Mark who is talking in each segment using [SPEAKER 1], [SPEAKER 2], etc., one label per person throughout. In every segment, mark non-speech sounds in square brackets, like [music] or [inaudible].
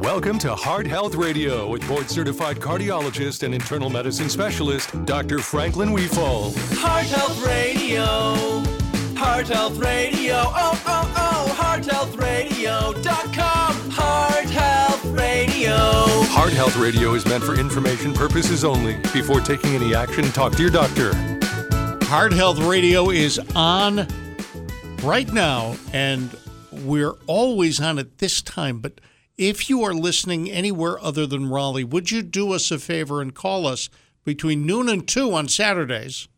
[SPEAKER 1] Welcome to Heart Health Radio with board certified cardiologist and internal medicine specialist, Dr. Franklin Weefall.
[SPEAKER 2] Heart Health Radio. Heart Health Radio. Oh, oh, oh. HeartHealthRadio.com. Heart Health Radio.
[SPEAKER 1] Heart Health Radio is meant for information purposes only. Before taking any action, talk to your doctor.
[SPEAKER 3] Heart Health Radio is on right now, and we're always on at this time. But if you are listening anywhere other than Raleigh, would you do us a favor and call us between noon and two on Saturdays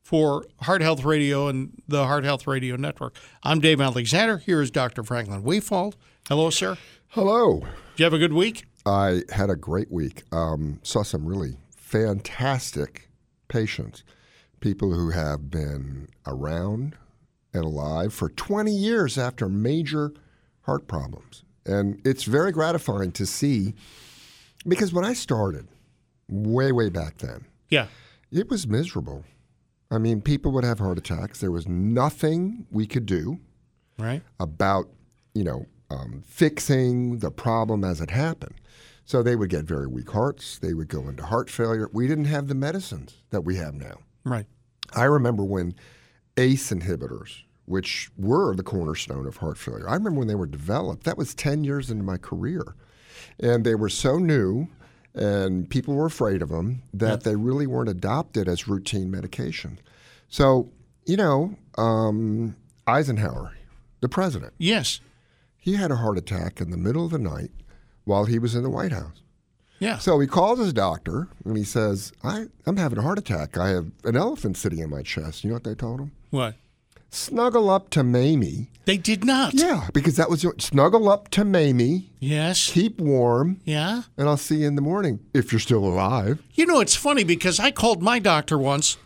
[SPEAKER 3] for Heart Health Radio and the Heart Health Radio Network? I'm Dave Alexander. Here is Dr. Franklin Weefald. Hello, sir.
[SPEAKER 4] Hello.
[SPEAKER 3] Did you have a good week?
[SPEAKER 4] I had a great week. Um, saw some really fantastic patients, people who have been around and alive for 20 years after major heart problems. And it's very gratifying to see because when I started way, way back then,
[SPEAKER 3] Yeah.
[SPEAKER 4] it was miserable. I mean, people would have heart attacks. There was nothing we could do
[SPEAKER 3] Right?
[SPEAKER 4] about you know um, fixing the problem as it happened. So they would get very weak hearts. They would go into heart failure. We didn't have the medicines that we have now.
[SPEAKER 3] Right.
[SPEAKER 4] I remember when ACE inhibitors, which were the cornerstone of heart failure, I remember when they were developed. That was 10 years into my career. And they were so new and people were afraid of them that they really weren't adopted as routine medication. So, you know, um, Eisenhower, the president,
[SPEAKER 3] Yes.
[SPEAKER 4] he had a heart attack in the middle of the night while he was in the White House.
[SPEAKER 3] Yeah.
[SPEAKER 4] So he calls his doctor and he says, I, I'm having a heart attack. I have an elephant sitting in my chest. You know what they told him?
[SPEAKER 3] what?
[SPEAKER 4] Snuggle up to Mamie.
[SPEAKER 3] They did not.
[SPEAKER 4] Yeah, because that was your, snuggle up to Mamie,
[SPEAKER 3] Yes.
[SPEAKER 4] keep warm,
[SPEAKER 3] Yeah.
[SPEAKER 4] and I'll see you in the morning if you're still alive.
[SPEAKER 3] You know, it's funny because I called my doctor once,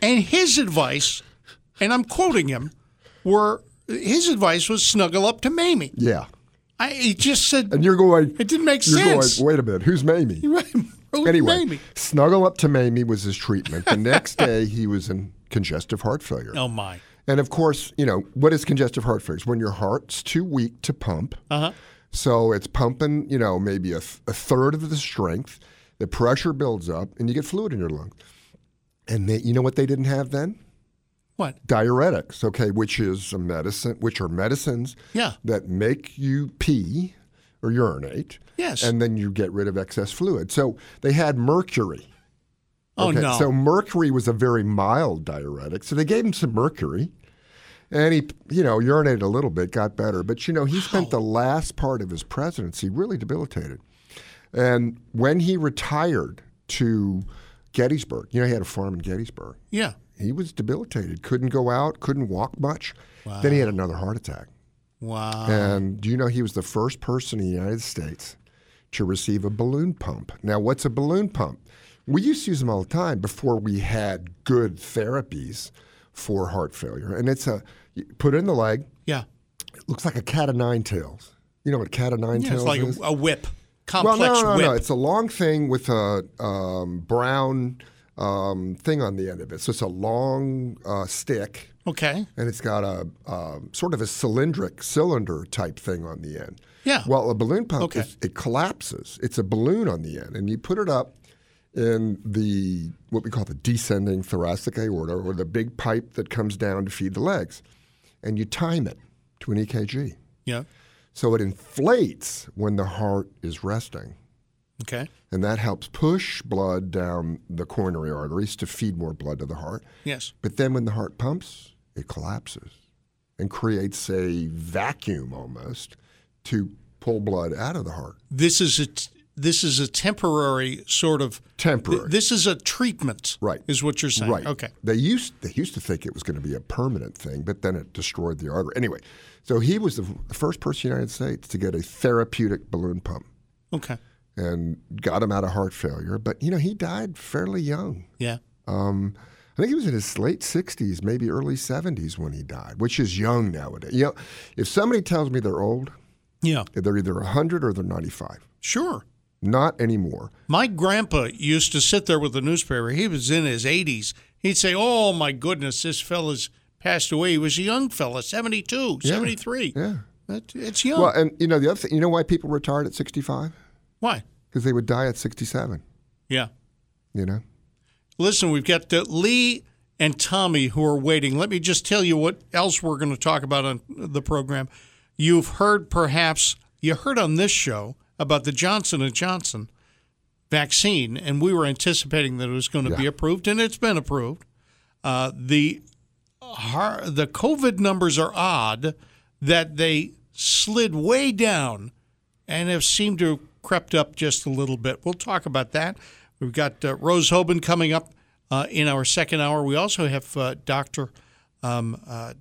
[SPEAKER 3] and his advice, and I'm quoting him, were his advice was snuggle up to Mamie.
[SPEAKER 4] Yeah.
[SPEAKER 3] I he just said
[SPEAKER 4] And you're going,
[SPEAKER 3] it didn't make
[SPEAKER 4] you're
[SPEAKER 3] sense.
[SPEAKER 4] going, wait a minute, who's
[SPEAKER 3] [laughs]
[SPEAKER 4] Mamie?
[SPEAKER 3] Who's
[SPEAKER 4] Anyway,
[SPEAKER 3] Mamie?
[SPEAKER 4] snuggle up to Mamie was his treatment. The next day, he was in congestive heart failure.
[SPEAKER 3] Oh my.
[SPEAKER 4] And of course, you know, what is congestive heart failure? It's when your heart's too weak to pump.
[SPEAKER 3] Uh-huh.
[SPEAKER 4] So it's pumping, you know, maybe a, th- a third of the strength. The pressure builds up and you get fluid in your lungs. And they, you know what they didn't have then?
[SPEAKER 3] What?
[SPEAKER 4] Diuretics, okay, which is a medicine, which are medicines
[SPEAKER 3] Yeah.
[SPEAKER 4] that make you pee or urinate.
[SPEAKER 3] Yes.
[SPEAKER 4] And then you get rid of excess fluid. So they had mercury.
[SPEAKER 3] Oh
[SPEAKER 4] Okay,
[SPEAKER 3] no.
[SPEAKER 4] So mercury was a very mild diuretic. So they gave him some mercury. And he, you know, urinated a little bit, got better. But, you know, he spent the last part of his presidency really debilitated. And when he retired to Gettysburg, you know, he had a farm in Gettysburg.
[SPEAKER 3] yeah.
[SPEAKER 4] He was debilitated, couldn't go out, couldn't walk much. Then he had another heart attack.
[SPEAKER 3] Wow.
[SPEAKER 4] And do you know he was the first person in the United States to receive a balloon pump? Now, what's a balloon pump? We used to use them all the time before we had good therapies for heart failure. And it's a you put it in the leg,
[SPEAKER 3] Yeah.
[SPEAKER 4] it looks like a cat of nine tails. You know what a cat of nine
[SPEAKER 3] yeah it's
[SPEAKER 4] tails
[SPEAKER 3] like
[SPEAKER 4] is?
[SPEAKER 3] a, a whip.
[SPEAKER 4] well,
[SPEAKER 3] Complex
[SPEAKER 4] no, no, no,
[SPEAKER 3] whip.
[SPEAKER 4] no. It's a long thing with a um, brown um, thing on the end of it. So it's a long uh, stick
[SPEAKER 3] okay.
[SPEAKER 4] and it's got a um, sort of a cylindric cylinder type thing on the end.
[SPEAKER 3] Yeah.
[SPEAKER 4] Well, a balloon pump
[SPEAKER 3] Okay.
[SPEAKER 4] is, it collapses. It's a balloon on the end, and you put it up in the what we call the descending thoracic aorta, or the big pipe that comes down to feed the legs, and you time it to an EKG.
[SPEAKER 3] Yeah.
[SPEAKER 4] So it inflates when the heart is resting,
[SPEAKER 3] Okay.
[SPEAKER 4] and that helps push blood down the coronary arteries to feed more blood to the heart.
[SPEAKER 3] Yes.
[SPEAKER 4] But then when the heart pumps, it collapses and creates a vacuum almost to pull blood out of the heart.
[SPEAKER 3] This is a t- this is a temporary sort of
[SPEAKER 4] Temporary.
[SPEAKER 3] This is a treatment.
[SPEAKER 4] Right.
[SPEAKER 3] Is what you're saying.
[SPEAKER 4] right.
[SPEAKER 3] Okay.
[SPEAKER 4] They used they used to think it was going to be a permanent thing, but then it destroyed the artery. Anyway, so he was the f- first person in the United States to get a therapeutic balloon pump
[SPEAKER 3] Okay.
[SPEAKER 4] and got him out of heart failure. But you know, he died fairly young.
[SPEAKER 3] Yeah.
[SPEAKER 4] Um, I think he was in his late 60s, maybe early 70s when he died, which is young nowadays. You know, if somebody tells me they're old,
[SPEAKER 3] Yeah.
[SPEAKER 4] They're either 100 or they're 95.
[SPEAKER 3] Sure.
[SPEAKER 4] Not anymore.
[SPEAKER 3] My grandpa used to sit there with the newspaper. He was in his 80s. He'd say, Oh my goodness, this fella's passed away. He was a young fella, 72, 73.
[SPEAKER 4] Yeah.
[SPEAKER 3] That- It's young.
[SPEAKER 4] Well, and you know the other thing. You know why people retired at 65?
[SPEAKER 3] Why?
[SPEAKER 4] Because they would die at 67.
[SPEAKER 3] Yeah.
[SPEAKER 4] You know.
[SPEAKER 3] Listen, we've got uh, Lee and Tommy who are waiting. Let me just tell you what else we're going to talk about on the program. You've heard perhaps you heard on this show about the Johnson and Johnson vaccine, and we were anticipating that it was going to be approved, and it's been approved. Uh, the har- the COVID numbers are odd that they slid way down and have seemed to have crept up just a little bit. We'll talk about that. We've got uh, Rose Hoban coming up uh, in our second hour. We also have uh, Doctor. Um, uh,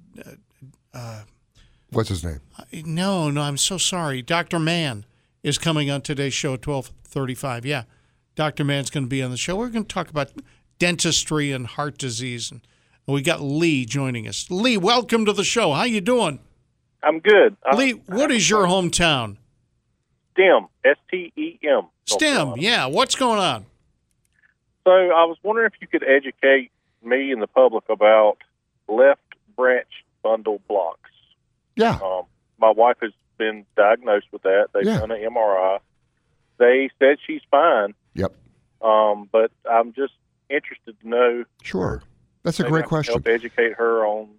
[SPEAKER 4] What's his name?
[SPEAKER 3] no, no, I'm so sorry. Doctor Mann is coming on today's show at 12:35. Yeah, Doctor Mann's going to be on the show. We're going to talk about dentistry and heart disease, and we got Lee joining us. Lee, welcome to the show. How you doing,
[SPEAKER 5] I'm good. Uh,
[SPEAKER 3] Lee? What is your
[SPEAKER 5] Oh,
[SPEAKER 3] hometown?
[SPEAKER 5] STEM? S T E M.
[SPEAKER 3] STEM. Yeah. What's going on?
[SPEAKER 5] So I was wondering if you could educate me and the public about left branch bundle blocks.
[SPEAKER 4] Yeah.
[SPEAKER 5] Um, my wife has been diagnosed with that. They've
[SPEAKER 4] Yeah.
[SPEAKER 5] done an MRI. They said she's fine,
[SPEAKER 4] Yep.
[SPEAKER 5] um, but I'm just interested to know.
[SPEAKER 4] Sure. That's a
[SPEAKER 5] maybe I
[SPEAKER 4] great
[SPEAKER 5] can
[SPEAKER 4] question.
[SPEAKER 5] Help educate her on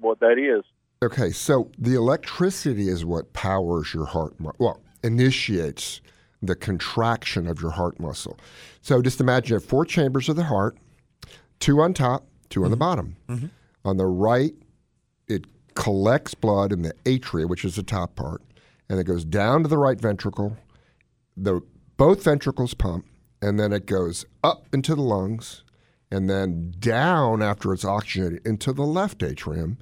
[SPEAKER 5] what that is.
[SPEAKER 4] Okay, so the electricity is what powers your heart, mu- well, initiates the contraction of your heart muscle. So just imagine you have four chambers of the heart, two on top, 2 on the bottom. On the right, it collects blood in the atria, which is the top part, and it goes down to the right ventricle. The both ventricles pump, and then it goes up into the lungs, and then down after it's oxygenated into the left atrium,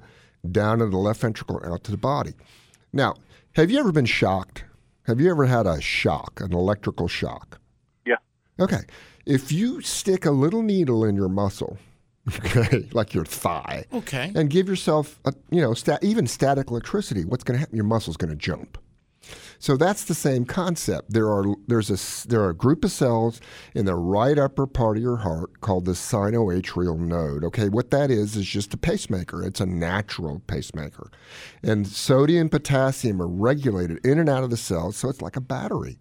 [SPEAKER 4] down into the left ventricle, and out to the body. Now, have you ever been shocked? Have you ever had a shock, an electrical shock?
[SPEAKER 5] Yeah.
[SPEAKER 4] Okay. If you stick a little needle in your muscle, [laughs] okay, like your thigh,
[SPEAKER 3] Okay.
[SPEAKER 4] and give yourself, a, you know, sta even static electricity, what's going to happen? Your muscle's going to jump. So that's the same concept. There are there's a s- there are a group of cells in the right upper part of your heart called the sinoatrial node. Okay, what that is is just a pacemaker. It's a natural pacemaker, and sodium and potassium are regulated in and out of the cells, so it's like a battery,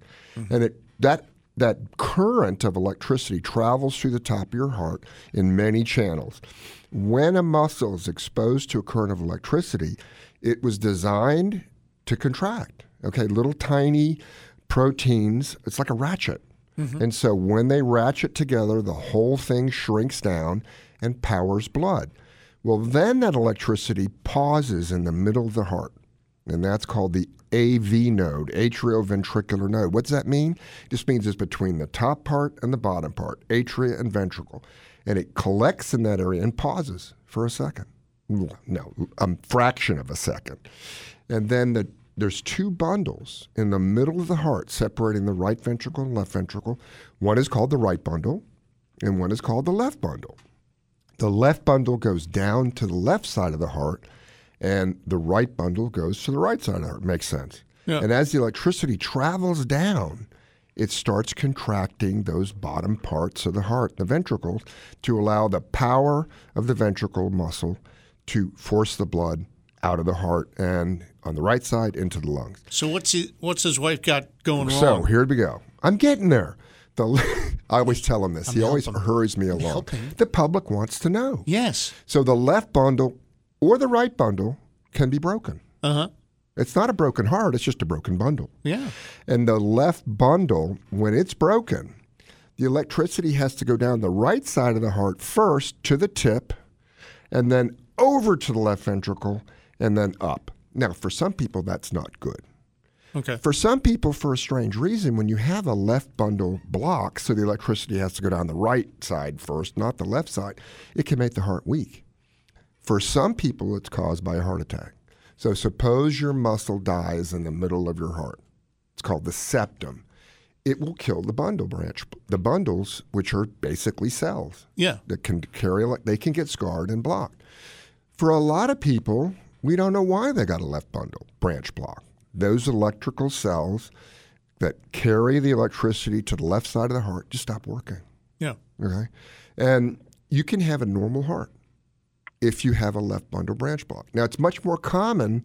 [SPEAKER 4] and it that. That current of electricity travels through the top of your heart in many channels. When a muscle is exposed to a current of electricity, it was designed to contract. Okay, little tiny proteins. It's like a ratchet. And so when they ratchet together, the whole thing shrinks down and powers blood. Well, then that electricity pauses in the middle of the heart. And that's called the AV node, atrioventricular node. What does that mean? It just means it's between the top part and the bottom part, atria and ventricle. And it collects in that area and pauses for a second. No, a fraction of a second. And then the, there's two bundles in the middle of the heart separating the right ventricle and left ventricle. One is called the right bundle, and one is called the left bundle. The left bundle goes down to the left side of the heart, and the right bundle goes to the right side of the heart. Makes sense.
[SPEAKER 3] Yeah.
[SPEAKER 4] And as the electricity travels down, it starts contracting those bottom parts of the heart, the ventricles, to allow the power of the ventricle muscle to force the blood out of the heart and on the right side into the lungs.
[SPEAKER 3] So what's he, what's his wife got going
[SPEAKER 4] So
[SPEAKER 3] wrong?
[SPEAKER 4] here we go. I'm getting there. The, [laughs] I always tell him this. he always hurries me along. The public wants to know.
[SPEAKER 3] Yes.
[SPEAKER 4] So the left bundle or the right bundle can be broken.
[SPEAKER 3] Uh huh.
[SPEAKER 4] It's not a broken heart, it's just a broken bundle.
[SPEAKER 3] Yeah.
[SPEAKER 4] And the left bundle, when it's broken, the electricity has to go down the right side of the heart first to the tip and then over to the left ventricle and then up. Now, for some people, that's not good.
[SPEAKER 3] Okay.
[SPEAKER 4] For some people, for a strange reason, when you have a left bundle block, so the electricity has to go down the right side first, not the left side, it can make the heart weak. For some people, it's caused by a heart attack. So suppose your muscle dies in the middle of your heart. It's called the septum. It will kill the bundle branch, the bundles, which are basically cells
[SPEAKER 3] Yeah.
[SPEAKER 4] that can carry ele- they can get scarred and blocked. For a lot of people, we don't know why they got a left bundle branch block. Those electrical cells that carry the electricity to the left side of the heart just stop working.
[SPEAKER 3] Yeah.
[SPEAKER 4] Okay, and you can have a normal heart if you have a left bundle branch block. Now it's much more common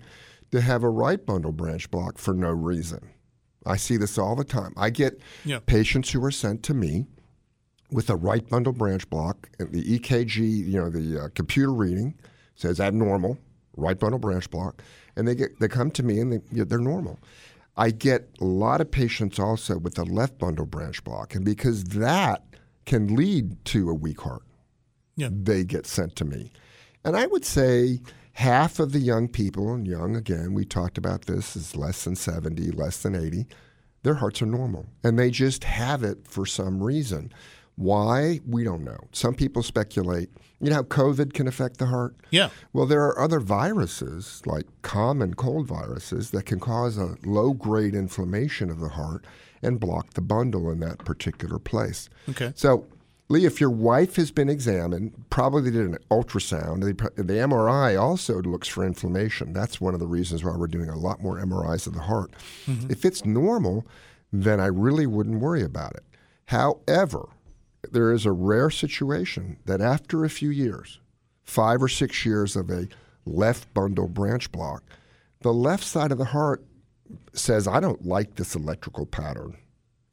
[SPEAKER 4] to have a right bundle branch block for no reason. I see this all the time. I get
[SPEAKER 3] Yeah.
[SPEAKER 4] patients who are sent to me with a right bundle branch block, and the EKG, you know, the uh, computer reading says abnormal, right bundle branch block, and they get they come to me and they, you know, they're normal. I get a lot of patients also with a left bundle branch block, and because that can lead to a weak heart they get sent to me. And I would say half of the young people, and young again, we talked about this, is less than 70, less than 80, their hearts are normal. And they just have it for some reason. Why? We don't know. Some people speculate. You know how COVID can affect the heart?
[SPEAKER 3] Yeah.
[SPEAKER 4] Well, there are other viruses, like common cold viruses, that can cause a low grade inflammation of the heart and block the bundle in that particular place.
[SPEAKER 3] Okay.
[SPEAKER 4] So, Lee, if your wife has been examined, probably they did an ultrasound. They, pro- the MRI also looks for inflammation. That's one of the reasons why we're doing a lot more MRIs of the heart. If it's normal, then I really wouldn't worry about it. However, there is a rare situation that after a few years, five or six years of a left bundle branch block, the left side of the heart says, I don't like this electrical pattern.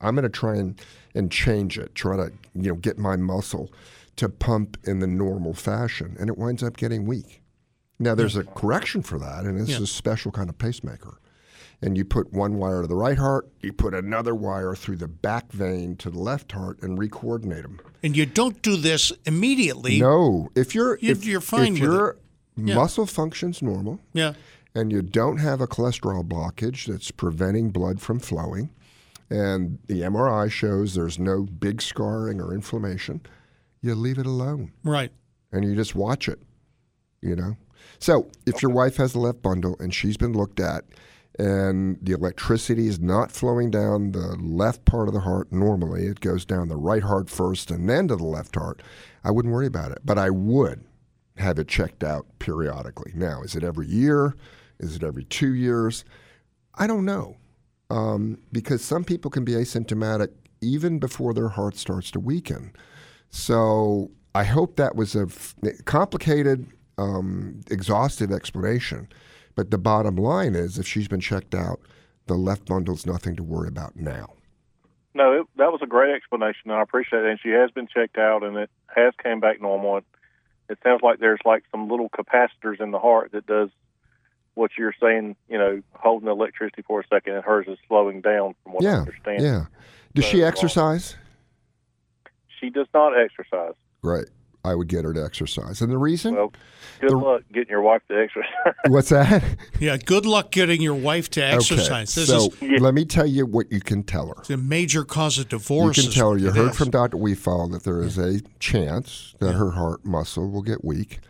[SPEAKER 4] I'm going to try and, and change it, try to you know get my muscle to pump in the normal fashion, and it winds up getting weak. Now there's a correction for that, and it's
[SPEAKER 3] Yeah.
[SPEAKER 4] a special kind of pacemaker. And you put one wire to the right heart, you put another wire through the back vein to the left heart, and recoordinate them.
[SPEAKER 3] And you don't do this immediately.
[SPEAKER 4] No, if you're
[SPEAKER 3] You-
[SPEAKER 4] if,
[SPEAKER 3] you're fine
[SPEAKER 4] if
[SPEAKER 3] with
[SPEAKER 4] your muscle functions normal,
[SPEAKER 3] Yeah.
[SPEAKER 4] and you don't have a cholesterol blockage that's preventing blood from flowing, and the MRI shows there's no big scarring or inflammation, you leave it alone
[SPEAKER 3] Right.
[SPEAKER 4] and you just watch it, you know? So if your wife has a left bundle and she's been looked at and the electricity is not flowing down the left part of the heart normally, it goes down the right heart first and then to the left heart, I wouldn't worry about it. But I would have it checked out periodically. Now, is it every year? Is it every two years? I don't know. Um, because some people can be asymptomatic even before their heart starts to weaken. So I hope that was a f- complicated, um, exhaustive explanation. But the bottom line is if she's been checked out, the left bundle's nothing to worry about now.
[SPEAKER 5] No, it, that was a great explanation, and I appreciate it. And she has been checked out, and it has came back normal. It, it sounds like there's like some little capacitors in the heart that does what you're saying. You know, holding the electricity for a second, and hers is slowing down from what I
[SPEAKER 4] yeah.
[SPEAKER 5] understand.
[SPEAKER 4] Yeah. Does
[SPEAKER 5] So,
[SPEAKER 4] she
[SPEAKER 5] um,
[SPEAKER 4] exercise?
[SPEAKER 5] She does not exercise.
[SPEAKER 4] Right. I would get her to exercise. And the reason?
[SPEAKER 5] Well, [laughs] good
[SPEAKER 4] The-
[SPEAKER 5] luck getting your wife to exercise.
[SPEAKER 4] What's that?
[SPEAKER 3] Yeah. Good luck getting your wife to exercise.
[SPEAKER 4] Okay.
[SPEAKER 3] This
[SPEAKER 4] So
[SPEAKER 3] is
[SPEAKER 4] let me tell you what you can tell her.
[SPEAKER 3] the major cause of divorce.
[SPEAKER 4] You can
[SPEAKER 3] is
[SPEAKER 4] tell her. You heard
[SPEAKER 3] this.
[SPEAKER 4] from Dr. Weefall that there is a chance that her heart muscle will get weak.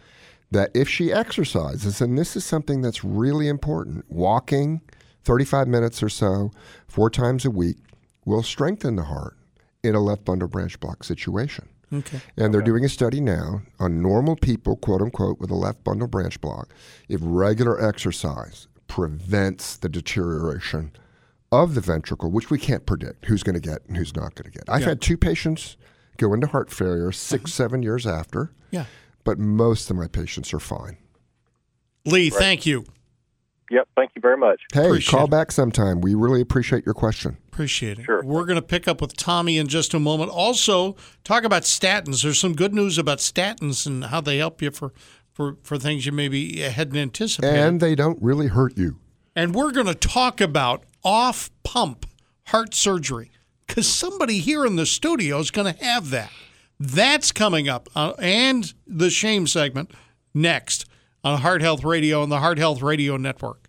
[SPEAKER 4] That if she exercises, and this is something that's really important, walking 35 minutes or so, four times a week, will strengthen the heart in a left bundle branch block situation.
[SPEAKER 3] Okay.
[SPEAKER 4] And they're doing a study now on normal people, quote unquote, with a left bundle branch block, if regular exercise prevents the deterioration of the ventricle, which we can't predict who's going to get and who's not going to get. I've had two patients go into heart failure 6 seven years after,
[SPEAKER 3] Uh-huh. Yeah.
[SPEAKER 4] but most of my patients are fine.
[SPEAKER 3] Lee, thank you.
[SPEAKER 5] yep. Thank you very much.
[SPEAKER 4] Hey,
[SPEAKER 3] Appreciate
[SPEAKER 4] call
[SPEAKER 3] it.
[SPEAKER 4] back sometime. We really appreciate your question.
[SPEAKER 3] Appreciate it.
[SPEAKER 5] Sure.
[SPEAKER 3] We're going to pick up with Tommy in just a moment. Also, talk about statins. There's some good news about statins and how they help you for, for, for things you maybe hadn't anticipated.
[SPEAKER 4] And they don't really hurt you.
[SPEAKER 3] And we're going to talk about off pump heart surgery because somebody here in the studio is going to have that. That's coming up. Uh, and the shame segment next on Heart Health Radio and the Heart Health Radio Network.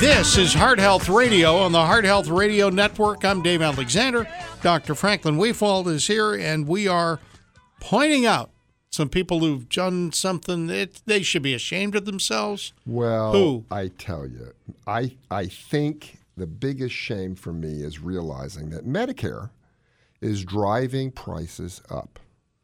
[SPEAKER 3] This is Heart Health Radio on the Heart Health Radio Network. I'm Dave Alexander. Dr. Franklin Weefald is here, and we are pointing out some people who've done something that they should be ashamed of themselves.
[SPEAKER 4] Well,
[SPEAKER 3] Who?
[SPEAKER 4] I tell you, I I think the biggest shame for me is realizing that Medicare is driving prices up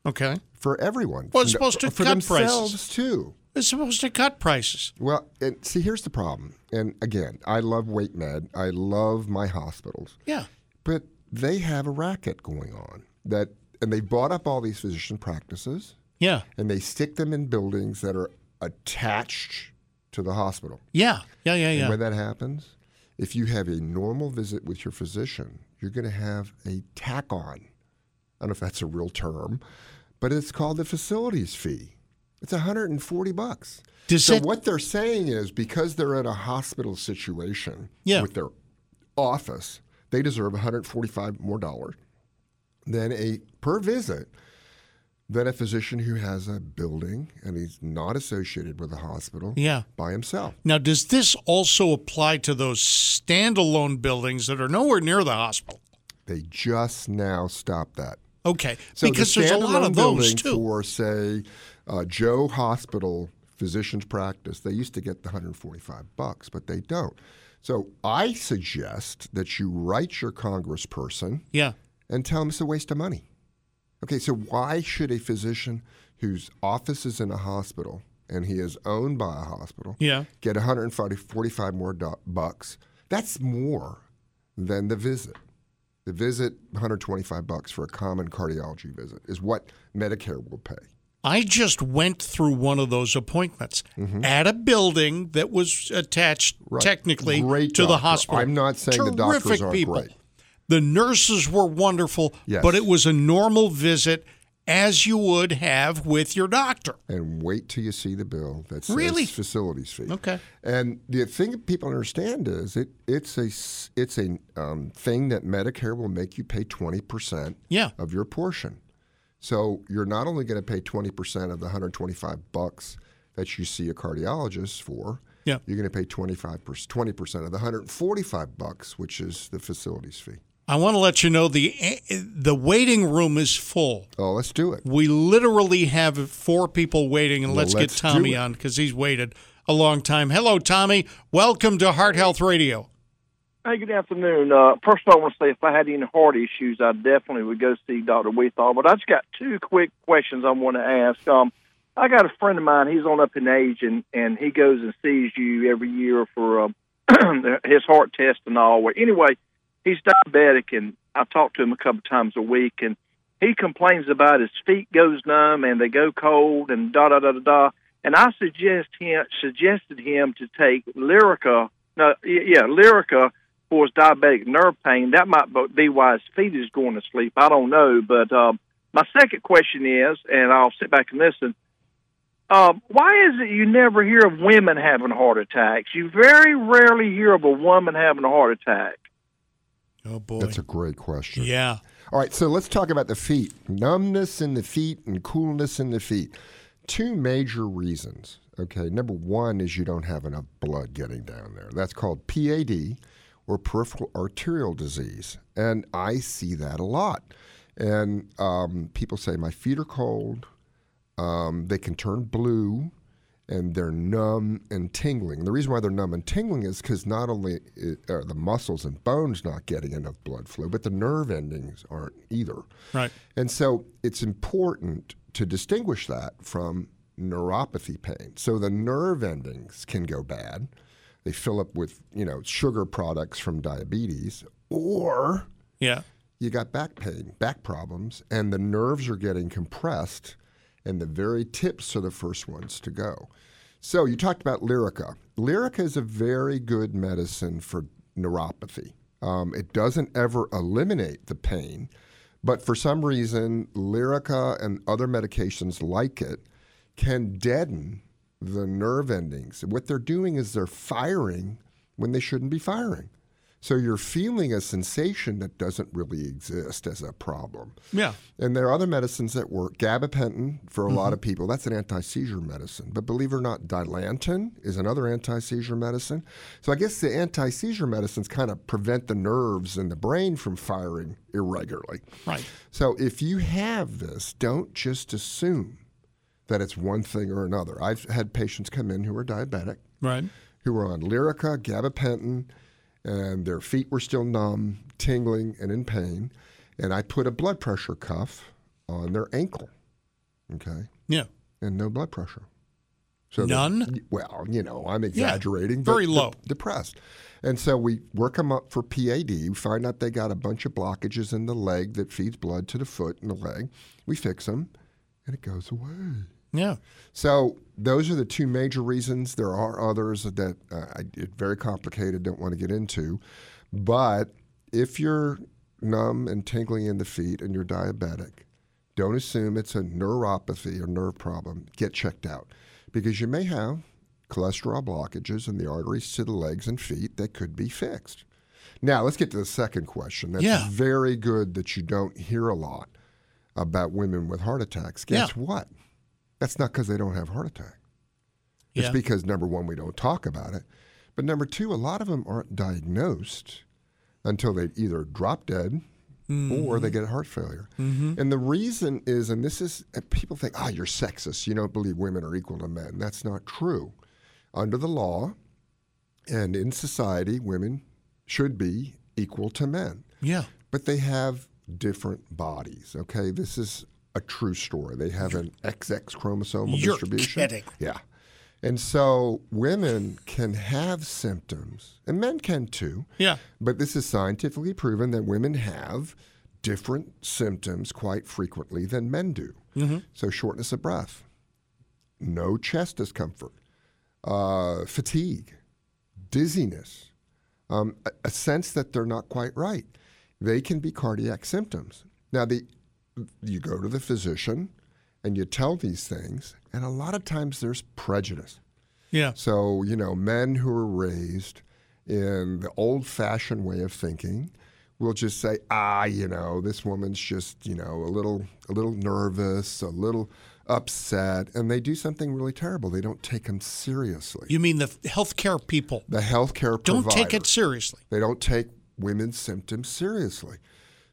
[SPEAKER 3] Okay.
[SPEAKER 4] for everyone.
[SPEAKER 3] Well, it's
[SPEAKER 4] No,
[SPEAKER 3] supposed to
[SPEAKER 4] for
[SPEAKER 3] cut prices.
[SPEAKER 4] themselves too.
[SPEAKER 3] They're supposed to cut prices.
[SPEAKER 4] Well, and see, here's the problem. And again, I love weight med. I love my hospitals,
[SPEAKER 3] Yeah.
[SPEAKER 4] but they have a racket going on that and they bought up all these physician practices
[SPEAKER 3] Yeah.
[SPEAKER 4] and they stick them in buildings that are attached to the hospital.
[SPEAKER 3] Yeah. Yeah. Yeah. Yeah.
[SPEAKER 4] And when that happens, if you have a normal visit with your physician, you're going to have a tack on. I don't know if that's a real term, but it's called the facilities fee. It's 140 bucks.
[SPEAKER 3] Does
[SPEAKER 4] so
[SPEAKER 3] that-
[SPEAKER 4] what they're saying is because they're in a hospital situation
[SPEAKER 3] Yeah.
[SPEAKER 4] with their office, they deserve 145 more dollars than a per visit than a physician who has a building and he's not associated with a hospital
[SPEAKER 3] Yeah.
[SPEAKER 4] by himself.
[SPEAKER 3] Now, does this also apply to those standalone buildings that are nowhere near the hospital?
[SPEAKER 4] They just now stopped that.
[SPEAKER 3] Okay,
[SPEAKER 4] So
[SPEAKER 3] because
[SPEAKER 4] the
[SPEAKER 3] there's a lot
[SPEAKER 4] standalone
[SPEAKER 3] of those
[SPEAKER 4] building
[SPEAKER 3] too.
[SPEAKER 4] For say, uh, Joe Hospital Physicians Practice, they used to get the 145 bucks, but they don't. So I suggest that you write your congressperson
[SPEAKER 3] yeah,
[SPEAKER 4] and tell them it's a waste of money. Okay, so why should a physician whose office is in a hospital and he is owned by a hospital
[SPEAKER 3] yeah,
[SPEAKER 4] get 145 more do- bucks. That's more than the visit. The visit, 125 bucks for a common cardiology visit, is what Medicare will pay.
[SPEAKER 3] I just went through one of those appointments at a building that was attached
[SPEAKER 4] Mm-hmm. Right.
[SPEAKER 3] technically
[SPEAKER 4] Great
[SPEAKER 3] to the
[SPEAKER 4] doctor.
[SPEAKER 3] hospital.
[SPEAKER 4] I'm not saying the
[SPEAKER 3] Terrific
[SPEAKER 4] doctors aren't
[SPEAKER 3] people.
[SPEAKER 4] great.
[SPEAKER 3] The nurses were wonderful,
[SPEAKER 4] Yes.
[SPEAKER 3] but it was a normal visit as you would have with your doctor.
[SPEAKER 4] And wait till you see the bill that says
[SPEAKER 3] Really?
[SPEAKER 4] facilities fee.
[SPEAKER 3] Okay.
[SPEAKER 4] And the thing that people understand is it it's a s- it's a um, thing that Medicare will make you pay 20 percent
[SPEAKER 3] Yeah.
[SPEAKER 4] of your portion. So you're not only going to pay 20% of the 125 bucks that you see a cardiologist for,
[SPEAKER 3] Yeah.
[SPEAKER 4] you're going to pay 25 20% of the 145 bucks, which is the facilities fee.
[SPEAKER 3] I want to let you know the eh, the waiting room is full.
[SPEAKER 4] Oh, let's do it.
[SPEAKER 3] We literally have four people waiting, and
[SPEAKER 4] Well,
[SPEAKER 3] let's,
[SPEAKER 4] let's
[SPEAKER 3] get
[SPEAKER 4] do
[SPEAKER 3] Tommy
[SPEAKER 4] it.
[SPEAKER 3] on because he's waited a long time. Hello, Tommy. Welcome to Heart Health Radio.
[SPEAKER 5] Hey, good afternoon. Uh, first, I want to say if I had any heart issues, I definitely would go see Dr. Weethall. But I just got two quick questions I want to ask. Um, I got a friend of mine, he's on up in age, and, and he goes and sees you every year for um, [clears throat] his heart test and all. Well, anyway, he's diabetic, and I talk to him a couple times a week, and he complains about his feet goes numb and they go cold and da da da da da. And I suggest him suggested him to take Lyrica, no, y- yeah, Lyrica for his diabetic nerve pain. That might be why his feet is going to sleep. I don't know. But um, my second question is, and I'll sit back and listen. Um, why is it you never hear of women having heart attacks? You very rarely hear of a woman having a heart attack.
[SPEAKER 3] Oh boy,
[SPEAKER 4] That's a great question.
[SPEAKER 3] yeah,
[SPEAKER 4] All right, so let's talk about the feet. Numbness in the feet and coolness in the feet. Two major reasons. Okay, number one is you don't have enough blood getting down there. That's called PAD or peripheral arterial disease. And I see that a lot. And um, people say, my feet are cold, um, they can turn blue and they're numb and tingling. And the reason why they're numb and tingling is because not only i- are the muscles and bones not getting enough blood flow, but the nerve endings aren't either.
[SPEAKER 3] right.
[SPEAKER 4] And so it's important to distinguish that from neuropathy pain. So the nerve endings can go bad. They fill up with, you know, sugar products from diabetes or
[SPEAKER 3] Yeah,
[SPEAKER 4] you got back pain, back problems, and the nerves are getting compressed, and the very tips are the first ones to go. So you talked about Lyrica. Lyrica is a very good medicine for neuropathy. Um, it doesn't ever eliminate the pain, but for some reason, Lyrica and other medications like it can deaden the nerve endings. What they're doing is they're firing when they shouldn't be firing. So you're feeling a sensation that doesn't really exist as a problem.
[SPEAKER 3] yeah.
[SPEAKER 4] And there are other medicines that work. Gabapentin, for a lot of people, that's an anti seizure medicine. But believe it or not, Dilantin is another anti seizure medicine. So I guess the anti seizure medicines kind of prevent the nerves in the brain from firing irregularly.
[SPEAKER 3] Right.
[SPEAKER 4] So if you have this, don't just assume that it's one thing or another. I've had patients come in who are diabetic
[SPEAKER 3] Right.
[SPEAKER 4] who were on Lyrica, gabapentin, and their feet were still numb, tingling, and in pain. And I put a blood pressure cuff on their ankle, okay,
[SPEAKER 3] Yeah.
[SPEAKER 4] and no blood pressure. So
[SPEAKER 3] None?
[SPEAKER 4] the- well, you know, I'm exaggerating.
[SPEAKER 3] very
[SPEAKER 4] but
[SPEAKER 3] low.
[SPEAKER 4] de- depressed. And so we work them up for PAD. We find out they got a bunch of blockages in the leg that feeds blood to the foot and the leg. We fix them, and it goes away.
[SPEAKER 3] Yeah.
[SPEAKER 4] So those are the two major reasons. There are others that uh, I- it's very complicated. Don't want to get into, but if you're numb and tingling in the feet and you're diabetic, don't assume it's a neuropathy or nerve problem. Get checked out because you may have cholesterol blockages in the arteries to the legs and feet that could be fixed. Now let's get to the second question. That's
[SPEAKER 3] Yeah.
[SPEAKER 4] very good that you don't hear a lot about women with heart attacks. Guess
[SPEAKER 3] Yeah.
[SPEAKER 4] what? That's not because they don't have heart attack. It's
[SPEAKER 3] Yeah.
[SPEAKER 4] because number one, we don't talk about it, but number two, a lot of them aren't diagnosed until they either drop dead
[SPEAKER 3] Mm-hmm.
[SPEAKER 4] or they get heart failure. And the reason is, and this is, and people think, oh, you're sexist. You don't believe women are equal to men. That's not true. Under the law and in society, women should be equal to men
[SPEAKER 3] yeah.
[SPEAKER 4] but they have different bodies. Okay, this is a true story. They have an XX chromosomal
[SPEAKER 3] You're
[SPEAKER 4] distribution.
[SPEAKER 3] kidding.
[SPEAKER 4] Yeah, and so women can have symptoms, and men can too.
[SPEAKER 3] Yeah.
[SPEAKER 4] But this is scientifically proven that women have different symptoms quite frequently than men do. So shortness of breath, no chest discomfort, uh, fatigue, dizziness, um, a, a sense that they're not quite right. They can be cardiac symptoms. Now, the you go to the physician and you tell these things, and a lot of times there's prejudice.
[SPEAKER 3] Yeah.
[SPEAKER 4] So, you know, men who are raised in the old fashioned way of thinking will just say, ah, you know, this woman's just, you know, a little a little nervous, a little upset, and they do something really terrible. They don't take them seriously.
[SPEAKER 3] You mean the healthcare people
[SPEAKER 4] the healthcare
[SPEAKER 3] don't
[SPEAKER 4] provider.
[SPEAKER 3] take it seriously?
[SPEAKER 4] They don't take women's symptoms seriously.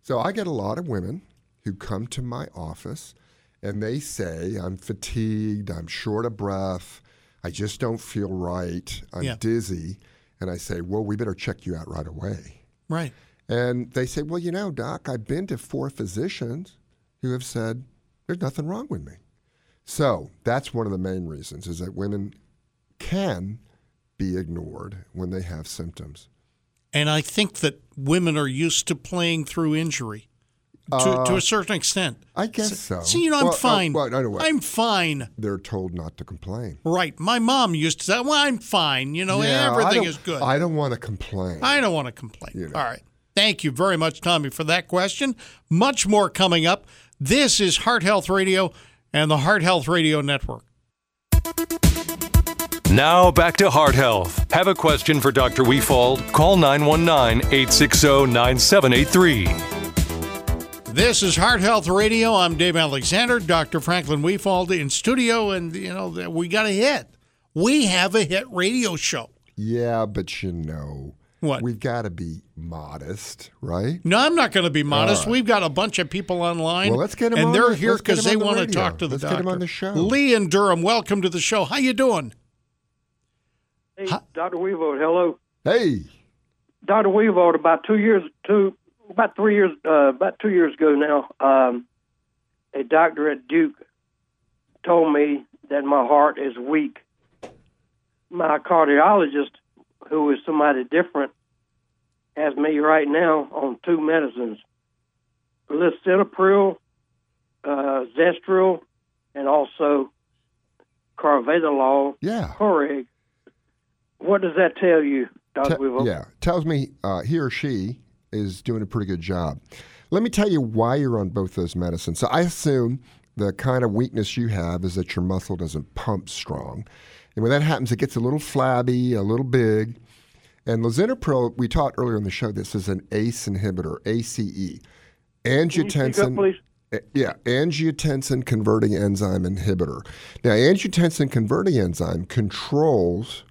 [SPEAKER 4] So I get a lot of women who come to my office and they say, I'm fatigued, I'm short of breath, I just don't feel right, I'm
[SPEAKER 3] Yeah.
[SPEAKER 4] dizzy. And I say, Well, we better check you out right away.
[SPEAKER 3] Right.
[SPEAKER 4] And they say, Well, you know, doc, I've been to four physicians who have said there's nothing wrong with me. So that's one of the main reasons is that women can be ignored when they have symptoms.
[SPEAKER 3] And I think that women are used to playing through injury to, to a certain extent.
[SPEAKER 4] Uh, I guess so.
[SPEAKER 3] So, you know, I'm
[SPEAKER 4] Well, uh,
[SPEAKER 3] fine.
[SPEAKER 4] well, no, no, wait.
[SPEAKER 3] I'm fine.
[SPEAKER 4] They're told not to complain.
[SPEAKER 3] Right. My mom used to say, well, I'm fine. You know,
[SPEAKER 4] Yeah, I
[SPEAKER 3] everything
[SPEAKER 4] don't-
[SPEAKER 3] is good.
[SPEAKER 4] I don't want to complain.
[SPEAKER 3] I don't want to complain.
[SPEAKER 4] You know.
[SPEAKER 3] All right. Thank you very much, Tommy, for that question. Much more coming up. This is Heart Health Radio and the Heart Health Radio Network.
[SPEAKER 1] Now back to heart health. Have a question for Dr. Weefald? Call 919 860 9783.
[SPEAKER 3] This is Heart Health Radio. I'm Dave Alexander, Dr. Franklin Weefald in studio, and you know that we got a hit. We have a hit radio show.
[SPEAKER 4] yeah, but you know,
[SPEAKER 3] What?
[SPEAKER 4] we've got to be modest, right?
[SPEAKER 3] No, I'm not going to be modest. We've got a bunch of people online.
[SPEAKER 4] Well, let's get 'em
[SPEAKER 3] and
[SPEAKER 4] on
[SPEAKER 3] they're
[SPEAKER 4] the-
[SPEAKER 3] here
[SPEAKER 4] let's get
[SPEAKER 3] because
[SPEAKER 4] 'em
[SPEAKER 3] they
[SPEAKER 4] on the
[SPEAKER 3] want to
[SPEAKER 4] radio.
[SPEAKER 3] talk to the
[SPEAKER 4] Let's
[SPEAKER 3] doctor.
[SPEAKER 4] get 'em on the show.
[SPEAKER 3] Lee in Durham, welcome to the show. How you doing?
[SPEAKER 6] Hey,
[SPEAKER 3] Hi.
[SPEAKER 6] Dr. Weaver, hello.
[SPEAKER 4] Hey,
[SPEAKER 6] Dr. Weaver, about two years, two, about three years, uh, about two years ago now, um, a doctor at Duke told me that my heart is weak. My cardiologist, who is somebody different, has me right now on two medicines, lisinopril, uh, Zestril, and also carvedilol,
[SPEAKER 4] yeah.
[SPEAKER 6] Correct. What does that tell you,
[SPEAKER 4] Te-
[SPEAKER 6] Dr. Weaver?
[SPEAKER 4] yeah, tells me uh, he or she is doing a pretty good job. Let me tell you why you're on both those medicines. So I assume the kind of weakness you have is that your muscle doesn't pump strong, and when that happens, it gets a little flabby, a little big. And lisinopril, we taught earlier in the show, this is an ACE inhibitor, E. ACE,
[SPEAKER 6] Can you speak up,
[SPEAKER 4] angiotensin.
[SPEAKER 6] please?
[SPEAKER 4] Uh, Yeah, angiotensin converting enzyme inhibitor. Now, angiotensin converting enzyme controls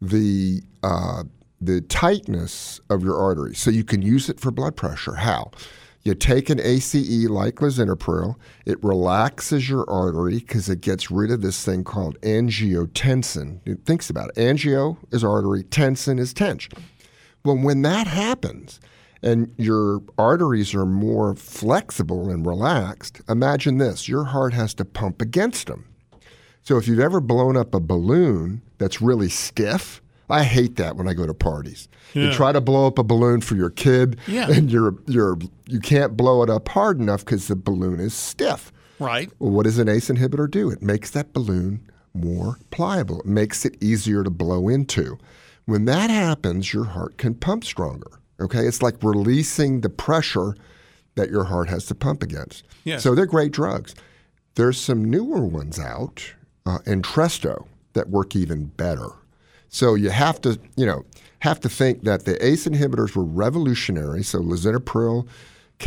[SPEAKER 4] the uh, the tightness of your arteries, so you can use it for blood pressure. How? You take an ACE like lisinopril, it relaxes your artery because it gets rid of this thing called angiotensin. It thinks about it. Angio is artery, tensin is tension. Well, when that happens and your arteries are more flexible and relaxed, imagine this your heart has to pump against them. So if you've ever blown up a balloon that's really stiff, I hate that when I go to parties.
[SPEAKER 3] Yeah.
[SPEAKER 4] You try to blow up a balloon for your kid,
[SPEAKER 3] Yeah.
[SPEAKER 4] and you're you're you can't blow it up hard enough because the balloon is stiff.
[SPEAKER 3] Right.
[SPEAKER 4] Well, what does an ACE inhibitor do? It makes that balloon more pliable. It makes it easier to blow into. When that happens, your heart can pump stronger. Okay, it's like releasing the pressure that your heart has to pump against.
[SPEAKER 3] Yes.
[SPEAKER 4] So they're great drugs. There's some newer ones out, uh, Entresto, that work even better. So you have to, you know, have to think that the ACE inhibitors were revolutionary. So lisinopril,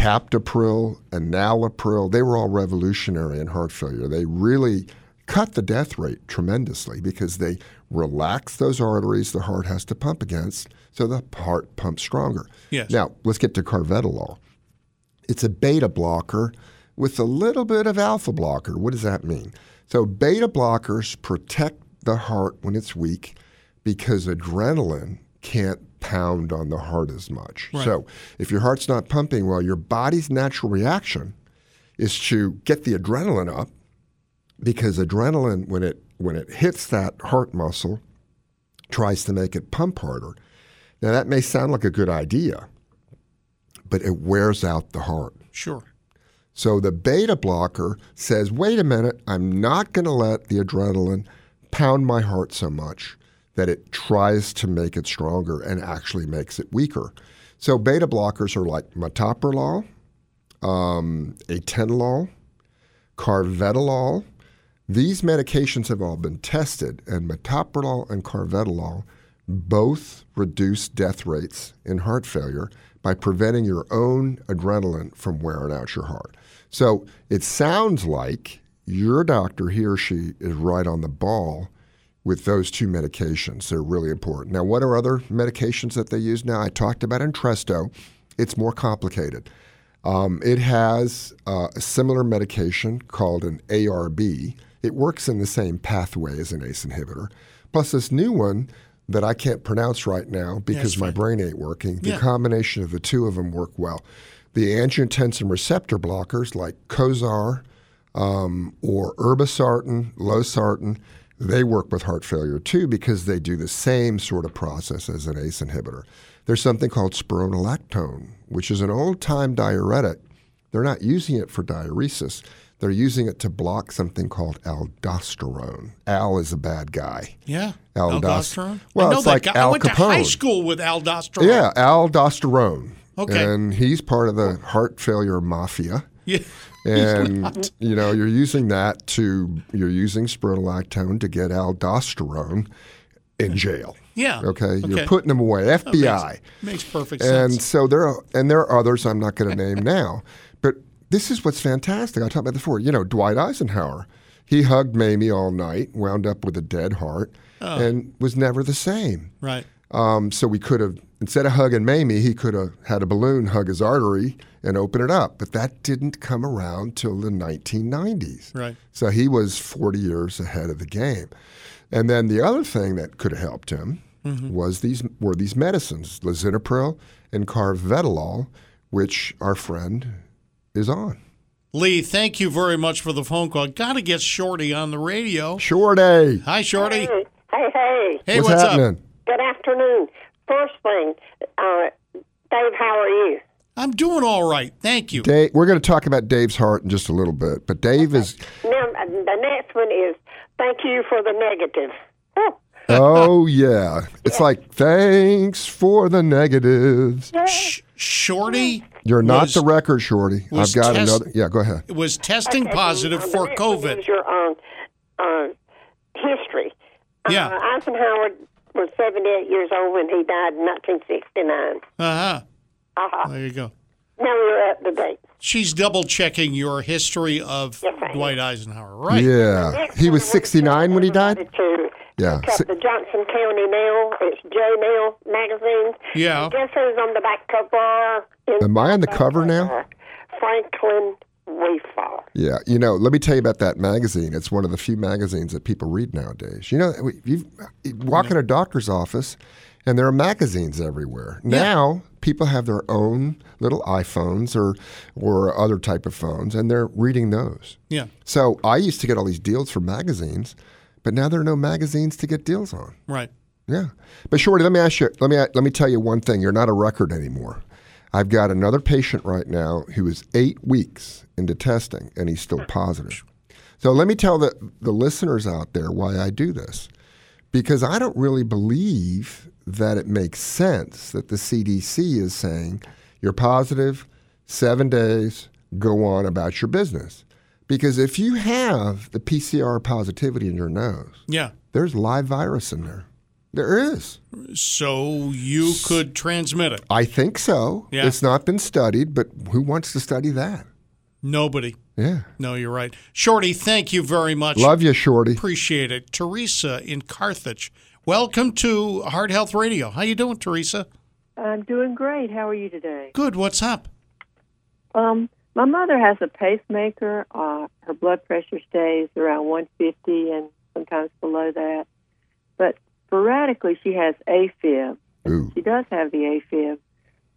[SPEAKER 4] captopril, and nalopril, they were all revolutionary in heart failure. They really cut the death rate tremendously because they relax those arteries the heart has to pump against, so the heart pumps stronger.
[SPEAKER 3] Yes.
[SPEAKER 4] Now let's get to carvedilol. It's a beta blocker with a little bit of alpha blocker. What does that mean? So, beta blockers protect the heart when it's weak because adrenaline can't pound on the heart as much. So, if your heart's not pumping well, your body's natural reaction is to get the adrenaline up because adrenaline when it when it hits that heart muscle tries to make it pump harder. Now that may sound like a good idea, but it wears out the heart.
[SPEAKER 3] Sure.
[SPEAKER 4] So the beta blocker says, wait a minute, I'm not going to let the adrenaline pound my heart so much that it tries to make it stronger and actually makes it weaker. So beta blockers are like metoprolol, um, atenolol, carvedilol. These medications have all been tested, and metoprolol and carvedilol both reduce death rates in heart failure by preventing your own adrenaline from wearing out your heart. So it sounds like your doctor, he or she, is right on the ball with those two medications. They're really important. Now, what are other medications that they use now? I talked about Entresto. It's more complicated. Um, it has uh, a similar medication called an ARB. It works in the same pathway as an E ACE inhibitor. Plus, this new one that I can't pronounce right now because my brain ain't working. The
[SPEAKER 3] Yeah.
[SPEAKER 4] combination of the two of them work well. The angiotensin receptor blockers like Cozar um, or Irbesartan, Losartan, they work with heart failure too because they do the same sort of process as an ACE inhibitor. There's something called spironolactone, which is an old time diuretic. They're not using it for diuresis. They're using it to block something called aldosterone. Al is a bad guy.
[SPEAKER 3] Yeah.
[SPEAKER 4] Aldosterone? Well,
[SPEAKER 3] Well, I know
[SPEAKER 4] it's
[SPEAKER 3] that
[SPEAKER 4] like
[SPEAKER 3] guy. I
[SPEAKER 4] Al
[SPEAKER 3] went to high
[SPEAKER 4] Capone.
[SPEAKER 3] school with aldosterone.
[SPEAKER 4] Yeah, aldosterone.
[SPEAKER 3] Okay.
[SPEAKER 4] And he's part of the heart failure mafia.
[SPEAKER 3] Yeah. [laughs]
[SPEAKER 4] And you know, you're using that to you're using spironolactone to get aldosterone in jail.
[SPEAKER 3] Yeah.
[SPEAKER 4] Okay,
[SPEAKER 3] Okay.
[SPEAKER 4] you're putting them away. FBI.
[SPEAKER 3] Makes perfect
[SPEAKER 4] And
[SPEAKER 3] sense.
[SPEAKER 4] so there are, and there are others I'm not going to name now, but this is what's fantastic. I talked about before. You know, Dwight Eisenhower, he hugged Mamie all night, wound up with a dead heart,
[SPEAKER 3] Oh.
[SPEAKER 4] and was never the same.
[SPEAKER 3] Right.
[SPEAKER 4] Um, so we could have, instead of hugging Mamie, he could have had a balloon hug his artery and open it up. But that didn't come around till the 1990s.
[SPEAKER 3] Right.
[SPEAKER 4] So he was 40 years ahead of the game. And then the other thing that could have helped him
[SPEAKER 3] Mm-hmm.
[SPEAKER 4] was these were these medicines, lisinopril and carvedilol, which our friend is on.
[SPEAKER 3] Lee, thank you very much for the phone call. Got to get Shorty on the radio.
[SPEAKER 4] Sure day.
[SPEAKER 3] Hi, Shorty.
[SPEAKER 7] Hey, hey, hey.
[SPEAKER 3] Hey,
[SPEAKER 4] what's,
[SPEAKER 3] what's, up?
[SPEAKER 4] happening?
[SPEAKER 7] Good afternoon. First thing, uh, Dave, how are you?
[SPEAKER 3] I'm doing all right. Thank you.
[SPEAKER 4] Dave, we're going to talk about Dave's heart in just a little bit, but Dave is
[SPEAKER 7] Now, uh, the next one is thank you for the negative. Oh,
[SPEAKER 4] oh yeah. It's like thanks for the negatives.
[SPEAKER 3] Sh- Shorty
[SPEAKER 4] You're not
[SPEAKER 3] Was-
[SPEAKER 4] the record, Shorty.
[SPEAKER 3] was
[SPEAKER 4] I've got
[SPEAKER 3] test-
[SPEAKER 4] another. Yeah, go ahead.
[SPEAKER 3] was testing positive
[SPEAKER 7] the
[SPEAKER 3] for
[SPEAKER 7] next one
[SPEAKER 3] COVID.
[SPEAKER 7] Is your own uh, history.
[SPEAKER 3] Yeah.
[SPEAKER 7] Uh, Eisenhower was 78 years old when he died in 1969.
[SPEAKER 3] Uh huh.
[SPEAKER 7] Uh-huh.
[SPEAKER 3] There you go.
[SPEAKER 7] Now you're up to date.
[SPEAKER 3] She's double checking your history of
[SPEAKER 7] Yes, I am.
[SPEAKER 3] Dwight Eisenhower, right?
[SPEAKER 4] Yeah,
[SPEAKER 7] Next
[SPEAKER 4] he
[SPEAKER 7] one
[SPEAKER 4] was
[SPEAKER 7] I want to
[SPEAKER 4] 69 when he died.
[SPEAKER 7] everybody To
[SPEAKER 4] Yeah,
[SPEAKER 7] pick up
[SPEAKER 4] Uh, si-
[SPEAKER 7] the Johnson County Mail. It's J Mail magazine.
[SPEAKER 3] Yeah.
[SPEAKER 7] Guess who's on the back cover? In
[SPEAKER 4] Am I on the cover now?
[SPEAKER 7] Franklin Wayfall.
[SPEAKER 4] Yeah, you know, let me tell you about that magazine. It's one of the few magazines that people read nowadays. You know, we- you
[SPEAKER 3] Mm-hmm.
[SPEAKER 4] walk in a doctor's office, and there are magazines everywhere. Now people have their own little iPhones or or other type of phones, and they're reading those.
[SPEAKER 3] Yeah.
[SPEAKER 4] So I used to get all these deals for magazines, but now there are no magazines to get deals on.
[SPEAKER 3] Right.
[SPEAKER 4] Yeah, but Shorty, let me ask you. Let me let me tell you one thing. You're not a record anymore. I've got another patient right now who is eight weeks into testing, and he's still positive. So let me tell the, the listeners out there why I do this, because I don't really believe that it makes sense that the CDC is saying you're positive, seven days, go on about your business. Because if you have the PCR positivity in your nose,
[SPEAKER 3] Yeah.
[SPEAKER 4] there's live virus in there. There is.
[SPEAKER 3] So you could transmit it.
[SPEAKER 4] I think so.
[SPEAKER 3] Yeah.
[SPEAKER 4] It's not been studied, but who wants to study that?
[SPEAKER 3] Nobody.
[SPEAKER 4] Yeah.
[SPEAKER 3] No, you're right. Shorty, thank you very much.
[SPEAKER 4] Love you, Shorty.
[SPEAKER 3] Appreciate it. Teresa in Carthage. Welcome to Heart Health Radio. How you doing, Teresa?
[SPEAKER 8] I'm doing great. How are you today?
[SPEAKER 3] Good. What's up?
[SPEAKER 8] Um, my mother has a pacemaker. Uh, her blood pressure stays around 150 and sometimes below that. But sporadically, she has AFib.
[SPEAKER 4] Ooh.
[SPEAKER 8] She does have the AFib.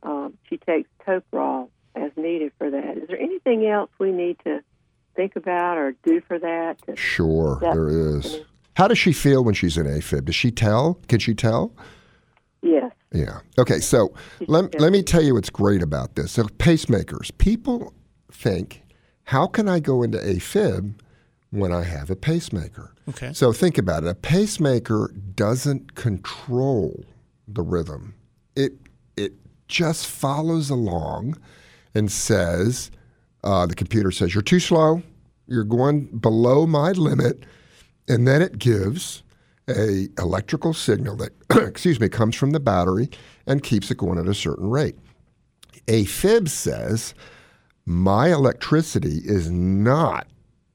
[SPEAKER 8] Um, she takes Toprol as needed for that. Is there anything else we need to think about or do for that?
[SPEAKER 4] Sure,
[SPEAKER 8] Yeah.
[SPEAKER 4] there is. How does she feel when she's in AFib? Does she tell? Can she tell?
[SPEAKER 8] Yes.
[SPEAKER 4] Yeah. Okay, so let, let me tell you what's great about this. So pacemakers, people think, how can I go into AFib when I have a pacemaker?
[SPEAKER 3] Okay.
[SPEAKER 4] So think about it. A pacemaker doesn't control the rhythm. It it just follows along and says, uh, the computer says you're too slow. You're going below my limit, and then it gives a electrical signal that [clears throat] excuse me comes from the battery and keeps it going at a certain rate. AFib says my electricity is not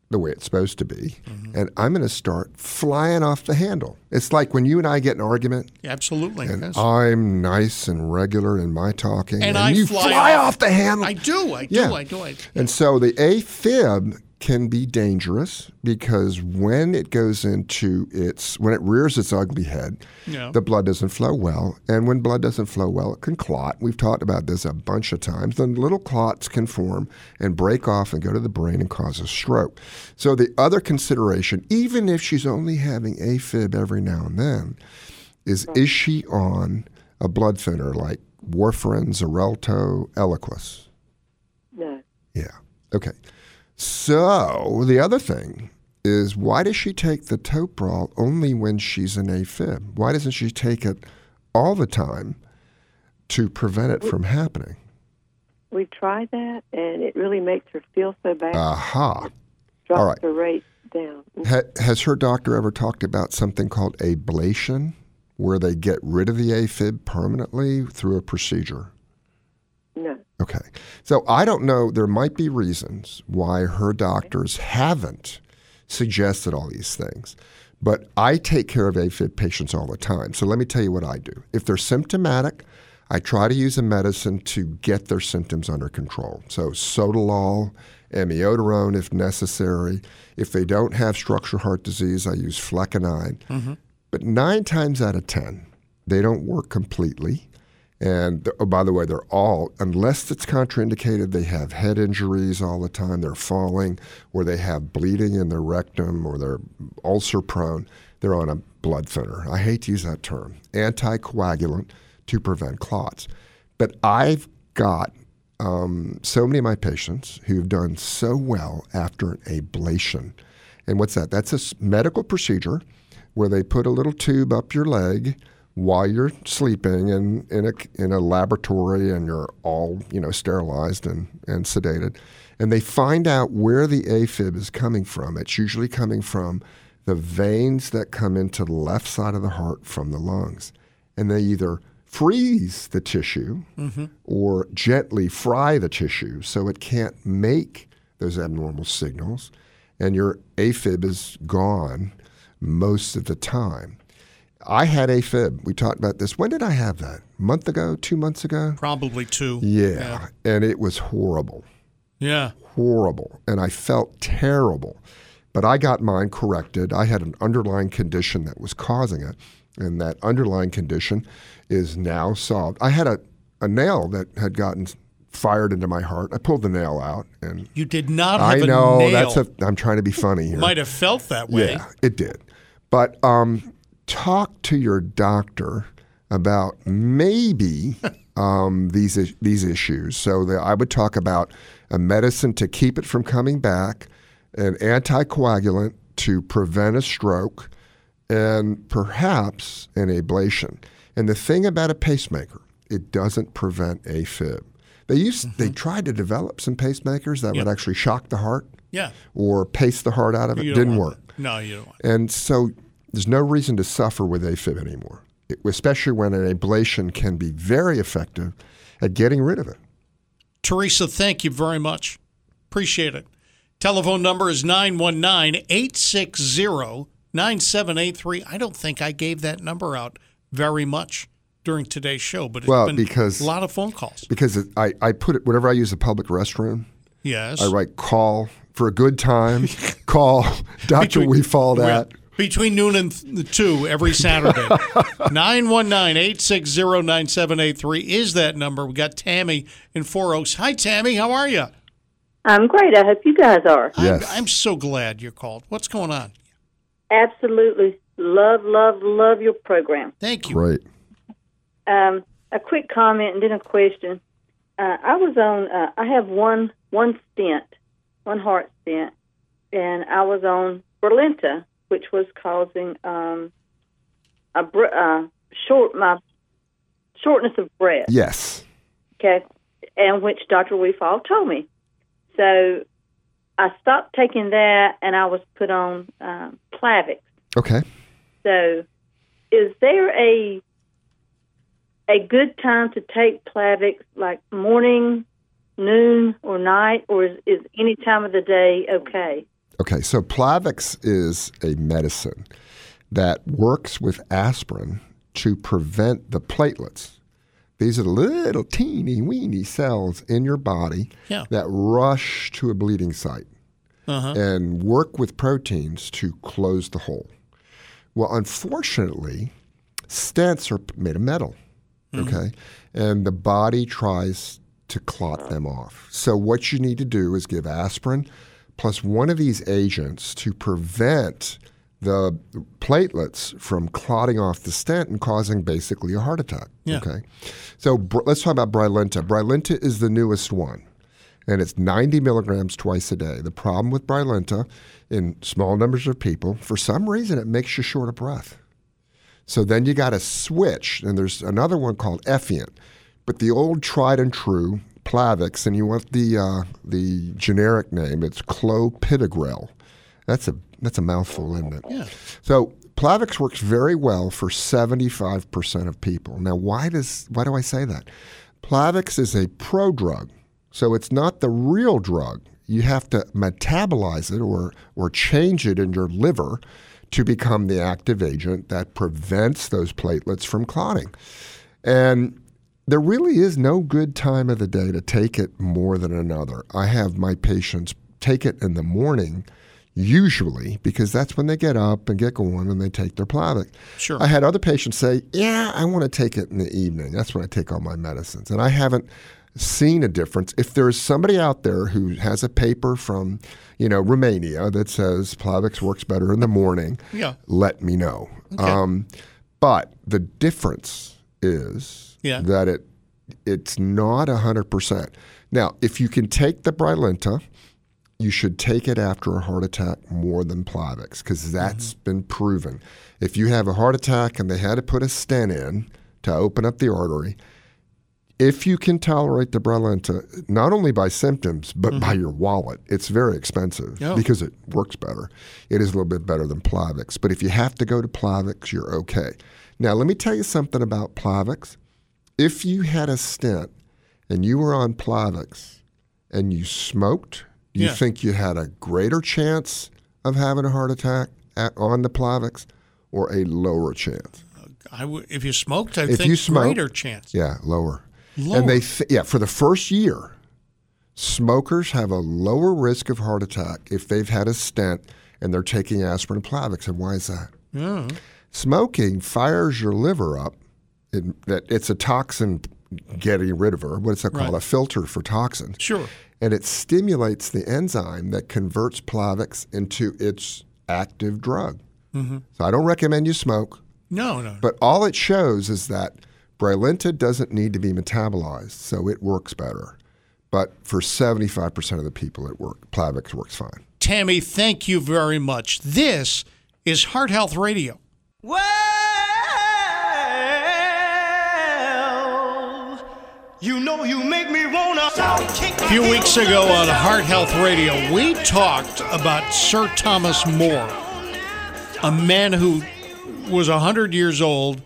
[SPEAKER 4] the way it's supposed to be,
[SPEAKER 3] Mm-hmm.
[SPEAKER 4] and I'm going to start flying off the handle. It's like when you and I get in an argument,
[SPEAKER 3] Absolutely.
[SPEAKER 4] and
[SPEAKER 3] Yes.
[SPEAKER 4] I'm nice and regular in my talking,
[SPEAKER 3] And I
[SPEAKER 4] you
[SPEAKER 3] fly
[SPEAKER 4] fly,
[SPEAKER 3] off.
[SPEAKER 4] off. the handle.
[SPEAKER 3] I do. I do.
[SPEAKER 4] Yeah.
[SPEAKER 3] I do. I,
[SPEAKER 4] And so the AFib can be dangerous because when it goes into its when it rears its ugly head,
[SPEAKER 3] Yeah.
[SPEAKER 4] the blood doesn't flow well. And when blood doesn't flow well, it can clot. We've talked about this a bunch of times. Then little clots can form and break off and go to the brain and cause a stroke. So the other consideration, even if she's only having AFib every now and then, is is she on a blood thinner like warfarin, Xarelto, Eliquis?
[SPEAKER 8] No.
[SPEAKER 4] Yeah. Okay. So the other thing is why does she take the Toprol only when she's in AFib? Why doesn't she take it all the time to prevent it from happening?
[SPEAKER 8] We've tried that, and it really makes her feel so bad.
[SPEAKER 4] Aha.
[SPEAKER 8] drops
[SPEAKER 4] Ah, all right.
[SPEAKER 8] the rate down.
[SPEAKER 4] Ha- has her doctor ever talked about something called ablation, where they get rid of the AFib permanently through a procedure?
[SPEAKER 8] No.
[SPEAKER 4] Okay. So I don't know. There might be reasons why her doctors haven't suggested all these things. But I take care of AFib patients all the time. So let me tell you what I do. If they're symptomatic, I try to use a medicine to get their symptoms under control. So Sotalol, amiodarone if necessary. If they don't have structural heart disease, I use flecainide.
[SPEAKER 3] Mm-hmm.
[SPEAKER 4] But nine times out of 10, they don't work completely. And th- oh, by the way, they're all, unless it's contraindicated, they have head injuries all the time, they're falling, or they have bleeding in their rectum, or they're ulcer prone, they're on a blood thinner. I hate to use that term, anticoagulant to prevent clots. But I've got um, so many of my patients who've done so well after an ablation. And what's that? That's a s- medical procedure where they put a little tube up your leg while you're sleeping in, in, a, in a laboratory and you're all, you know, sterilized and, and sedated. And they find out where the AFib is coming from. It's usually coming from the veins that come into the left side of the heart from the lungs. And they either freeze the tissue
[SPEAKER 3] Mm-hmm.
[SPEAKER 4] or gently fry the tissue so it can't make those abnormal signals and your AFib is gone most of the time. I had AFib. We talked about this. When did I have that? month ago? Two months ago?
[SPEAKER 3] probably two.
[SPEAKER 4] Yeah. And it was horrible,
[SPEAKER 3] Yeah.
[SPEAKER 4] horrible. And I felt terrible. But I got mine corrected. I had an underlying condition that was causing it. And that underlying condition is now solved. I had a, a nail that had gotten fired into my heart. I pulled the nail out and
[SPEAKER 3] You did not
[SPEAKER 4] I
[SPEAKER 3] have
[SPEAKER 4] know
[SPEAKER 3] a nail.
[SPEAKER 4] that's a I'm trying to be funny here.
[SPEAKER 3] Might have felt that way.
[SPEAKER 4] Yeah, it did. But um, talk to your doctor about
[SPEAKER 3] [laughs]
[SPEAKER 4] maybe um, these is- these issues. So the, I would talk about a medicine to keep it from coming back, an anticoagulant to prevent a stroke, and perhaps an ablation. And the thing about a pacemaker, it doesn't prevent AFib. They used they
[SPEAKER 3] Mm-hmm.
[SPEAKER 4] tried to develop some pacemakers that would actually shock the heart
[SPEAKER 3] Yeah.
[SPEAKER 4] or pace the heart out of it.
[SPEAKER 3] You don't
[SPEAKER 4] Didn't
[SPEAKER 3] want
[SPEAKER 4] work.
[SPEAKER 3] that. No, you don't want
[SPEAKER 4] And so there's no reason to suffer with AFib anymore, it- especially when an ablation can be very effective at getting rid of it.
[SPEAKER 3] Teresa, thank you very much. Appreciate it. Telephone number is 919 860 9783. I don't think I gave that number out very much during today's show, but it's
[SPEAKER 4] Well,
[SPEAKER 3] been
[SPEAKER 4] because-
[SPEAKER 3] a lot of phone calls.
[SPEAKER 4] Because it, I, I put it, whenever I use a public restroom,
[SPEAKER 3] Yes.
[SPEAKER 4] I write call for a good time, [laughs]
[SPEAKER 3] [laughs]
[SPEAKER 4] call Dr. Weefald at.
[SPEAKER 3] Between noon and th- 2 every
[SPEAKER 4] [laughs]
[SPEAKER 3] Saturday. 919 860 9783 is that number. We got Tammy in Four Oaks. Hi, Tammy. How are you?
[SPEAKER 8] I'm great. I hope you guys are.
[SPEAKER 4] Yes.
[SPEAKER 3] I'm, I'm so glad you called. What's going on?
[SPEAKER 9] Absolutely. Love, love, love your program.
[SPEAKER 3] Thank you.
[SPEAKER 4] Great.
[SPEAKER 9] Um, a quick comment and then a question. Uh, I was on, uh, I have one, one stent, one heart stent, and I was on Berlinta, which was causing um, a br- uh, short, my shortness of breath.
[SPEAKER 4] Yes.
[SPEAKER 9] Okay. And which Dr. Weefall told me. So I stopped taking that and I was put on um, Plavix.
[SPEAKER 4] Okay.
[SPEAKER 9] So, is there a a good time to take Plavix, like morning, noon, or night, or is, is any time of the day okay?
[SPEAKER 4] Okay, so Plavix is a medicine that works with aspirin to prevent the platelets. These are the little teeny weeny cells in your body
[SPEAKER 3] Yeah.
[SPEAKER 4] that rush to a bleeding site
[SPEAKER 3] Uh-huh.
[SPEAKER 4] and work with proteins to close the hole. Well, unfortunately, stents are made of metal, okay? And the body tries to clot them off. So, what you need to do is give aspirin plus one of these agents to prevent the platelets from clotting off the stent and causing basically a heart attack.
[SPEAKER 3] Yeah.
[SPEAKER 4] Okay. So, br- let's talk about Brilinta. Brilinta is the newest one and it's 90 milligrams twice a day. The problem with Brilinta in small numbers of people, for some reason, it makes you short of breath. So then you got to switch, and there's another one called Effient, but the old tried and true Plavix, and you want the uh, the generic name? It's clopidogrel. That's a that's a mouthful, isn't it? Yeah. So Plavix works very well for 75% of people. Now, why does why do I say that? Plavix is a prodrug, so it's not the real drug. You have to metabolize it or or change it in your liver to become the active agent that prevents those platelets from clotting. And there really is no good time of the day to take it more than another. I have my patients take it in the morning, usually, because that's when they get up and get going and they take their Plavix.
[SPEAKER 3] Sure.
[SPEAKER 4] I had other patients say, Yeah, I want to take it in the evening. That's when I take all my medicines. And I haven't seen a difference. If there is somebody out there who has a paper from, you know, Romania that says Plavix works better in the morning,
[SPEAKER 3] Yeah.
[SPEAKER 4] let me know. Um, but the difference is
[SPEAKER 3] Yeah.
[SPEAKER 4] that it it's not 100%. Now, if you can take the Brilinta, you should take it after a heart attack more than Plavix because
[SPEAKER 3] Mm-hmm.
[SPEAKER 4] that's been proven. If you have a heart attack and they had to put a stent in to open up the artery, if you can tolerate the Brilinta, not only by symptoms, but by your wallet, it's very expensive
[SPEAKER 3] Mm-hmm. Yeah.
[SPEAKER 4] because it works better. It is a little bit better than Plavix. But if you have to go to Plavix, you're okay. Now, let me tell you something about Plavix. If you had a stent and you were on Plavix and you smoked, do you
[SPEAKER 3] Yeah.
[SPEAKER 4] think you had a greater chance of having a heart attack at, on the Plavix or a lower chance?
[SPEAKER 3] I w- if you smoked, I
[SPEAKER 4] If
[SPEAKER 3] think
[SPEAKER 4] you smoke-
[SPEAKER 3] greater chance.
[SPEAKER 4] Yeah, lower.
[SPEAKER 3] Lower.
[SPEAKER 4] And they th- yeah, for the first year, smokers have a lower risk of heart attack if they've had a stent and they're taking aspirin and Plavix. And why is that?
[SPEAKER 3] Yeah.
[SPEAKER 4] Smoking fires your liver up. It, that it's a toxin getting rid of her. What's that called?
[SPEAKER 3] Right.
[SPEAKER 4] A filter for toxins.
[SPEAKER 3] Sure.
[SPEAKER 4] And it stimulates the enzyme that converts Plavix into its active drug. So I don't recommend you smoke.
[SPEAKER 3] Mm-hmm. No, no.
[SPEAKER 4] But all it shows is that Brilinta doesn't need to be metabolized, so it works better. But for 75% of the people, it work, Plavix works fine.
[SPEAKER 3] Tammy, thank you very much. This is Heart Health Radio.
[SPEAKER 2] Well, you know you make me wanna kick
[SPEAKER 3] A few weeks ago on Heart Health Radio, we talked about Sir Thomas More, a man who was 100 years old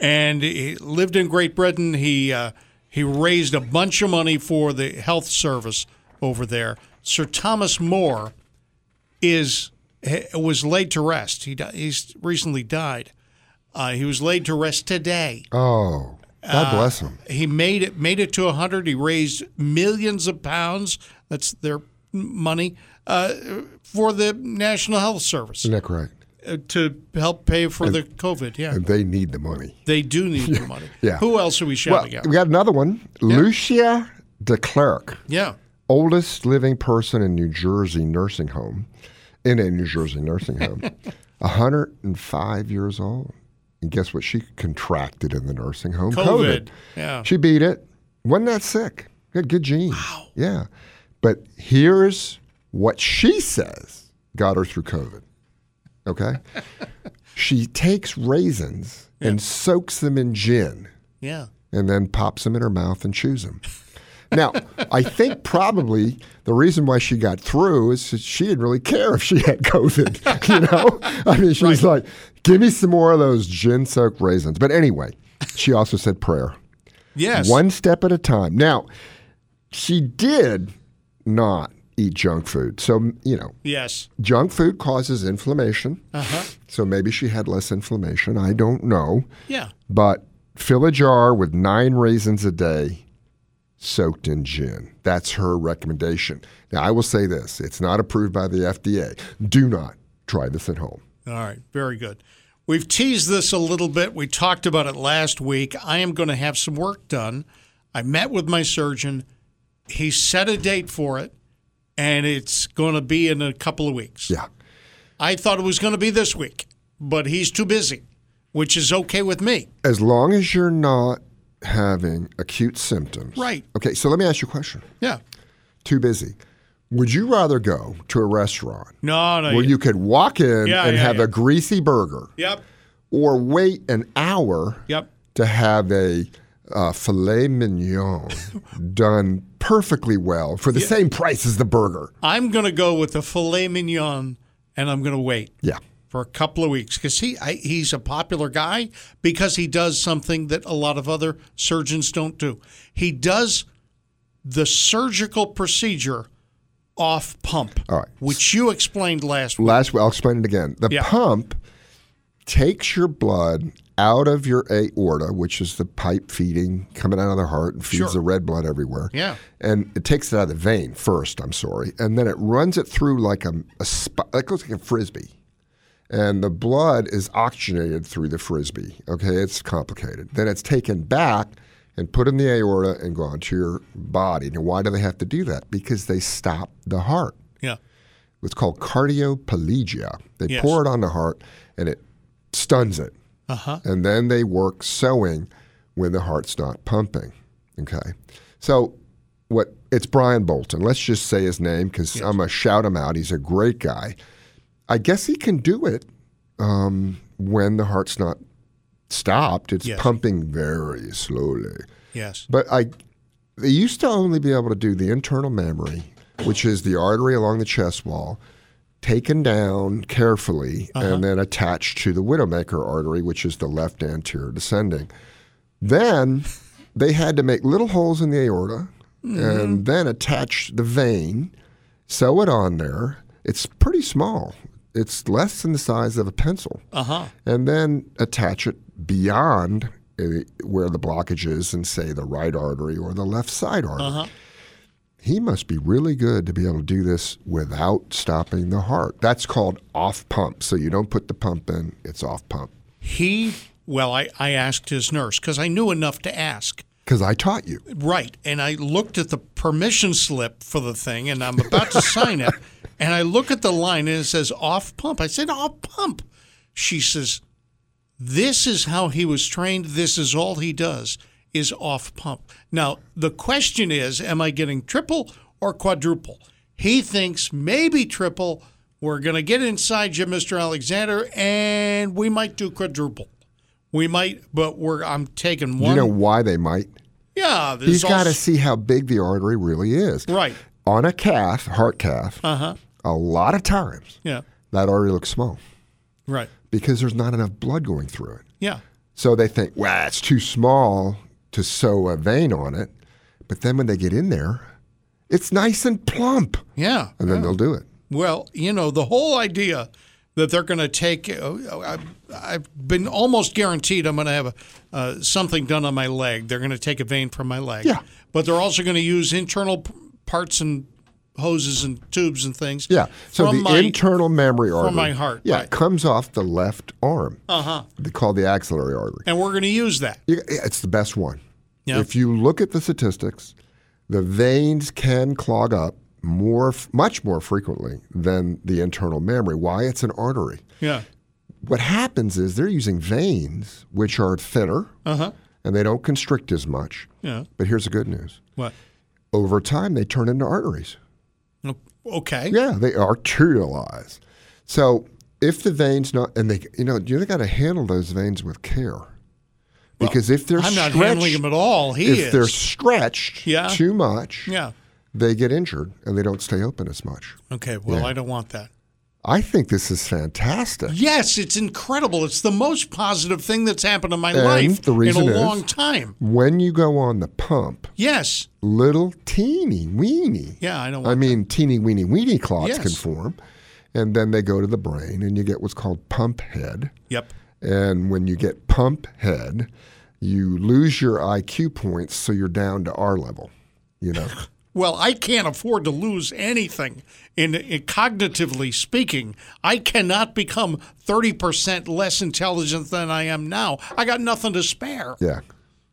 [SPEAKER 3] and he lived in Great Britain. He, uh, he raised a bunch of money for the health service over there. Sir Thomas More is he- was laid to rest. He di- he's recently died. Uh, he was laid to rest today
[SPEAKER 4] Oh,
[SPEAKER 3] Uh,
[SPEAKER 4] God bless him.
[SPEAKER 3] he made it made it to 100 he raised millions of pounds that's their money uh, for the national health service
[SPEAKER 4] Isn't that correct?
[SPEAKER 3] uh, to help pay for the covid yeah
[SPEAKER 4] And they need the money.
[SPEAKER 3] they do need the money
[SPEAKER 4] [laughs] Yeah.
[SPEAKER 3] who else are we shouting
[SPEAKER 4] well,
[SPEAKER 3] out
[SPEAKER 4] we got another one. Lucia de Klerk,
[SPEAKER 3] yeah
[SPEAKER 4] oldest living person in New Jersey nursing home, in a New Jersey nursing
[SPEAKER 3] [laughs]
[SPEAKER 4] home, 105 years old. And guess what? She contracted in the nursing home
[SPEAKER 3] COVID. Yeah.
[SPEAKER 4] She beat it. Wasn't that sick? Good, good genes. Wow. Yeah. But here's what she says got her through COVID.
[SPEAKER 3] [laughs]
[SPEAKER 4] Okay. she takes raisins and soaks them in gin
[SPEAKER 3] yeah
[SPEAKER 4] and then pops them in her mouth and chews them. Now, I think probably the reason why she got through is that she didn't really care if she had COVID. [laughs] You know, I mean, she was like, "Give me some more of those gin-soaked raisins." But anyway, she also said prayer,
[SPEAKER 3] yes
[SPEAKER 4] one step at a time. Now, she did not eat junk food, so you know,
[SPEAKER 3] yes
[SPEAKER 4] junk food causes inflammation.
[SPEAKER 3] Uh-huh.
[SPEAKER 4] So maybe she had less inflammation. I don't know
[SPEAKER 3] yeah
[SPEAKER 4] but fill a jar with nine raisins a day soaked in gin. That's her recommendation. Now, I will say this it's not approved by the FDA. Do not try this at home.
[SPEAKER 3] all right very good we've teased this a little bit we talked about it last week i am going to have some work done i met with my surgeon he set a date for it and it's going to be in a couple of weeks
[SPEAKER 4] Yeah.
[SPEAKER 3] I thought it was going to be this week, but he's too busy, which is okay with me.
[SPEAKER 4] As long as you're not having acute symptoms.
[SPEAKER 3] Right.
[SPEAKER 4] Okay, so let me ask you a question.
[SPEAKER 3] Yeah.
[SPEAKER 4] Too busy. Would you rather go to a restaurant
[SPEAKER 3] No, no.
[SPEAKER 4] where you could walk in
[SPEAKER 3] Yeah,
[SPEAKER 4] and
[SPEAKER 3] yeah,
[SPEAKER 4] have
[SPEAKER 3] yeah.
[SPEAKER 4] a greasy burger
[SPEAKER 3] Yep.
[SPEAKER 4] or wait an hour
[SPEAKER 3] Yep.
[SPEAKER 4] to have a uh, filet
[SPEAKER 3] [laughs]
[SPEAKER 4] mignon done perfectly well for the same price as the burger.
[SPEAKER 3] I'm going to go with the filet mignon, and I'm going to wait
[SPEAKER 4] Yeah.
[SPEAKER 3] for a couple of weeks because he I, he's a popular guy because he does something that a lot of other surgeons don't do. He does the surgical procedure off pump,
[SPEAKER 4] All right.
[SPEAKER 3] which you explained last week.
[SPEAKER 4] Last, I'll explain it again. The
[SPEAKER 3] Yeah.
[SPEAKER 4] pump takes your blood out of your aorta, which is the pipe feeding coming out of the heart and feeds
[SPEAKER 3] Sure.
[SPEAKER 4] the red blood everywhere.
[SPEAKER 3] Yeah.
[SPEAKER 4] And it takes it out of the vein first, I'm sorry. And then it runs it through like a, a sp- it goes like a frisbee. and the blood is oxygenated through the frisbee. Okay, it's complicated. Then it's taken back and put in the aorta and gone to your body. Now, why do they have to do that? Because they stop the heart.
[SPEAKER 3] Yeah.
[SPEAKER 4] It's called cardioplegia. They
[SPEAKER 3] Yes.
[SPEAKER 4] pour it on the heart and it stuns it.
[SPEAKER 3] Uh-huh.
[SPEAKER 4] And then they work sewing when the heart's not pumping. Okay. So what it's Brian Bolton. Let's just say his name because I'm gonna shout him out. He's a great guy. I guess he can do it um, when the heart's not stopped. It's
[SPEAKER 3] Yes.
[SPEAKER 4] pumping very slowly.
[SPEAKER 3] Yes.
[SPEAKER 4] But I, they used to only be able to do the internal memory, which is the artery along the chest wall, taken down carefully and then attached to the widowmaker artery, which is the left anterior descending. Then they had to make little holes in the aorta and then attach the vein, sew it on there. It's pretty small. It's less than the size of a pencil
[SPEAKER 3] Uh huh.
[SPEAKER 4] and then attach it beyond uh, where the blockage is in, say, the right artery or the left side artery.
[SPEAKER 3] Uh-huh.
[SPEAKER 4] He must be really good to be able to do this without stopping the heart. That's called off pump. So you don't put the pump in, it's off pump.
[SPEAKER 3] He well, I, I asked his nurse because I knew enough to ask.
[SPEAKER 4] Because I taught you.
[SPEAKER 3] Right. And I looked at the permission slip for the thing and I'm about to sign it. And I look at the line and it says off pump. I said, off pump. She says, This is how he was trained. This is all he does is off pump. Now, the question is, am I getting triple or quadruple? He thinks maybe triple. We're going to get inside you, Mr. Alexander, and we might do quadruple. We might, but we're I'm taking one.
[SPEAKER 4] You know why they might?
[SPEAKER 3] yeah, there's
[SPEAKER 4] He's
[SPEAKER 3] all-
[SPEAKER 4] got to see how big the artery really is.
[SPEAKER 3] right.
[SPEAKER 4] On a calf, heart calf,
[SPEAKER 3] Uh huh.
[SPEAKER 4] a lot of times
[SPEAKER 3] Yeah.
[SPEAKER 4] that artery looks small
[SPEAKER 3] Right.
[SPEAKER 4] because there's not enough blood going through it.
[SPEAKER 3] Yeah.
[SPEAKER 4] So they think, well, it's too small to sew a vein on it. But then when they get in there, it's nice and plump.
[SPEAKER 3] Yeah.
[SPEAKER 4] And then they'll do it.
[SPEAKER 3] Well, you know, the whole idea that they're going to take, uh, I've, I've been almost guaranteed I'm going to have a, uh, something done on my leg. They're going to take a vein from my leg.
[SPEAKER 4] Yeah.
[SPEAKER 3] But they're also going to use internal p- parts and hoses and tubes and things.
[SPEAKER 4] Yeah. So
[SPEAKER 3] from
[SPEAKER 4] the
[SPEAKER 3] my-
[SPEAKER 4] internal memory artery.
[SPEAKER 3] my heart,
[SPEAKER 4] Yeah.
[SPEAKER 3] right. Oh.
[SPEAKER 4] It comes off the left arm. Uh huh. Called the axillary artery.
[SPEAKER 3] Uh-huh. And we're going to use that.
[SPEAKER 4] You- It's the best one.
[SPEAKER 3] Yeah.
[SPEAKER 4] If you look at the statistics, the veins can clog up more, f- much more frequently than the internal memory. Why? It's an artery.
[SPEAKER 3] Yeah.
[SPEAKER 4] What happens is they're using veins which are thinner
[SPEAKER 3] Uh-huh.
[SPEAKER 4] and they don't constrict as much.
[SPEAKER 3] Yeah.
[SPEAKER 4] But here's the good news:
[SPEAKER 3] What?
[SPEAKER 4] over time, they turn into arteries.
[SPEAKER 3] O- Okay.
[SPEAKER 4] Yeah, they arterialize. So if the veins not and they, you know, you got to handle those veins with care because if they're
[SPEAKER 3] I'm not
[SPEAKER 4] stretched,
[SPEAKER 3] handling him at all. He
[SPEAKER 4] if
[SPEAKER 3] is.
[SPEAKER 4] they're stretched
[SPEAKER 3] Yeah.
[SPEAKER 4] too much,
[SPEAKER 3] yeah.
[SPEAKER 4] they get injured and they don't stay open as much.
[SPEAKER 3] Okay. Well, I don't want that.
[SPEAKER 4] I think this is fantastic.
[SPEAKER 3] Yes, it's incredible. It's the most positive thing that's happened in my
[SPEAKER 4] And
[SPEAKER 3] life
[SPEAKER 4] the reason
[SPEAKER 3] in a
[SPEAKER 4] is-
[SPEAKER 3] long time.
[SPEAKER 4] When you go on the pump,
[SPEAKER 3] Yes.
[SPEAKER 4] little teeny weeny
[SPEAKER 3] Yeah, I don't
[SPEAKER 4] I
[SPEAKER 3] want
[SPEAKER 4] mean, teeny weeny weeny clots
[SPEAKER 3] Yes.
[SPEAKER 4] can form, and then they go to the brain, and you get what's called pump head.
[SPEAKER 3] Yep.
[SPEAKER 4] And when you get pump head, you lose your IQ points, so you're down to R level. You
[SPEAKER 3] [laughs]
[SPEAKER 4] know,
[SPEAKER 3] Well, I can't afford to lose anything. In, in cognitively speaking, I cannot become 30% less intelligent than I am now. I got nothing to spare.
[SPEAKER 4] yeah.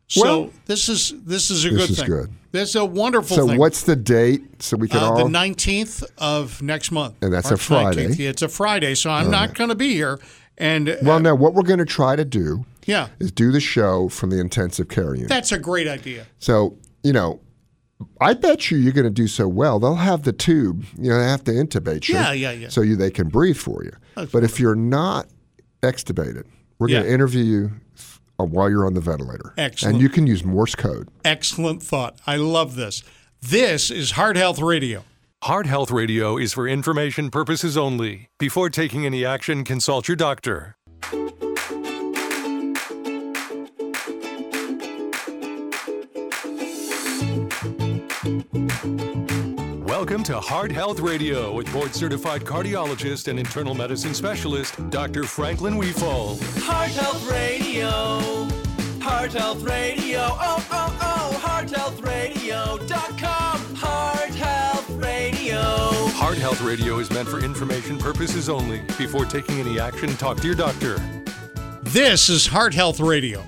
[SPEAKER 3] So
[SPEAKER 4] Well-
[SPEAKER 3] this is this is a
[SPEAKER 4] This
[SPEAKER 3] good
[SPEAKER 4] is
[SPEAKER 3] thing.
[SPEAKER 4] good.
[SPEAKER 3] This is a wonderful
[SPEAKER 4] So
[SPEAKER 3] thing.
[SPEAKER 4] what's the date? So we can
[SPEAKER 3] uh, the
[SPEAKER 4] all.
[SPEAKER 3] 19th of next month.
[SPEAKER 4] And that's a
[SPEAKER 3] March
[SPEAKER 4] Friday.
[SPEAKER 3] 19th. Yeah, It's a Friday, so I'm not going to be here. And uh,
[SPEAKER 4] well, no. What we're going to try to do
[SPEAKER 3] yeah,
[SPEAKER 4] is do the show from the intensive care unit.
[SPEAKER 3] that's a great idea.
[SPEAKER 4] So, you know, I bet you you're going to do so well. They'll have the tube. You know, they have to intubate you.
[SPEAKER 3] Yeah, yeah, yeah.
[SPEAKER 4] So you, they can breathe for you. but if you're not extubated, we're going
[SPEAKER 3] Yeah.
[SPEAKER 4] to interview you uh, while you're on the ventilator.
[SPEAKER 3] Excellent.
[SPEAKER 4] And you can use Morse code.
[SPEAKER 3] Excellent thought. I love this. This is Heart Health Radio.
[SPEAKER 1] Heart Health Radio is for information purposes only. Before taking any action, consult your doctor. Welcome to Heart Health Radio with board certified cardiologist and internal medicine specialist, Dr. Franklin Weefall.
[SPEAKER 2] Heart Health Radio. Heart Health Radio. Oh, oh, oh. HeartHealthRadio.com. Heart Health Radio.
[SPEAKER 1] Heart Health Radio is meant for information purposes only. Before taking any action, talk to your doctor.
[SPEAKER 3] This is Heart Health Radio.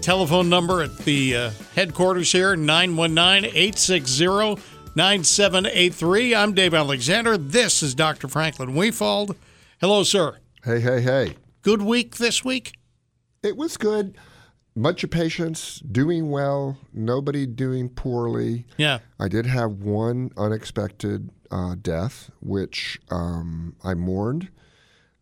[SPEAKER 3] Telephone number at the uh, headquarters here 919 860 9783. I'm Dave Alexander. This is Dr. Franklin Weefald. Hello, sir.
[SPEAKER 4] Hey, hey, hey.
[SPEAKER 3] Good week this week?
[SPEAKER 4] It was good. Bunch of patients doing well, nobody doing poorly.
[SPEAKER 3] Yeah.
[SPEAKER 4] I did have one unexpected uh, death, which um, I mourned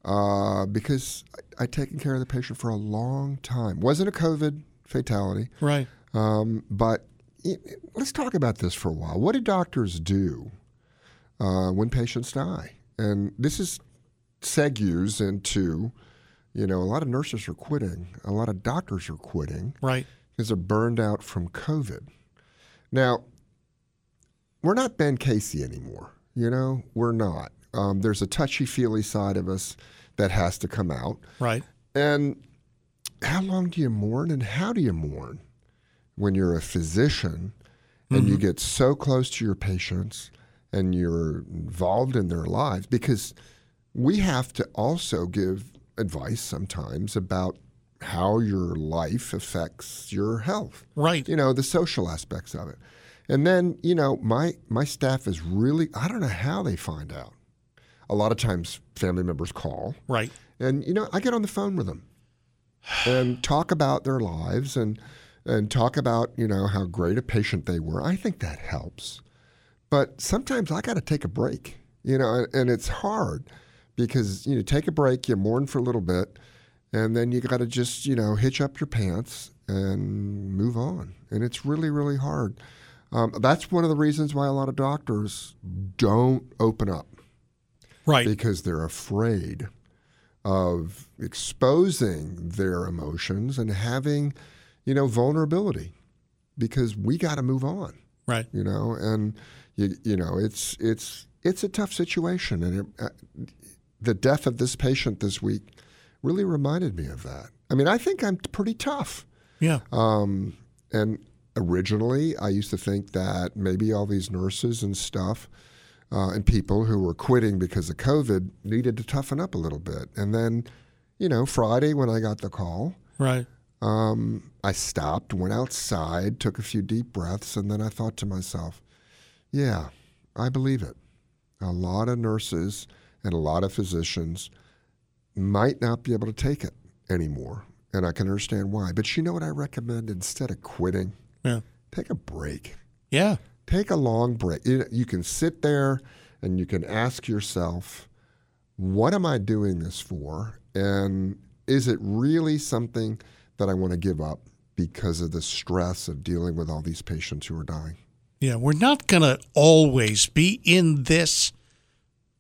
[SPEAKER 4] uh, because I, I'd taken care of the patient for a long time. Wasn't a COVID fatality,
[SPEAKER 3] Right.
[SPEAKER 4] um, but it, it- let's talk about this for a while. What do doctors do uh, when patients die? And this is segues into, you know, a lot of nurses are quitting, a lot of doctors are quitting
[SPEAKER 3] Right.
[SPEAKER 4] because they're burned out from COVID. Now, we're not Ben Casey anymore. You know, we're not. Um, there's a touchy feely side of us that has to come out.
[SPEAKER 3] Right.
[SPEAKER 4] And how long do you mourn and how do you mourn when you're a physician and
[SPEAKER 3] Mm-hmm.
[SPEAKER 4] you get so close to your patients and you're involved in their lives? Because we have to also give advice sometimes about how your life affects your health
[SPEAKER 3] Right.
[SPEAKER 4] you know the social aspects of it and then you know my my staff is really i don't know how they find out a lot of times family members call
[SPEAKER 3] Right.
[SPEAKER 4] and you know i get on the phone with them and talk about their lives and and talk about you know how great a patient they were. I think that helps, but sometimes I got to take a break. You know, and, and it's hard because you know, take a break, you mourn for a little bit, and then you got to just you know hitch up your pants and move on. And it's really really hard. Um, that's one of the reasons why a lot of doctors don't open up
[SPEAKER 3] Right.
[SPEAKER 4] because they're afraid of exposing their emotions and having, you know, vulnerability because we got to move on,
[SPEAKER 3] Right.
[SPEAKER 4] you know, and you, you know, it's it's it's a tough situation and it, uh, the death of this patient this week really reminded me of that. I mean, I think I'm pretty tough.
[SPEAKER 3] Yeah.
[SPEAKER 4] Um, and originally, I used to think that maybe all these nurses and stuff uh, and people who were quitting because of COVID needed to toughen up a little bit. And then, you know, Friday when I got the call,
[SPEAKER 3] Right.
[SPEAKER 4] um, I stopped, went outside, took a few deep breaths, and then I thought to myself, yeah, I believe it. A lot of nurses and a lot of physicians might not be able to take it anymore. And I can understand why. But you know what I recommend instead of quitting?
[SPEAKER 3] Yeah.
[SPEAKER 4] Take a break.
[SPEAKER 3] Yeah.
[SPEAKER 4] Take a long break. You know, you can sit there and you can ask yourself, what am I doing this for? And is it really something that I want to give up because of the stress of dealing with all these patients who are dying?
[SPEAKER 3] Yeah. We're not going to always be in this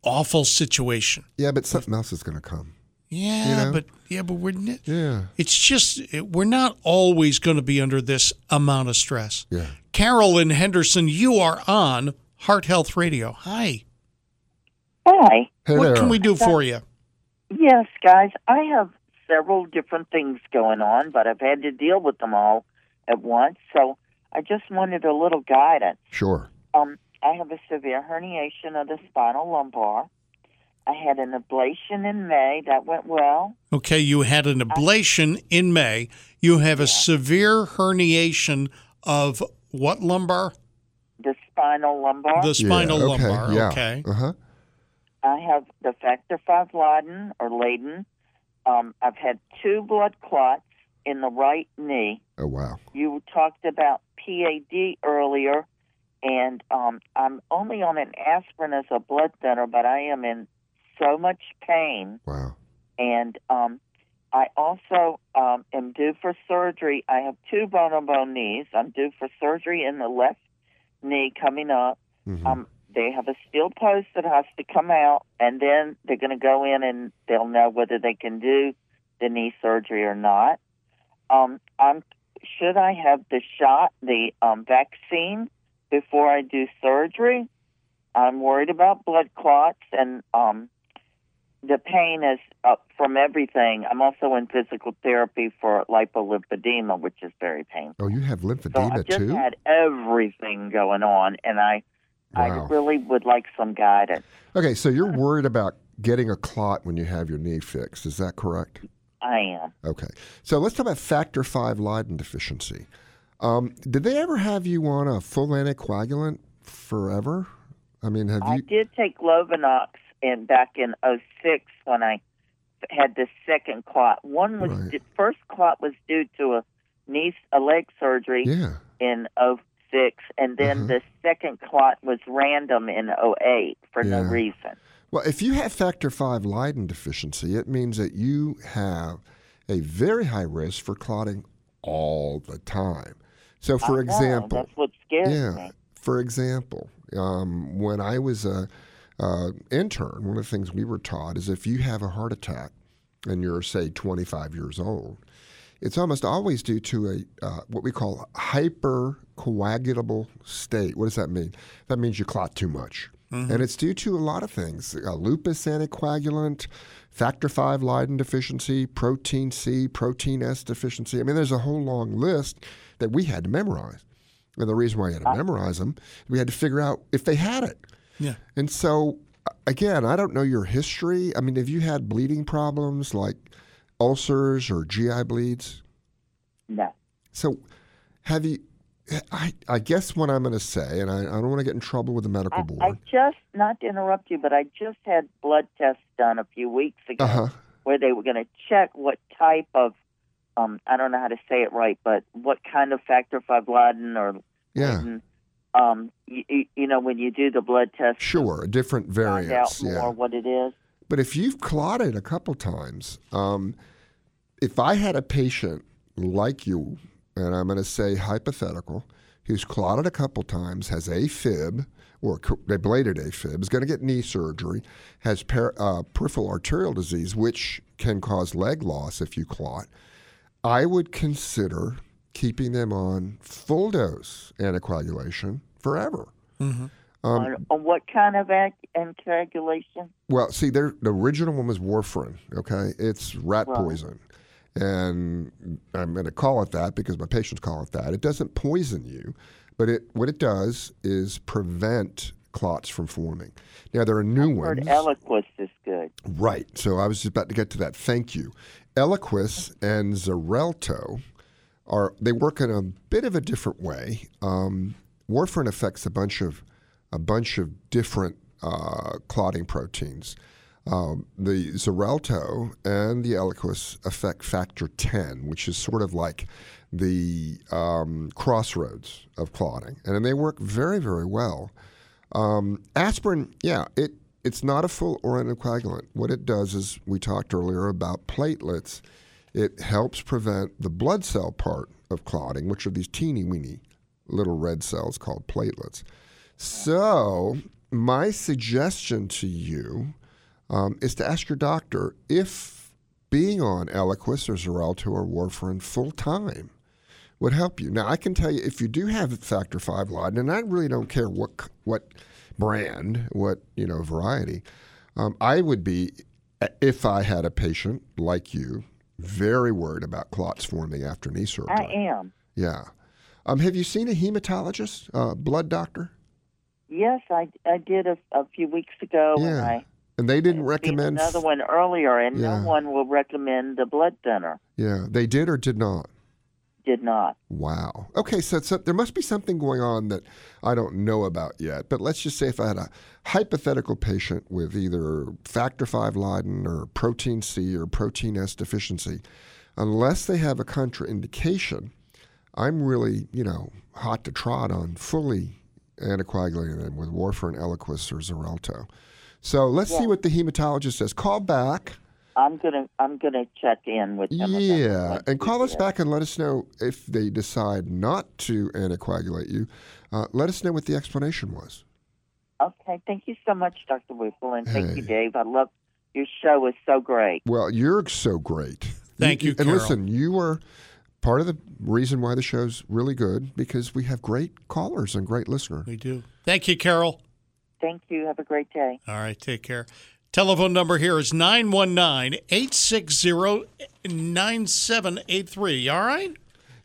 [SPEAKER 3] awful situation.
[SPEAKER 4] Yeah, but something else is going to come.
[SPEAKER 3] Yeah,
[SPEAKER 4] know?
[SPEAKER 3] but yeah, but we're ni-
[SPEAKER 4] Yeah.
[SPEAKER 3] it's just it, we're not always going to be under this amount of stress.
[SPEAKER 4] Yeah.
[SPEAKER 3] Carolyn Henderson, you are on Heart Health Radio. Hi.
[SPEAKER 10] Hi.
[SPEAKER 4] Hey
[SPEAKER 3] what can
[SPEAKER 4] there.
[SPEAKER 3] we do for you?
[SPEAKER 10] Yes, guys, I have several different things going on, but I've had to deal with them all at once. So I just wanted a little guidance.
[SPEAKER 4] Sure.
[SPEAKER 10] Um, I have a severe herniation of the spinal lumbar. I had an ablation in May. That went well.
[SPEAKER 3] Okay, you had an ablation in May. You have a severe herniation of what lumbar?
[SPEAKER 10] The spinal lumbar.
[SPEAKER 3] The spinal
[SPEAKER 4] yeah. okay.
[SPEAKER 3] lumbar.
[SPEAKER 4] Yeah.
[SPEAKER 3] Okay.
[SPEAKER 4] Uh huh.
[SPEAKER 10] I have the factor five Leiden or Leiden. Um, I've had two blood clots in the right knee.
[SPEAKER 4] Oh, wow.
[SPEAKER 10] you talked about PAD earlier, and um, I'm only on an aspirin as a blood thinner, but I am in so much pain.
[SPEAKER 4] Wow.
[SPEAKER 10] And um, I also um, am due for surgery. I have two bone on bone knees. I'm due for surgery in the left knee coming up.
[SPEAKER 4] Mhm.
[SPEAKER 10] Um, they have a steel post that has to come out, and then they're going to go in and they'll know whether they can do the knee surgery or not. Um, I'm should I have the shot, the um, vaccine, before I do surgery? I'm worried about blood clots and um, the pain is uh, from everything. I'm also in physical therapy for lipolymphedema, which is very painful.
[SPEAKER 4] oh, you have
[SPEAKER 10] So I
[SPEAKER 4] lymphedema
[SPEAKER 10] just
[SPEAKER 4] too?
[SPEAKER 10] had everything going on, and I,
[SPEAKER 4] Wow.
[SPEAKER 10] I really would like some guidance.
[SPEAKER 4] Okay, so you're worried about getting a clot when you have your knee fixed. Is that correct?
[SPEAKER 10] I am.
[SPEAKER 4] Okay. So let's talk about factor five Leiden deficiency. Um, did they ever have you on a full anticoagulant forever? I mean, have
[SPEAKER 10] I
[SPEAKER 4] you?
[SPEAKER 10] did take Lovenox in back in '06 when I had the second clot. One was
[SPEAKER 4] Right.
[SPEAKER 10] the first clot was due to a knee a leg surgery
[SPEAKER 4] Yeah.
[SPEAKER 10] in '06, and then
[SPEAKER 4] Uh-huh.
[SPEAKER 10] the second clot was random in '08 for no
[SPEAKER 4] Yeah.
[SPEAKER 10] reason.
[SPEAKER 4] Well, if you have factor five Leiden deficiency, it means that you have a very high risk for clotting all the time. So, for
[SPEAKER 10] I know,
[SPEAKER 4] example,
[SPEAKER 10] that's what scares
[SPEAKER 4] yeah.
[SPEAKER 10] me.
[SPEAKER 4] For example, um, when I was a uh, intern, one of the things we were taught is if you have a heart attack and you're say 25 years old, it's almost always due to a uh, what we call hypercoagulable state. What does that mean? That means you clot too much, and it's due to a lot of things: uh, lupus anticoagulant, factor V Leiden deficiency, protein C, protein S deficiency. I mean, there's a whole long list that we had to memorize. And the reason why we had
[SPEAKER 10] Uh,
[SPEAKER 4] to memorize them, we had to figure out if they had it.
[SPEAKER 3] Yeah.
[SPEAKER 4] And so, a- again, I don't know your history. I mean, have you had bleeding problems like ulcers or GI bleeds?
[SPEAKER 10] No.
[SPEAKER 4] So, have you? I, I guess what I'm going to say, and I, I don't want to get in trouble with the medical
[SPEAKER 10] I, I
[SPEAKER 4] board.
[SPEAKER 10] just, not to interrupt you, but I just had blood tests done a few weeks ago
[SPEAKER 4] Uh huh.
[SPEAKER 10] where they were going to check what type of um, I don't know how to say it right, but what kind of factor five Laden or
[SPEAKER 4] Yeah,
[SPEAKER 10] um, you, you know when you do the blood test,
[SPEAKER 4] sure, different
[SPEAKER 10] find out
[SPEAKER 4] variants.
[SPEAKER 10] more
[SPEAKER 4] Yeah.
[SPEAKER 10] what it is.
[SPEAKER 4] But if you've clotted a couple times, um, if I had a patient like you, and I'm going to say hypothetical, who's clotted a couple times, has AFib or co- ablated AFib, is going to get knee surgery, has per- uh, peripheral arterial disease, which can cause leg loss if you clot, I would consider keeping them on full dose anticoagulation forever. Um,
[SPEAKER 10] on, on what kind of act and coagulation?
[SPEAKER 4] Well, see, there the original one was warfarin. Okay, it's rat
[SPEAKER 10] Right.
[SPEAKER 4] poison, and I'm going to call it that because my patients call it that. It doesn't poison you, but it what it does is prevent clots from forming. Now there are new
[SPEAKER 10] Heard
[SPEAKER 4] ones.
[SPEAKER 10] Eliquis is good.
[SPEAKER 4] Right. So I was just about to get to that. Thank you. Eliquis and Xarelto are they work in a bit of a different way. Um, warfarin affects a bunch of a bunch of different uh, clotting proteins. Um, the Xarelto and the Eliquis affect factor 10, which is sort of like the um, crossroads of clotting, and then they work very very well. Um, aspirin, yeah, it it's not a full oral anticoagulant. What it does is we talked earlier about platelets. It helps prevent the blood cell part of clotting, which are these teeny weeny little red cells called platelets. So my suggestion to you um, is to ask your doctor if being on Eliquis or Xarelto or warfarin full time would help you. Now, I can tell you if you do have factor five Laden, and I really don't care what c- what brand, what you know variety, um, I would be if I had a patient like you, very worried about clots forming after knee surgery.
[SPEAKER 10] I am.
[SPEAKER 4] Yeah. Um, have you seen a hematologist, uh, blood doctor?
[SPEAKER 10] Yes, I, I did a, a few weeks ago, and I
[SPEAKER 4] And they didn't
[SPEAKER 10] seen
[SPEAKER 4] recommend. f-
[SPEAKER 10] another one earlier, and
[SPEAKER 4] Yeah.
[SPEAKER 10] no one will recommend the blood thinner.
[SPEAKER 4] Yeah, they did or did not.
[SPEAKER 10] Did not.
[SPEAKER 4] Wow. Okay, so, so there must be something going on that I don't know about yet. But let's just say if I had a hypothetical patient with either factor V Leiden or protein C or protein S deficiency, unless they have a contraindication, I'm really, you know, hot to trot on fully anticoagulating them with warfarin, Eliquis, or Xarelto. So let's see
[SPEAKER 10] Yeah.
[SPEAKER 4] what the hematologist says. Call back.
[SPEAKER 10] I'm gonna I'm gonna check in with them. about
[SPEAKER 4] Yeah,
[SPEAKER 10] what
[SPEAKER 4] and
[SPEAKER 10] to
[SPEAKER 4] call us
[SPEAKER 10] do.
[SPEAKER 4] back and let us know if they decide not to anticoagulate you. Uh, let us know what the explanation was.
[SPEAKER 10] Okay, thank you so much, Dr. Whipple, and thank you,
[SPEAKER 4] Hey.
[SPEAKER 10] Dave. I love your show is so great.
[SPEAKER 4] Well, you're so great.
[SPEAKER 3] Thank you,
[SPEAKER 4] And
[SPEAKER 3] Carol.
[SPEAKER 4] listen, you are part of the reason why the show's really good because we have great callers and great listeners.
[SPEAKER 3] We do. Thank you, Carol.
[SPEAKER 10] Thank you. Have a great day.
[SPEAKER 3] All right, take care. Telephone number here is 919 860 9783. All right?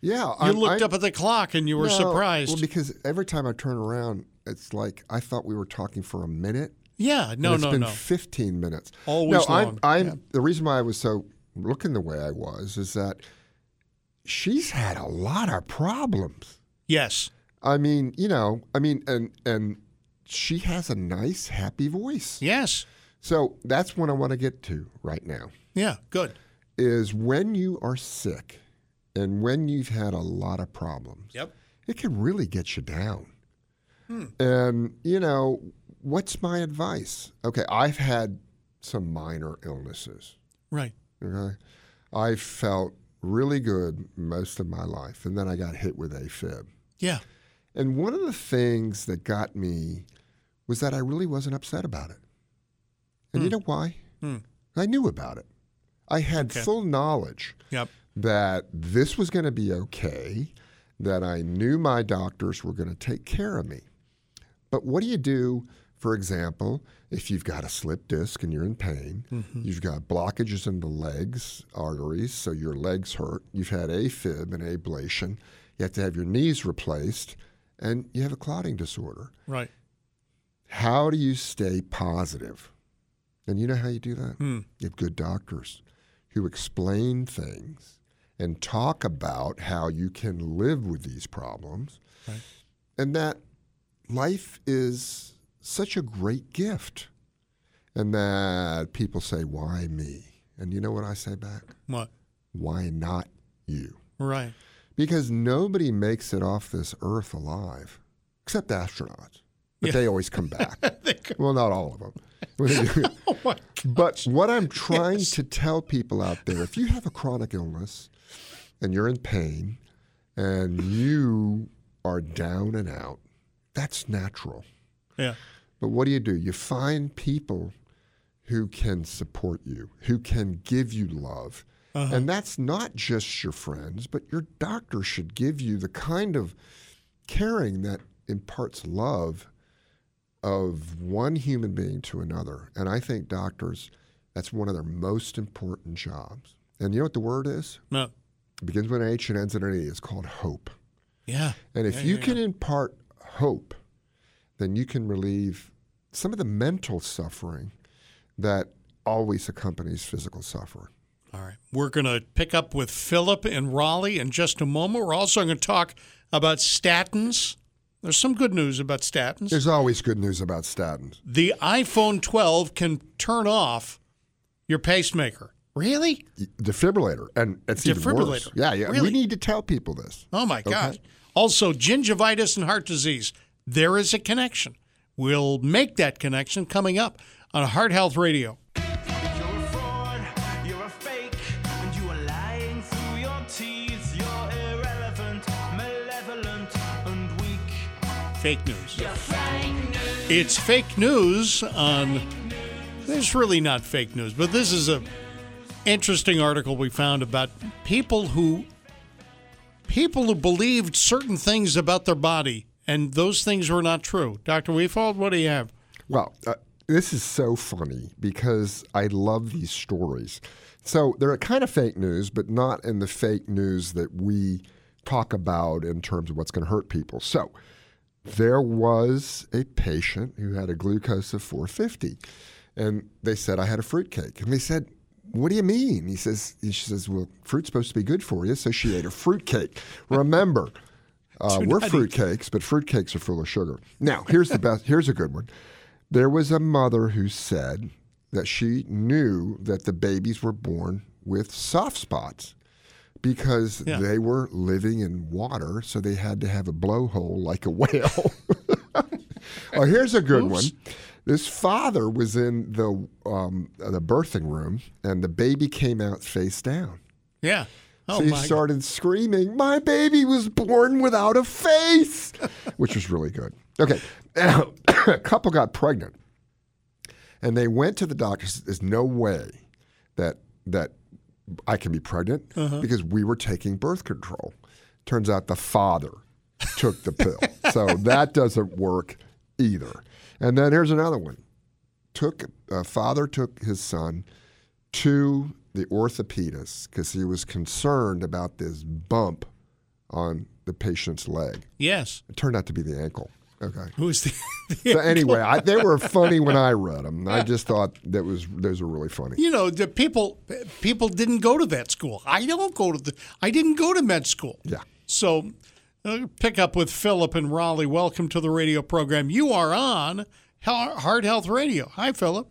[SPEAKER 4] Yeah,
[SPEAKER 3] You looked up at the clock and you were surprised.
[SPEAKER 4] Well, because every time I turn around, it's like I thought we were talking for a minute.
[SPEAKER 3] yeah, no,
[SPEAKER 4] and it's
[SPEAKER 3] no,
[SPEAKER 4] been
[SPEAKER 3] no.
[SPEAKER 4] 15 minutes.
[SPEAKER 3] Always
[SPEAKER 4] no,
[SPEAKER 3] long,
[SPEAKER 4] I'm, I'm,
[SPEAKER 3] yeah.
[SPEAKER 4] The reason why I was so looking the way I was is that she's had a lot of problems.
[SPEAKER 3] yes.
[SPEAKER 4] I mean, you know, I mean, and and she has a nice, happy voice.
[SPEAKER 3] Yes.
[SPEAKER 4] So that's what I want to get to right now
[SPEAKER 3] Yeah, good.
[SPEAKER 4] is when you are sick and when you've had a lot of problems,
[SPEAKER 3] Yep.
[SPEAKER 4] it can really get you down.
[SPEAKER 3] Hmm,
[SPEAKER 4] And, you know, what's my advice? Okay, I've had some minor illnesses.
[SPEAKER 3] Right.
[SPEAKER 4] Okay. I felt really good most of my life, and then I got hit with AFib.
[SPEAKER 3] Yeah.
[SPEAKER 4] And one of the things that got me was that I really wasn't upset about it. And you know why?
[SPEAKER 3] Hmm.
[SPEAKER 4] I knew about it. I had
[SPEAKER 3] Okay.
[SPEAKER 4] full knowledge
[SPEAKER 3] Yep.
[SPEAKER 4] that this was going to be okay, that I knew my doctors were going to take care of me. But what do you do, for example, if you've got a slip disc and you're in pain,
[SPEAKER 3] Mm-hmm.
[SPEAKER 4] you've got blockages in the legs, arteries, so your legs hurt, you've had AFib and ablation, you have to have your knees replaced, and you have a clotting disorder.
[SPEAKER 3] Right.
[SPEAKER 4] How do you stay positive? And you know how you do that? You have good doctors who explain things and talk about how you can live with these problems
[SPEAKER 3] Right.
[SPEAKER 4] and that life is such a great gift. And that people say, Why me? And you know what I say back?
[SPEAKER 3] What?
[SPEAKER 4] Why not you.
[SPEAKER 3] Right.
[SPEAKER 4] Because nobody makes it off this earth alive except astronauts. But
[SPEAKER 3] Yeah.
[SPEAKER 4] they always come [laughs] back. Oh, well, not all [laughs] of them. but what I'm trying to tell people out there if you have a chronic illness and you're in pain and you are down and out, that's natural.
[SPEAKER 3] Yeah.
[SPEAKER 4] But what do you do? You find people who can support you, who can give you love.
[SPEAKER 3] Uh-huh.
[SPEAKER 4] And that's not just your friends, but your doctor should give you the kind of caring that imparts love of one human being to another. And I think doctors, that's one of their most important jobs. And you know what the word is?
[SPEAKER 3] No.
[SPEAKER 4] It begins with an H and ends in an E. It's called hope.
[SPEAKER 3] Yeah.
[SPEAKER 4] And if
[SPEAKER 3] Yeah,
[SPEAKER 4] you
[SPEAKER 3] yeah,
[SPEAKER 4] can
[SPEAKER 3] yeah.
[SPEAKER 4] impart hope, then you can relieve some of the mental suffering that always accompanies physical suffering.
[SPEAKER 3] All right. We're going to pick up with Philip and Raleigh in just a moment. We're also going to talk about statins. There's some good news about statins.
[SPEAKER 4] There's always good news about statins.
[SPEAKER 3] the iPhone 12 can turn off your pacemaker. Really?
[SPEAKER 4] Defibrillator, and it's even worse.
[SPEAKER 3] Defibrillator.
[SPEAKER 4] Yeah, yeah.
[SPEAKER 3] Really?
[SPEAKER 4] We need to tell people this.
[SPEAKER 3] Oh my
[SPEAKER 4] Okay.
[SPEAKER 3] gosh. Also, gingivitis and heart disease. There is a connection. We'll make that connection coming up on Heart Health Radio.
[SPEAKER 2] You're a fake, and you are lying through your teeth. You're irrelevant, malevolent, and weak.
[SPEAKER 3] Fake news.
[SPEAKER 2] You're fake news.
[SPEAKER 3] It's fake news on. It's really not fake news, but this is a interesting article we found about people who people who believed certain things about their body, and those things were not true. Doctor Weefald, what do you have?
[SPEAKER 4] Well, uh, this is so funny because I love these stories. So they're kind of fake news, but not in the fake news that we talk about in terms of what's going to hurt people. So there was a patient who had a glucose of 450, and they said, I had a fruitcake. And they said, what do you mean? He says, and she says, well, fruit's supposed to be good for you. So she ate a fruitcake. Remember, uh,
[SPEAKER 11] Do
[SPEAKER 4] we're
[SPEAKER 11] not eat
[SPEAKER 4] fruitcakes, but fruitcakes are full of sugar. Now, here's the best. Here's a good one. There was a mother who said that she knew that the babies were born with soft spots because
[SPEAKER 11] Yeah.
[SPEAKER 4] they were living in water, so they had to have a blowhole like a whale. [laughs] oh, here's a good one. This father was in the um, the birthing room, and the baby came out face down.
[SPEAKER 3] Yeah. Oh
[SPEAKER 4] so he
[SPEAKER 3] my.
[SPEAKER 4] started screaming, My baby was born without a face, which was really good. Okay. [coughs] Now, a couple got pregnant and they went to the doctor. There's no way that, that I can be pregnant
[SPEAKER 11] Uh-huh.
[SPEAKER 4] because we were taking birth control. Turns out the father took the pill. so that doesn't work either. And then here's another one took uh, father took his son to the orthopedist because he was concerned about this bump on the patient's leg.
[SPEAKER 3] yes.
[SPEAKER 4] It turned out to be the ankle. Okay.
[SPEAKER 3] Who's the?
[SPEAKER 4] So anyway, I, they were funny when I read them. I just thought that was those were really funny.
[SPEAKER 3] You know, the people people didn't go to that school. I don't go to the. I didn't go to med school.
[SPEAKER 4] Yeah.
[SPEAKER 3] So, uh, pick up with Philip and Raleigh. Welcome to the radio program. You are on Hel- Heart Health Radio. Hi, Philip.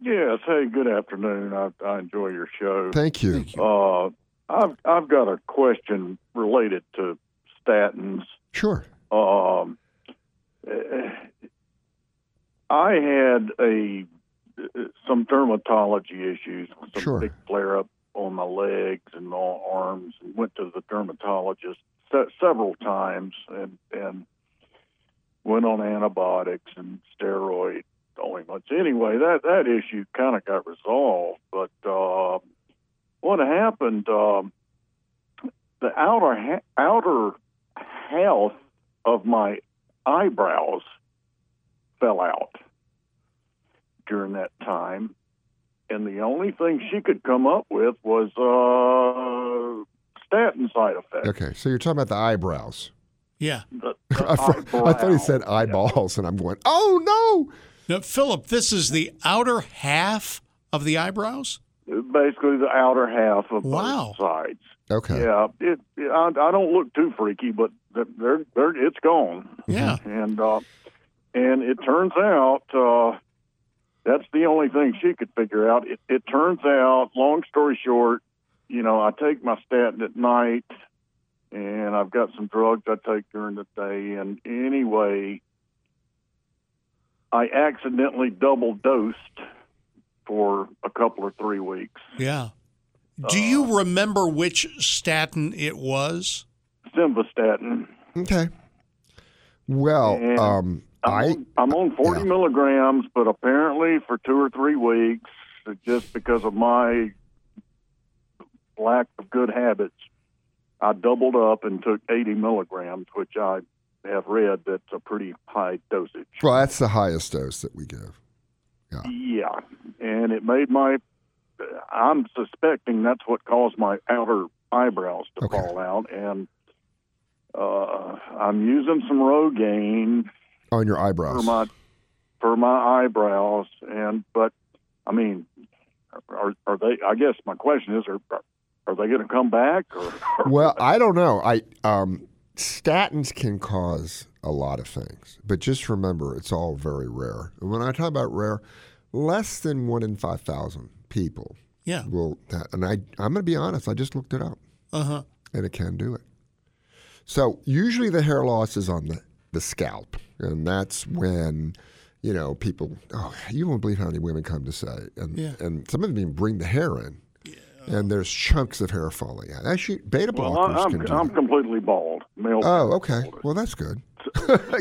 [SPEAKER 12] Yes. Hey, good afternoon. I, I enjoy your show.
[SPEAKER 4] Thank you.
[SPEAKER 12] Uh, I've I've got a question related to statins.
[SPEAKER 4] Sure.
[SPEAKER 12] Um, eh, I had a eh, some dermatology issues, some
[SPEAKER 4] Sure.
[SPEAKER 12] big flare up on my legs and all arms, and went to the dermatologist se- several times, and and went on antibiotics and steroid ointments. Anyway, that that issue kind of got resolved, but uh, what happened? Um, the outer ha- outer half of my eyebrows fell out during that time. And the only thing she could come up with was uh, statin side effects.
[SPEAKER 4] Okay, so you're talking about the eyebrows.
[SPEAKER 3] Yeah.
[SPEAKER 4] [laughs] I, fr- I thought he said eyeballs, and I'm going, oh
[SPEAKER 3] no. Now, Philip, this is the outer half of the eyebrows.
[SPEAKER 12] Basically, the outer half of
[SPEAKER 3] Wow.
[SPEAKER 12] both sides.
[SPEAKER 4] Okay.
[SPEAKER 12] Yeah, it, it- I, I don't look too freaky, but they're, they're, it's gone.
[SPEAKER 3] Yeah.
[SPEAKER 12] And uh, and it turns out uh, that's the only thing she could figure out. It, it turns out, long story short, you know, I take my statin at night, and I've got some drugs I take during the day. And anyway, I accidentally double dosed for a couple or three weeks.
[SPEAKER 3] Yeah. Do
[SPEAKER 12] Uh.
[SPEAKER 3] you remember which statin it was?
[SPEAKER 12] Simvastatin.
[SPEAKER 4] Okay. Well,
[SPEAKER 12] And
[SPEAKER 4] um, I
[SPEAKER 12] I'm on 40 milligrams, but apparently for two or three weeks, just because of my lack of good habits, I doubled up and took 80 milligrams, which I have read that's a pretty high dosage.
[SPEAKER 4] well, that's the highest dose that we give.
[SPEAKER 12] Yeah, and it made my. I'm suspecting that's what caused my outer eyebrows to fall out, and uh, I'm using some Rogaine
[SPEAKER 4] On your eyebrows.
[SPEAKER 12] for my for my eyebrows, and but I mean, are are they? I guess my question is, are are they going to come back? Or
[SPEAKER 4] well, I don't know. I um, statins can cause a lot of things, but just remember it's all very rare. And when I talk about rare, less than one in five thousand people.
[SPEAKER 3] Yeah.
[SPEAKER 4] Will and I I'm going to be honest. I just looked it up,
[SPEAKER 3] Uh huh.
[SPEAKER 4] and it can do it. So usually the hair loss is on the the scalp, and that's when. You know, people. Oh, you won't believe how many women come to say, and
[SPEAKER 3] Yeah.
[SPEAKER 4] and some of them even bring the hair in, and there's chunks of hair falling out. Actually, beta
[SPEAKER 12] well,
[SPEAKER 4] blockers
[SPEAKER 12] I,
[SPEAKER 4] can
[SPEAKER 12] I'm
[SPEAKER 4] do
[SPEAKER 12] I'm completely bald. Male.
[SPEAKER 4] Oh, okay. Well,
[SPEAKER 12] [laughs]
[SPEAKER 4] that's good. [laughs]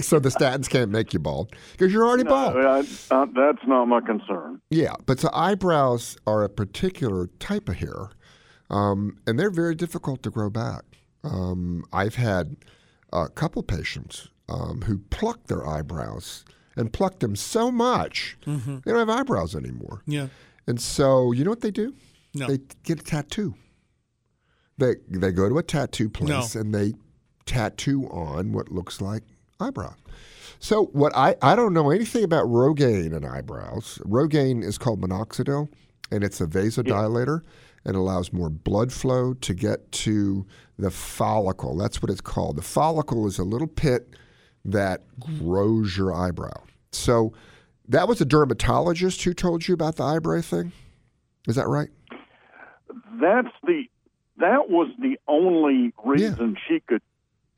[SPEAKER 4] so the statins can't make you bald because you're already
[SPEAKER 12] No,
[SPEAKER 4] bald.
[SPEAKER 12] I, I, that's not my concern.
[SPEAKER 4] Yeah, but the eyebrows are a particular type of hair, um, and they're very difficult to grow back. Um, I've had a couple patients um, who plucked their eyebrows and plucked them so much
[SPEAKER 3] Mhm.
[SPEAKER 4] they don't have eyebrows anymore.
[SPEAKER 3] Yeah.
[SPEAKER 4] And so you know what they do?
[SPEAKER 3] No.
[SPEAKER 4] They get a tattoo. They they go to a tattoo place and they tattoo on what looks like eyebrow. So what I I don't know anything about Rogaine and eyebrows. Rogaine is called minoxidil and it's a vasodilator and allows more blood flow to get to the follicle. That's what it's called. The follicle is a little pit that grows your eyebrow. So that was a dermatologist who told you about the eyebrow thing. Is that right?
[SPEAKER 12] That's the that was the only reason she could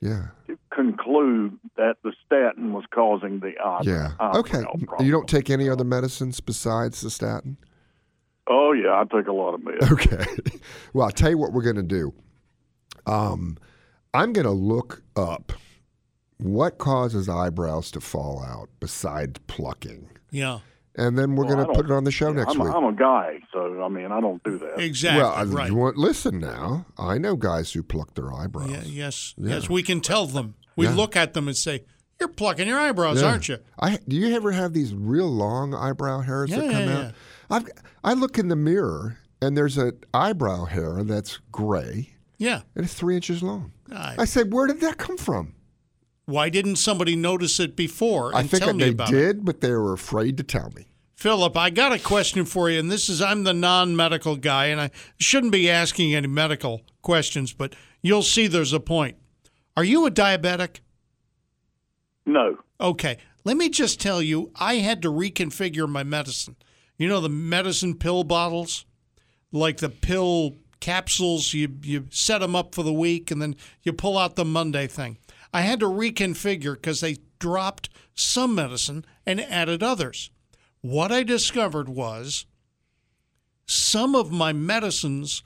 [SPEAKER 4] Yeah.
[SPEAKER 12] conclude that the statin was causing the eye.
[SPEAKER 4] Yeah.
[SPEAKER 12] eyebrow
[SPEAKER 4] okay.
[SPEAKER 12] "Oh, problem.
[SPEAKER 4] You don't take any other medicines besides the statin?
[SPEAKER 12] Oh yeah, I take a lot of meds.
[SPEAKER 4] Okay. [laughs] Well, I'll tell you what we're going to do. Um, I'm going to look up what causes eyebrows to fall out besides plucking.
[SPEAKER 3] Yeah.
[SPEAKER 4] And then we're
[SPEAKER 12] Well, I
[SPEAKER 4] going to put it
[SPEAKER 12] don't-
[SPEAKER 4] on the show
[SPEAKER 12] yeah,
[SPEAKER 4] next
[SPEAKER 12] I'm,
[SPEAKER 4] week.
[SPEAKER 12] A, I'm a guy, so I mean, I don't do that.
[SPEAKER 3] Exactly.
[SPEAKER 4] well, I-
[SPEAKER 3] right.
[SPEAKER 4] you want, listen now. I know guys who pluck their eyebrows.
[SPEAKER 3] Yeah, yes.
[SPEAKER 4] Yeah.
[SPEAKER 3] Yes. We can tell them. We
[SPEAKER 4] Yeah.
[SPEAKER 3] look at them and say, "You're plucking your eyebrows,
[SPEAKER 4] Yeah.
[SPEAKER 3] aren't you?"
[SPEAKER 4] I do you ever have these real long eyebrow hairs that
[SPEAKER 3] Yeah,
[SPEAKER 4] come
[SPEAKER 3] yeah, yeah.
[SPEAKER 4] out? I've I look in the mirror and there's an eyebrow hair that's gray
[SPEAKER 3] Yeah.
[SPEAKER 4] and it's three inches long.
[SPEAKER 3] I-
[SPEAKER 4] I said, where did that come from?
[SPEAKER 3] Why didn't somebody notice it before and
[SPEAKER 4] I think
[SPEAKER 3] tell me
[SPEAKER 4] they
[SPEAKER 3] about it?
[SPEAKER 4] did, but they were afraid to tell me.
[SPEAKER 3] Philip, I got a question for you, and this is I'm the non medical guy, and I shouldn't be asking any medical questions, but you'll see there's a point. Are you a diabetic?
[SPEAKER 12] No.
[SPEAKER 3] Okay, let me just tell you, I had to reconfigure my medicine. You know the medicine pill bottles, like the pill capsules. You you set them up for the week, and then you pull out the Monday thing. I had to reconfigure because they dropped some medicine and added others. What I discovered was some of my medicines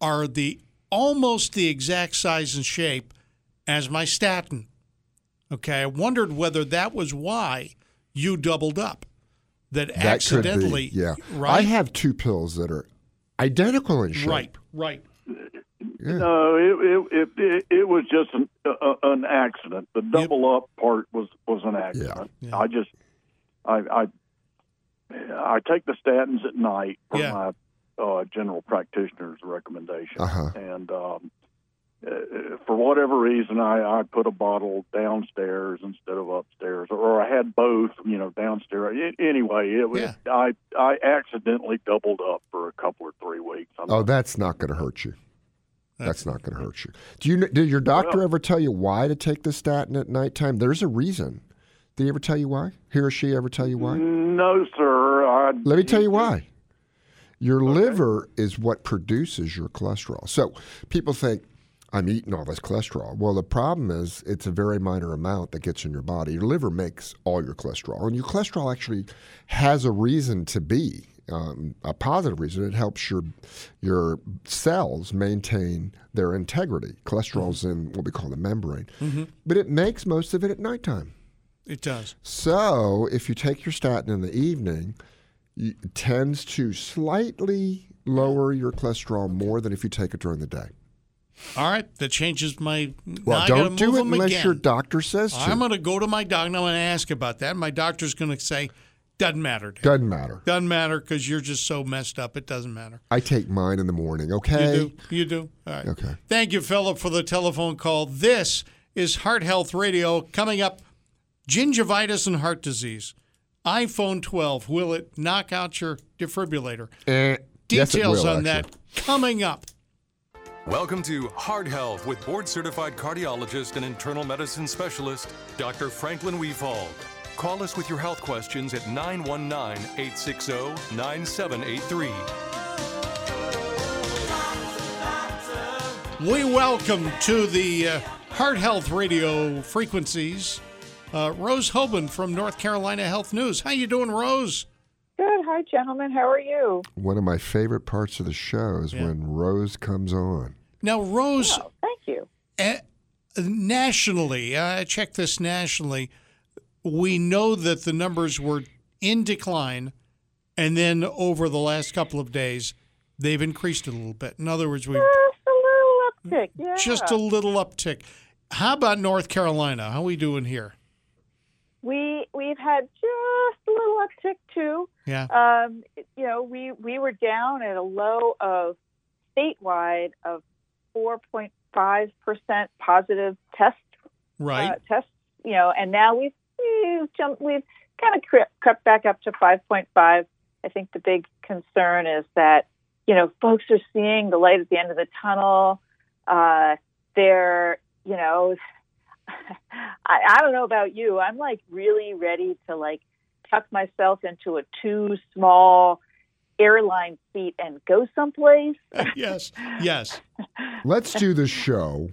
[SPEAKER 3] are the almost the exact size and shape as my statin. Okay, I wondered whether that was why you doubled up. That,
[SPEAKER 4] That could be,
[SPEAKER 3] accidentally,
[SPEAKER 4] yeah. I
[SPEAKER 3] right,
[SPEAKER 4] have two pills that are identical in shape.
[SPEAKER 3] right, right.
[SPEAKER 12] No, it it, it, it it was just an uh, an accident. The double up part was was an accident. I just I I I take the statins at night for
[SPEAKER 3] Yeah.
[SPEAKER 12] my uh, general practitioner's recommendation,
[SPEAKER 4] Uh-huh.
[SPEAKER 12] and um, uh, for whatever reason, I I put a bottle downstairs instead of upstairs, or I had both, you know, downstairs. A- anyway, it was I I accidentally doubled up for a couple or three weeks. I'm
[SPEAKER 4] Oh, that's not going to hurt you. That's not going to hurt you. Do you kn- did your doctor ever tell you why to take the statin at nighttime? There's a reason. Did he ever tell you why? He or she ever tell you why?
[SPEAKER 12] No, sir. I,
[SPEAKER 4] Let me tell you why. Your liver is what produces your cholesterol. So people think, I'm eating all this cholesterol. Well, the problem is it's a very minor amount that gets in your body. Your liver makes all your cholesterol, and your cholesterol actually has a reason to be um, a positive reason. It helps your your cells maintain their integrity. Cholesterol's in what we call the membrane,
[SPEAKER 3] Mhm.
[SPEAKER 4] but it makes most of it at nighttime.
[SPEAKER 3] It does.
[SPEAKER 4] So if you take your statin in the evening, y- it tends to slightly lower your cholesterol more than if you take it during the day.
[SPEAKER 3] All right, that changes my.
[SPEAKER 4] Well,
[SPEAKER 3] now I gotta
[SPEAKER 4] don't do
[SPEAKER 3] move
[SPEAKER 4] it
[SPEAKER 3] 'em
[SPEAKER 4] unless
[SPEAKER 3] again.
[SPEAKER 4] your doctor says to.
[SPEAKER 3] I'm going to go to my doctor and I'm going to ask about that. My doctor's going to say, doesn't matter. Dave.
[SPEAKER 4] Doesn't matter.
[SPEAKER 3] Doesn't matter because you're just so messed up. It doesn't matter.
[SPEAKER 4] I take mine in the morning. Okay.
[SPEAKER 3] You do. You do. All right.
[SPEAKER 4] Okay.
[SPEAKER 3] Thank you, Philip, for the telephone call. This is Heart Health Radio. Coming up, gingivitis and heart disease. iPhone 12. Will it knock out your defibrillator?
[SPEAKER 4] Eh,
[SPEAKER 1] yes,
[SPEAKER 3] Details
[SPEAKER 1] it will,
[SPEAKER 3] on that coming up.
[SPEAKER 1] Welcome to Heart Health with board certified cardiologist and internal medicine specialist, Dr. Franklin Weefald. Call us with your health questions at 919 860 9783.
[SPEAKER 3] We welcome to the uh, Heart Health Radio frequencies uh, Rose Hoban from North Carolina Health News. How you doing, Rose?
[SPEAKER 11] Good. Hi, gentlemen. How are you?
[SPEAKER 4] One of my favorite parts of the show is when Rose comes on.
[SPEAKER 3] Now, Rose.
[SPEAKER 11] Oh,
[SPEAKER 3] eh,
[SPEAKER 11] thank you.
[SPEAKER 3] nationally, I checked this nationally. We know that the numbers were in decline, and then over the last couple of days, they've increased a little bit. In other words, we
[SPEAKER 11] Uptick. Yeah.
[SPEAKER 3] just a little uptick. How about North Carolina? How we doing here?
[SPEAKER 11] we we've had just a little uptick too.
[SPEAKER 3] Yeah.
[SPEAKER 11] Um, you know, we we were down at a low of statewide of 4.5 percent positive test
[SPEAKER 3] Right.
[SPEAKER 11] uh, tests. You know, and now we've we've jumped we've kind of crept, crept back up to 5.5. I think the big concern is that you know folks are seeing the light at the end of the tunnel. Uh, they're you know [laughs] I, I don't know about you. I'm like really ready to like tuck myself into a too small airline seat and go someplace.
[SPEAKER 3] [laughs] yes. Yes.
[SPEAKER 4] Let's do the
[SPEAKER 3] [laughs]
[SPEAKER 4] show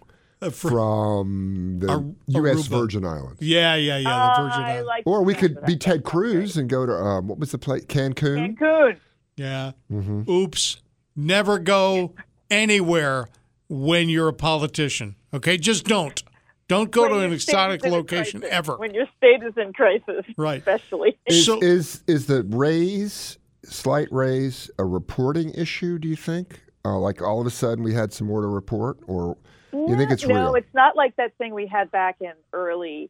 [SPEAKER 4] from the U.S. Virgin Islands.
[SPEAKER 3] Yeah, yeah, yeah. The
[SPEAKER 11] Oh,
[SPEAKER 3] Virgin Islands.
[SPEAKER 4] or we could be Ted Cruz and go to, um, what was the place? Cancun?
[SPEAKER 11] Cancun.
[SPEAKER 3] Yeah.
[SPEAKER 4] hmm
[SPEAKER 3] Oops. Never go anywhere when you're a politician. Okay? Just don't. Don't go to an exotic location ever.
[SPEAKER 11] When your state is in crisis,
[SPEAKER 3] Right.
[SPEAKER 11] especially.
[SPEAKER 4] Is, is, is the raise, slight raise, a reporting issue, do you think? Uh, like all of a sudden we had some more to report? Or you think
[SPEAKER 11] Yeah,
[SPEAKER 4] it's
[SPEAKER 11] no,
[SPEAKER 4] real?
[SPEAKER 11] it's not like that thing we had back in early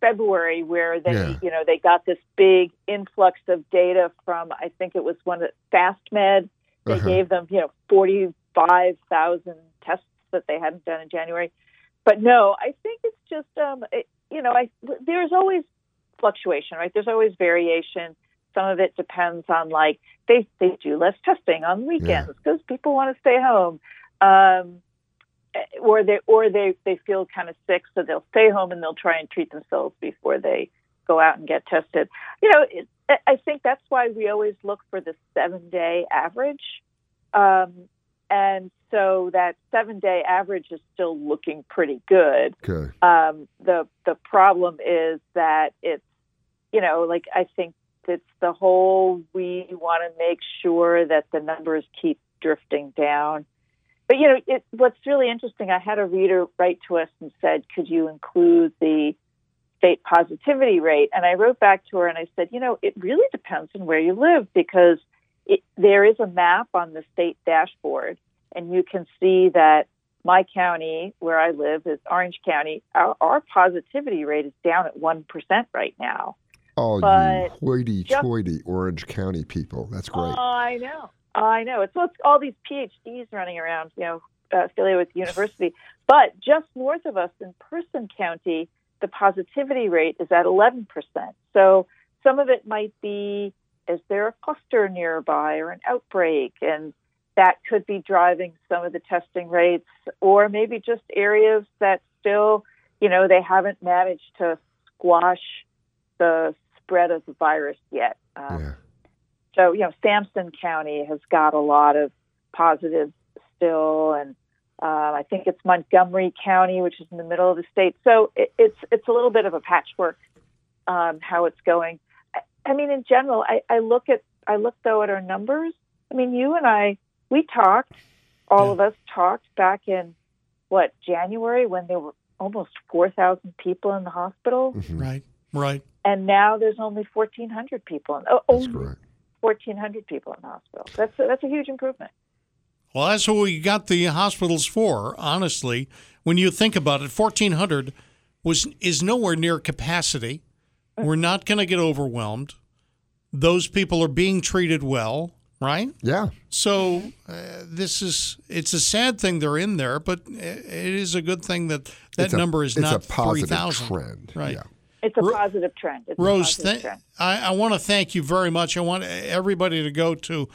[SPEAKER 11] February where they,
[SPEAKER 4] Yeah.
[SPEAKER 11] you know, they got this big influx of data from I think it was one of FastMed. They
[SPEAKER 13] Uh-huh.
[SPEAKER 11] gave them, you know, forty five thousand tests that they hadn't done in January. But no, I think it's just, um, it, you know, I there's always fluctuation, right? There's always variation. Some of it depends on like they they do less testing on weekends because people want to stay home. Um, eh, or they or they they feel kind of sick, so they'll stay home and they'll try and treat themselves before they go out and get tested. You know, it, I- I think that's why we always look for the seven day average, um, and so that seven day average is still looking pretty good.
[SPEAKER 4] Okay.
[SPEAKER 11] Um, the the problem is that it's you know like I think it's the whole we want to make sure that the numbers keep drifting down. But you know it, what's really interesting? I had a reader write to us and said, "Could you include the state positivity rate?" And I wrote back to her and I said, "You know, it really depends on where you live because it, there is a map on the state dashboard, and you can see that." my county, where I live, is Orange County. Our, our positivity rate is down at one percent right now.
[SPEAKER 4] All you
[SPEAKER 11] But
[SPEAKER 4] hoity-toity Orange County people. That's great.
[SPEAKER 11] Oh, I know, I know. It's, it's all these PhDs running around, you know, uh, affiliated with the university. But just north of us in Person County, the positivity rate is at eleven percent. So some of it might be is there a cluster nearby or an outbreak, and that could be driving some of the testing rates, or maybe just areas that still, you know, they haven't managed to squash the spread of the virus yet. Um, So, you know, Sampson County has got a lot of positives still, and um, I think it's Montgomery County, which is in the middle of the state. So it, it's it's a little bit of a patchwork um, how it's going. I, I mean, in general, I, I look at I look though at our numbers. I mean, you and I we talked, all of us talked back in what January when there were almost four thousand people in the hospital,
[SPEAKER 3] Right, right.
[SPEAKER 11] and now there's only fourteen hundred people. In, oh, only fourteen hundred people in the hospital. That's a, that's a huge improvement.
[SPEAKER 3] Well, that's what we got the hospitals for, honestly. When you think about it, 1400 was is nowhere near capacity. We're not going to get overwhelmed. Those people are being treated well, right?
[SPEAKER 4] Yeah.
[SPEAKER 3] So uh, this is it's a sad thing they're in there, but i- it is a good thing that that
[SPEAKER 4] It's a-
[SPEAKER 3] number is
[SPEAKER 4] it's a
[SPEAKER 3] not
[SPEAKER 4] positive
[SPEAKER 3] 3000.
[SPEAKER 4] trend,
[SPEAKER 3] Right.
[SPEAKER 11] It's a positive trend. It's a
[SPEAKER 3] Rose,
[SPEAKER 11] positive
[SPEAKER 3] thank-
[SPEAKER 11] trend.
[SPEAKER 3] I, I want to thank you very much. I want everybody to go to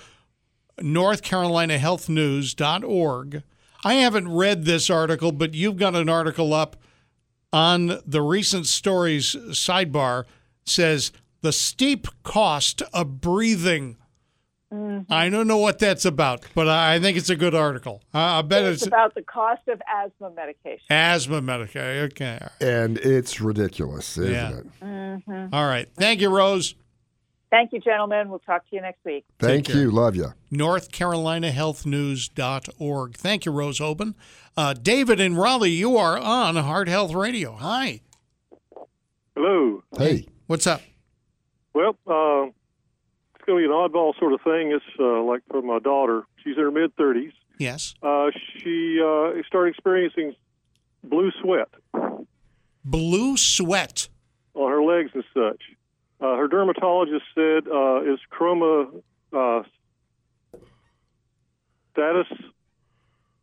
[SPEAKER 3] northcarolinahealthnews.org. I haven't read this article, but you've got an article up on the recent stories sidebar says the steep cost of breathing.
[SPEAKER 11] Mm.
[SPEAKER 3] I don't know what that's about, but I I think it's a good article. I, I bet
[SPEAKER 11] It's
[SPEAKER 3] it's,
[SPEAKER 11] about the cost of asthma medication.
[SPEAKER 3] asthma medication. Okay.
[SPEAKER 4] And it's ridiculous, isn't
[SPEAKER 3] Yeah.
[SPEAKER 4] it?
[SPEAKER 11] hmm
[SPEAKER 3] All right. Thank you, Rose.
[SPEAKER 11] Thank you, gentlemen. We'll talk to you next week.
[SPEAKER 4] Thank you. Love you.
[SPEAKER 3] northcarolinahealthnews.org. Thank you, Rose Open. Uh, David in Raleigh, you are on Heart Health Radio. Hi.
[SPEAKER 13] Hello.
[SPEAKER 4] Hey.
[SPEAKER 3] What's up?
[SPEAKER 13] Well, uh, it's going to be an oddball sort of thing. It's uh, like for my daughter. She's in her mid 30s.
[SPEAKER 3] Yes.
[SPEAKER 13] Uh, she uh, started experiencing blue sweat
[SPEAKER 3] Blue sweat.
[SPEAKER 13] on her legs and such. Uh, her dermatologist said uh, is chroma uh, status.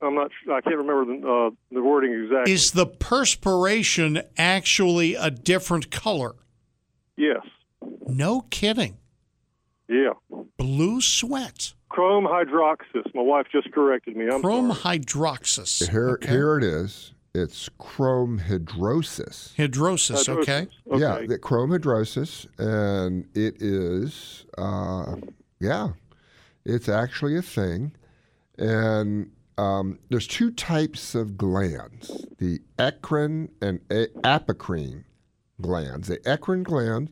[SPEAKER 13] I'm not. Sure, I can't remember the, uh, the wording exactly.
[SPEAKER 3] Is the perspiration actually a different color?
[SPEAKER 13] yes.
[SPEAKER 3] No kidding.
[SPEAKER 13] Yeah.
[SPEAKER 3] Blue sweat.
[SPEAKER 13] Chrome hydroxys. My wife just corrected me. I'm
[SPEAKER 3] Chrome
[SPEAKER 13] sorry.
[SPEAKER 3] hydroxys.
[SPEAKER 4] Here, here it is. It's chromehydrosis.
[SPEAKER 3] Hydrosis, okay.
[SPEAKER 4] Yeah, the chromehydrosis, and it is, uh, yeah, it's actually a thing. And um, there's two types of glands: the eccrine and a- apocrine glands. The eccrine gland,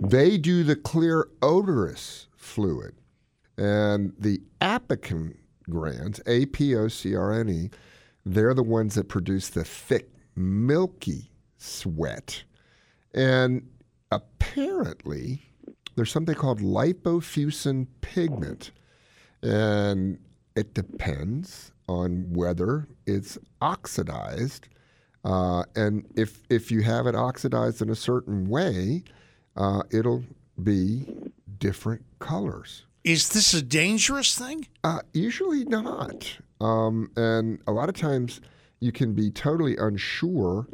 [SPEAKER 4] they do the clear odorous fluid, and the apocrine glands, A P O C R N E, they're the ones that produce the thick, milky sweat. And apparently, there's something called lipofuscin pigment. And it depends on whether it's oxidized. Uh, and if, if you have it oxidized in a certain way, uh, it'll be different colors.
[SPEAKER 3] Is this a dangerous thing?
[SPEAKER 4] Uh, usually not. Um, and a lot of times you can be totally unsure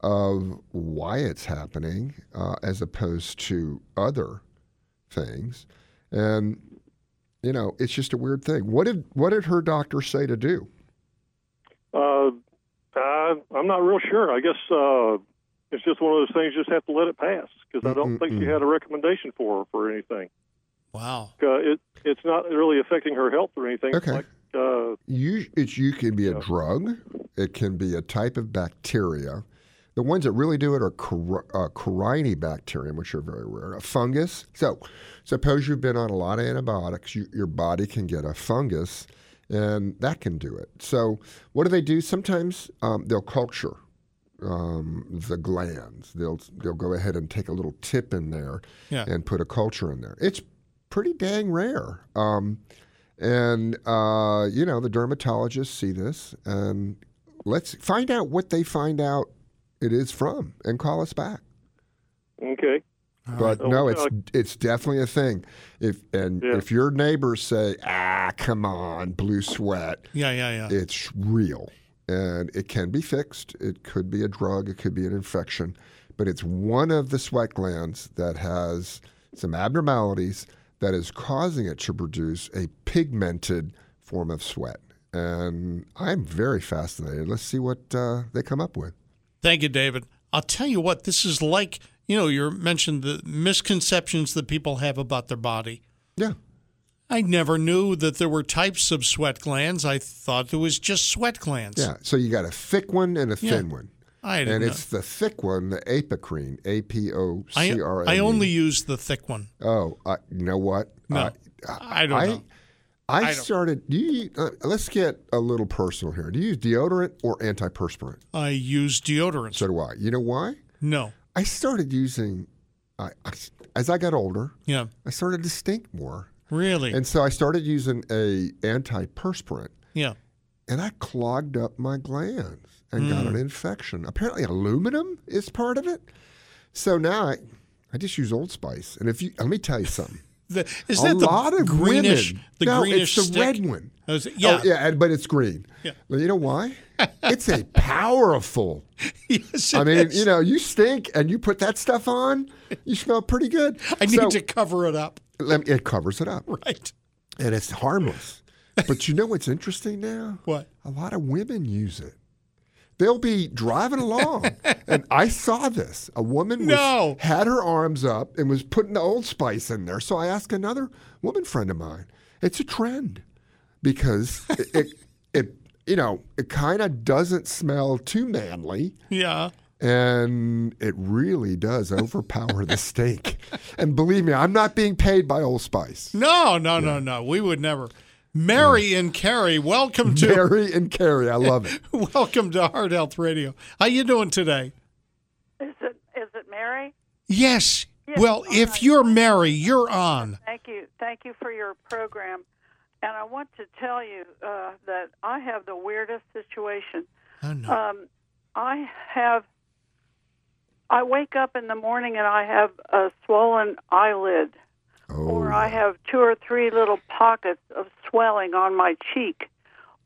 [SPEAKER 4] of why it's happening uh, as opposed to other things. And, you know, it's just a weird thing. What did, what did her doctor say to do?
[SPEAKER 13] Uh, I, I'm not real sure. I guess uh, it's just one of those things. You just have to let it pass because I don't think she had a recommendation for her for anything.
[SPEAKER 3] Wow.
[SPEAKER 13] Uh, it it's not really affecting her health or anything. It's
[SPEAKER 4] Okay.
[SPEAKER 13] Like, uh,
[SPEAKER 4] You, it's, you can be a drug. It can be a type of bacteria. The ones that really do it are cor- uh, corynebacterium, which are very rare, a fungus. So, suppose you've been on a lot of antibiotics, you, your body can get a fungus, and that can do it. So, what do they do? Sometimes um, they'll culture um, the glands. They'll they'll go ahead and take a little tip in there
[SPEAKER 3] Yeah.
[SPEAKER 4] and put a culture in there. It's pretty dang rare. Um, and uh, you know the dermatologists see this, and let's find out what they find out it is from, and call us back.
[SPEAKER 13] okay.
[SPEAKER 4] But no, it's it's definitely a thing. If and if your neighbors say, "Ah, come on, blue sweat,"
[SPEAKER 3] Yeah, yeah, yeah.
[SPEAKER 4] it's real and it can be fixed. It could be a drug, it could be an infection, but it's one of the sweat glands that has some abnormalities that is causing it to produce a pigmented form of sweat. And I'm very fascinated. Let's see what uh, they come up with.
[SPEAKER 3] Thank you, David. I'll tell you what, this is like, you know, you mentioned the misconceptions that people have about their body.
[SPEAKER 4] Yeah.
[SPEAKER 3] I never knew that there were types of sweat glands. I thought it was just sweat glands.
[SPEAKER 4] Yeah. So you got a thick one and a thin
[SPEAKER 3] Yeah.
[SPEAKER 4] one.
[SPEAKER 3] I didn't
[SPEAKER 4] and
[SPEAKER 3] know.
[SPEAKER 4] it's the thick one, the apocrine, A P O
[SPEAKER 3] I,
[SPEAKER 4] C R I N E.
[SPEAKER 3] I only use the thick one.
[SPEAKER 4] Oh, I, you know what?
[SPEAKER 3] No,
[SPEAKER 4] I,
[SPEAKER 3] I don't know.
[SPEAKER 4] I,
[SPEAKER 3] I don't-
[SPEAKER 4] started. Do you? Uh, let's get a little personal here. Do you use deodorant or antiperspirant?
[SPEAKER 3] I use deodorant.
[SPEAKER 4] So do I. You know why?
[SPEAKER 3] No.
[SPEAKER 4] I started using. I, I as I got older,
[SPEAKER 3] Yeah.
[SPEAKER 4] I started to stink more,
[SPEAKER 3] Really?
[SPEAKER 4] and so I started using a antiperspirant,
[SPEAKER 3] yeah.
[SPEAKER 4] and I clogged up my glands and got
[SPEAKER 3] Mm.
[SPEAKER 4] an infection. Apparently, aluminum is part of it. So now I, I just use Old Spice, and if you let me tell you
[SPEAKER 3] [laughs]
[SPEAKER 4] something.
[SPEAKER 3] The, is
[SPEAKER 4] a
[SPEAKER 3] that the
[SPEAKER 4] lot of
[SPEAKER 3] greenish?
[SPEAKER 4] women.
[SPEAKER 3] The
[SPEAKER 4] no,
[SPEAKER 3] greenish
[SPEAKER 4] it's the
[SPEAKER 3] stick?
[SPEAKER 4] red one.
[SPEAKER 3] I was- yeah.
[SPEAKER 4] Oh, yeah, and- but it's green.
[SPEAKER 3] Yeah.
[SPEAKER 4] Well, You know why? It's a powerful.
[SPEAKER 3] [laughs] yes,
[SPEAKER 4] I
[SPEAKER 3] it
[SPEAKER 4] mean,
[SPEAKER 3] is.
[SPEAKER 4] you know, you stink and you put that stuff on, you smell pretty good.
[SPEAKER 3] [laughs] I need
[SPEAKER 4] So,
[SPEAKER 3] to cover it up.
[SPEAKER 4] let me- It covers it up,
[SPEAKER 3] Right.
[SPEAKER 4] and it's harmless. But you know what's interesting now?
[SPEAKER 3] [laughs] What?
[SPEAKER 4] A lot of women use it. They'll be driving
[SPEAKER 3] [laughs]
[SPEAKER 4] along, and I saw this. A woman was,
[SPEAKER 3] No.
[SPEAKER 4] had her arms up and was putting the Old Spice in there. So I asked another woman friend of mine. It's a trend because it,
[SPEAKER 3] [laughs]
[SPEAKER 4] it, it you know, it kind of doesn't smell too manly.
[SPEAKER 3] Yeah.
[SPEAKER 4] And it really does overpower the steak. And believe me, I'm not being paid by Old Spice.
[SPEAKER 3] No, no, no, no. We would never. Mary and Carrie, welcome to
[SPEAKER 4] Mary and Carrie, I love it.
[SPEAKER 3] [laughs] welcome to Heart Health Radio. How you doing today?
[SPEAKER 14] Is it is it Mary?
[SPEAKER 3] Yes.
[SPEAKER 14] Yes,
[SPEAKER 3] well,
[SPEAKER 14] all
[SPEAKER 3] if
[SPEAKER 14] right.
[SPEAKER 3] you're Mary, you're on.
[SPEAKER 14] Thank you, thank you for your program. And I want to tell you uh, that I have the weirdest situation.
[SPEAKER 3] Oh, no.
[SPEAKER 14] Um, I have. I wake up in the morning and I have a swollen eyelid, or I have two or three little pockets of swelling on my cheek,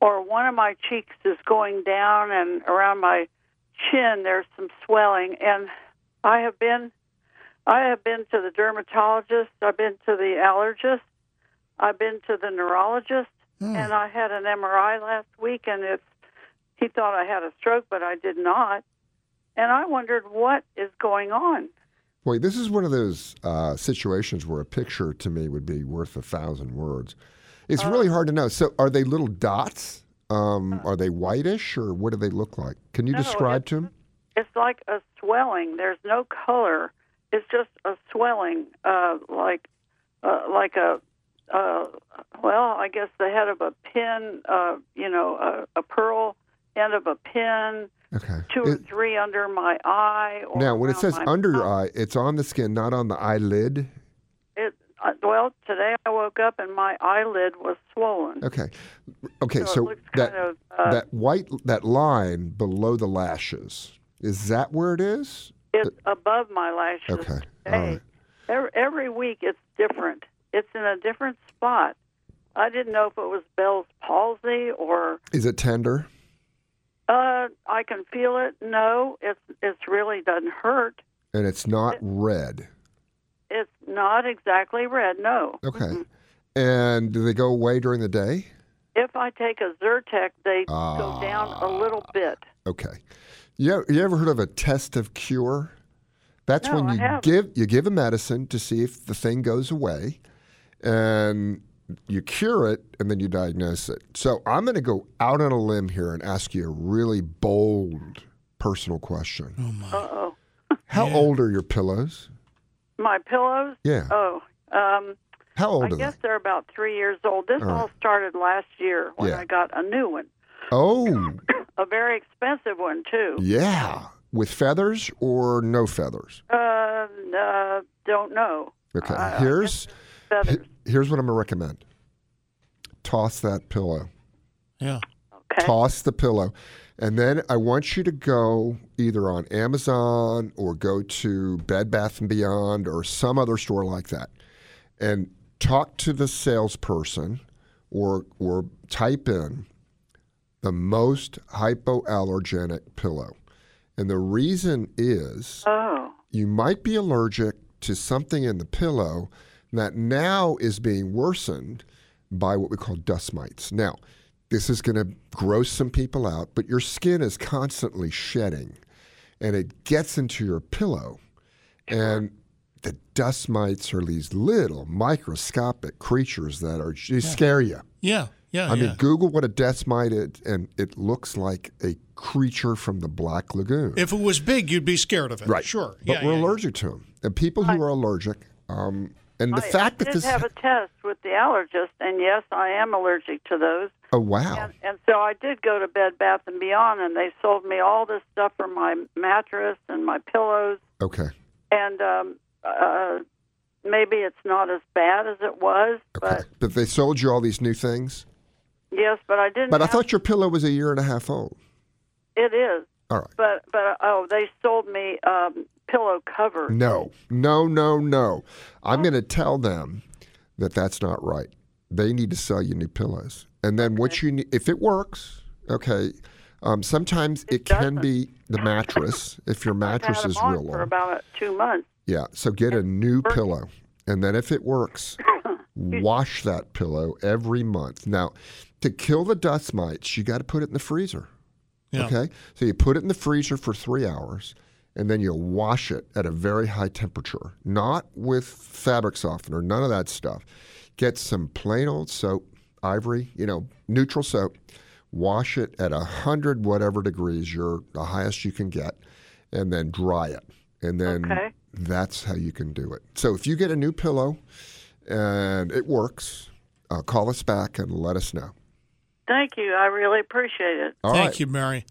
[SPEAKER 14] or one of my cheeks is going down and around my chin. There's some swelling, and I have been I have been to the dermatologist, I've been to the allergist, I've been to the neurologist,
[SPEAKER 4] Mm.
[SPEAKER 14] and I had an MRI last week, and it's he thought I had a stroke, but I did not. And I wondered what is going on.
[SPEAKER 4] Boy, this is one of those uh, situations where a picture to me would be worth a thousand words. It's really
[SPEAKER 14] Oh.
[SPEAKER 4] hard to know. So, are they little dots? Um, are they whitish, or what do they look like? Can you
[SPEAKER 14] No,
[SPEAKER 4] describe to them?
[SPEAKER 14] It's like a swelling. There's no color. It's just a swelling, uh, like uh, like a uh, well, I guess the head of a pin, uh, you know, a, a pearl end of a pin,
[SPEAKER 4] Okay.
[SPEAKER 14] two or
[SPEAKER 4] It-
[SPEAKER 14] three under my eye. Or
[SPEAKER 4] now, when it
[SPEAKER 14] around
[SPEAKER 4] says
[SPEAKER 14] my
[SPEAKER 4] under your eye, it's on the skin, not on the eyelid.
[SPEAKER 14] It, uh, well, today I woke up and my eyelid was swollen.
[SPEAKER 4] Okay. Okay, so,
[SPEAKER 14] So it looks
[SPEAKER 4] that
[SPEAKER 14] kind of, uh,
[SPEAKER 4] that white that line below the lashes is that where it is?
[SPEAKER 14] It's above my lashes.
[SPEAKER 4] Okay. All
[SPEAKER 14] Hey,
[SPEAKER 4] right.
[SPEAKER 14] every, every week it's different. It's in a different spot. I didn't know if it was Bell's palsy or
[SPEAKER 4] Is it tender?
[SPEAKER 14] uh, I can feel it. No, it's it's really doesn't hurt.
[SPEAKER 4] And it's not red.
[SPEAKER 14] It's not exactly red. No.
[SPEAKER 4] Okay.
[SPEAKER 14] Mm-hmm.
[SPEAKER 4] And do they go away during the day?
[SPEAKER 14] If I take a Zyrtec, they
[SPEAKER 4] Ah.
[SPEAKER 14] go down a little bit.
[SPEAKER 4] Okay. You, you ever heard of a test of cure? That's
[SPEAKER 14] No,
[SPEAKER 4] when
[SPEAKER 14] I
[SPEAKER 4] you
[SPEAKER 14] haven't.
[SPEAKER 4] give you give a medicine to see if the thing goes away, and you cure it, and then you diagnose it. So I'm going to go out on a limb here and ask you a really bold personal question.
[SPEAKER 3] Oh my!
[SPEAKER 14] Uh oh.
[SPEAKER 4] How old are your pillows?
[SPEAKER 14] My pillows?
[SPEAKER 4] Yeah.
[SPEAKER 14] Oh, um,
[SPEAKER 4] How old
[SPEAKER 14] I
[SPEAKER 4] are
[SPEAKER 14] guess they're about three years old. This
[SPEAKER 4] All right.
[SPEAKER 14] all started last year when
[SPEAKER 4] Yeah.
[SPEAKER 14] I got a new one,
[SPEAKER 4] they? Oh,
[SPEAKER 14] a very expensive one too.
[SPEAKER 4] yeah. With feathers or no feathers?
[SPEAKER 14] Uh, uh, don't know.
[SPEAKER 4] Okay.
[SPEAKER 14] I- I
[SPEAKER 4] here's
[SPEAKER 14] guess feathers.
[SPEAKER 4] here's what I'm going to recommend. Toss that pillow.
[SPEAKER 3] Yeah.
[SPEAKER 4] Toss the pillow. And then I want you to go either on Amazon or go to Bed Bath and Beyond or some other store like that and talk to the salesperson or or type in the most hypoallergenic pillow. And the reason is
[SPEAKER 14] Oh.
[SPEAKER 4] you might be allergic to something in the pillow that now is being worsened by what we call dust mites. Now, this is going to gross some people out, but your skin is constantly shedding and it gets into your pillow. And the dust mites are these little microscopic creatures that are they scare you.
[SPEAKER 3] Yeah, yeah.
[SPEAKER 4] I
[SPEAKER 3] yeah.
[SPEAKER 4] mean, Google what a dust mite is, and it looks like a creature from the Black Lagoon.
[SPEAKER 3] if it was big, you'd be scared of it.
[SPEAKER 4] right.
[SPEAKER 3] Sure.
[SPEAKER 4] But
[SPEAKER 3] yeah,
[SPEAKER 4] we're
[SPEAKER 3] yeah.
[SPEAKER 4] allergic to them. And people who are allergic, um, and the
[SPEAKER 14] I,
[SPEAKER 4] fact
[SPEAKER 14] I
[SPEAKER 4] that
[SPEAKER 14] did
[SPEAKER 4] this.
[SPEAKER 14] have a test with the allergist, and yes, I am allergic to those.
[SPEAKER 4] oh, wow.
[SPEAKER 14] And, and so I did go to Bed Bath and Beyond, and they sold me all this stuff for my mattress and my pillows,
[SPEAKER 4] Okay.
[SPEAKER 14] and um, uh, maybe it's not as bad as it was. But
[SPEAKER 4] But they sold you all these new things.
[SPEAKER 14] yes, but I didn't.
[SPEAKER 4] But I
[SPEAKER 14] have-
[SPEAKER 4] thought your pillow was a year and a half old.
[SPEAKER 14] it is.
[SPEAKER 4] All right.
[SPEAKER 14] But but oh, they sold me um, pillow covers.
[SPEAKER 4] No, no, no, no. I'm going to tell them that that's not right. They need to sell you new pillows. And then what you need, if it works, okay. Um, sometimes it, can be the mattress if your mattress is real
[SPEAKER 14] for
[SPEAKER 4] old.
[SPEAKER 14] about two months.
[SPEAKER 4] Yeah. So get a new pillow, and then if it
[SPEAKER 14] [coughs]
[SPEAKER 4] works, wash that pillow every month. Now, to kill the dust mites, you got to put it in the freezer.
[SPEAKER 3] Yeah.
[SPEAKER 4] Okay. So you put it in the freezer for three hours, and then you wash it at a very high temperature, not with fabric softener, none of that stuff. Get some plain old soap, ivory, you know, neutral soap. Wash it at a hundred whatever degrees, your the highest you can get, and then dry it, and then
[SPEAKER 14] Okay.
[SPEAKER 4] that's how you can do it. So if you get a new pillow and it works, uh, call us back and let us know.
[SPEAKER 14] Thank you. I really appreciate it.
[SPEAKER 4] All
[SPEAKER 3] Thank
[SPEAKER 4] right.
[SPEAKER 3] you, Mary.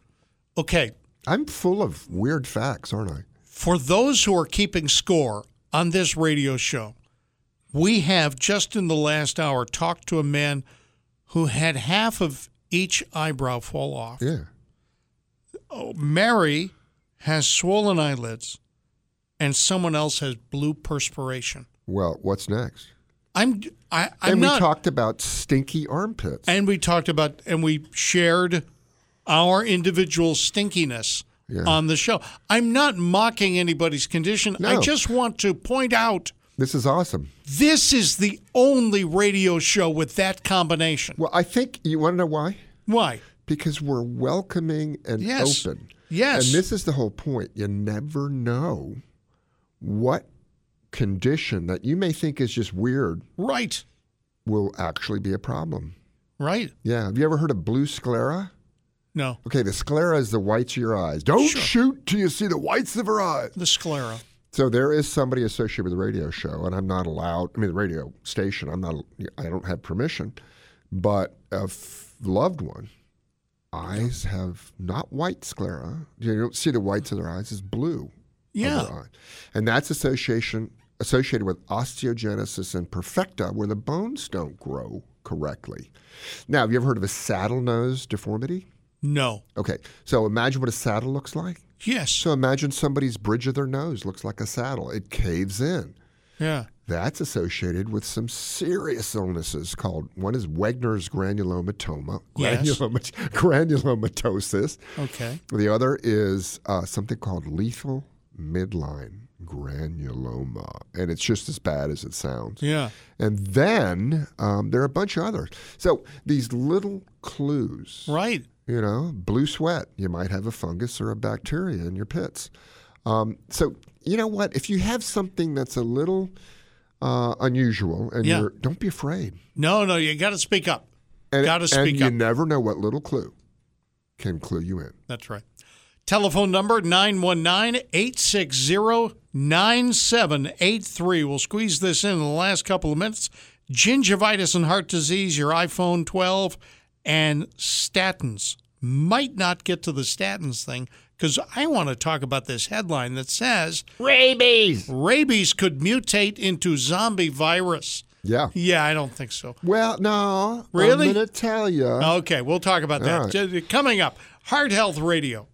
[SPEAKER 3] Okay.
[SPEAKER 4] I'm full of weird facts, aren't I?
[SPEAKER 3] For those who are keeping score on this radio show, we have just in the last hour talked to a man who had half of each eyebrow fall off.
[SPEAKER 4] Yeah.
[SPEAKER 3] Oh, Mary has swollen eyelids, and someone else has blue perspiration.
[SPEAKER 4] Well, what's next?
[SPEAKER 3] I'm I, I'm
[SPEAKER 4] and
[SPEAKER 3] not.
[SPEAKER 4] we talked about stinky armpits.
[SPEAKER 3] and we talked about and we shared our individual stinkiness
[SPEAKER 4] Yeah.
[SPEAKER 3] on the show. I'm not mocking anybody's condition. I
[SPEAKER 4] No.
[SPEAKER 3] just want to point out
[SPEAKER 4] This is awesome.
[SPEAKER 3] this is the only radio show with that combination.
[SPEAKER 4] Well, I think you want to know why?
[SPEAKER 3] Why?
[SPEAKER 4] Because we're welcoming and
[SPEAKER 3] Yes.
[SPEAKER 4] open.
[SPEAKER 3] Yes.
[SPEAKER 4] And this is the whole point. You never know what condition that you may think is just weird
[SPEAKER 3] Right.
[SPEAKER 4] will actually be a problem.
[SPEAKER 3] Right.
[SPEAKER 4] Yeah. Have you ever heard of blue sclera?
[SPEAKER 3] No.
[SPEAKER 4] Okay, the sclera is the whites of your eyes. Don't
[SPEAKER 3] Sure.
[SPEAKER 4] shoot till you see the whites of her eyes.
[SPEAKER 3] The sclera.
[SPEAKER 4] So there is somebody associated with the radio show, and I'm not allowed. I mean, the radio station. I'm not. I don't have permission. But a f- loved one, eyes have not white sclera. You don't see the whites of their eyes. It's blue. of
[SPEAKER 3] Yeah.
[SPEAKER 4] their eye. and that's association associated with osteogenesis imperfecta, where the bones don't grow correctly. Now, have you ever heard of a saddle nose deformity?
[SPEAKER 3] No.
[SPEAKER 4] Okay, so imagine what a saddle looks like.
[SPEAKER 3] Yes.
[SPEAKER 4] So imagine somebody's bridge of their nose looks like a saddle. It caves in.
[SPEAKER 3] Yeah.
[SPEAKER 4] That's associated with some serious illnesses called one is Wegener's granulomatoma,
[SPEAKER 3] Yes.
[SPEAKER 4] granulomat- [laughs] granulomatosis.
[SPEAKER 3] Okay.
[SPEAKER 4] The other is uh, something called lethal midline granuloma, and it's just as bad as it sounds.
[SPEAKER 3] Yeah.
[SPEAKER 4] And then um, there are a bunch of others. So these little clues,
[SPEAKER 3] Right.
[SPEAKER 4] you know, blue sweat, you might have a fungus or a bacteria in your pits. Um, so you know what? If you have something that's a little uh, unusual, and
[SPEAKER 3] Yeah.
[SPEAKER 4] you're, don't be afraid.
[SPEAKER 3] No, no, you got to speak up.
[SPEAKER 4] And,
[SPEAKER 3] Gotta
[SPEAKER 4] and
[SPEAKER 3] speak
[SPEAKER 4] you
[SPEAKER 3] up.
[SPEAKER 4] never know what little clue can clue you in.
[SPEAKER 3] That's right. Telephone number 919-860-9783. We'll squeeze this in in the last couple of minutes. Gingivitis and heart disease, your iPhone 12 and statins. Might not get to the statins thing cuz I want to talk about this headline that says
[SPEAKER 4] rabies.
[SPEAKER 3] Rabies could mutate into zombie virus.
[SPEAKER 4] Yeah.
[SPEAKER 3] Yeah, I don't think so.
[SPEAKER 4] Well, no.
[SPEAKER 3] Really? Oh.
[SPEAKER 4] I'm going to tell you.
[SPEAKER 3] Okay, we'll talk about
[SPEAKER 4] All
[SPEAKER 3] that. Coming up, Heart Health Radio.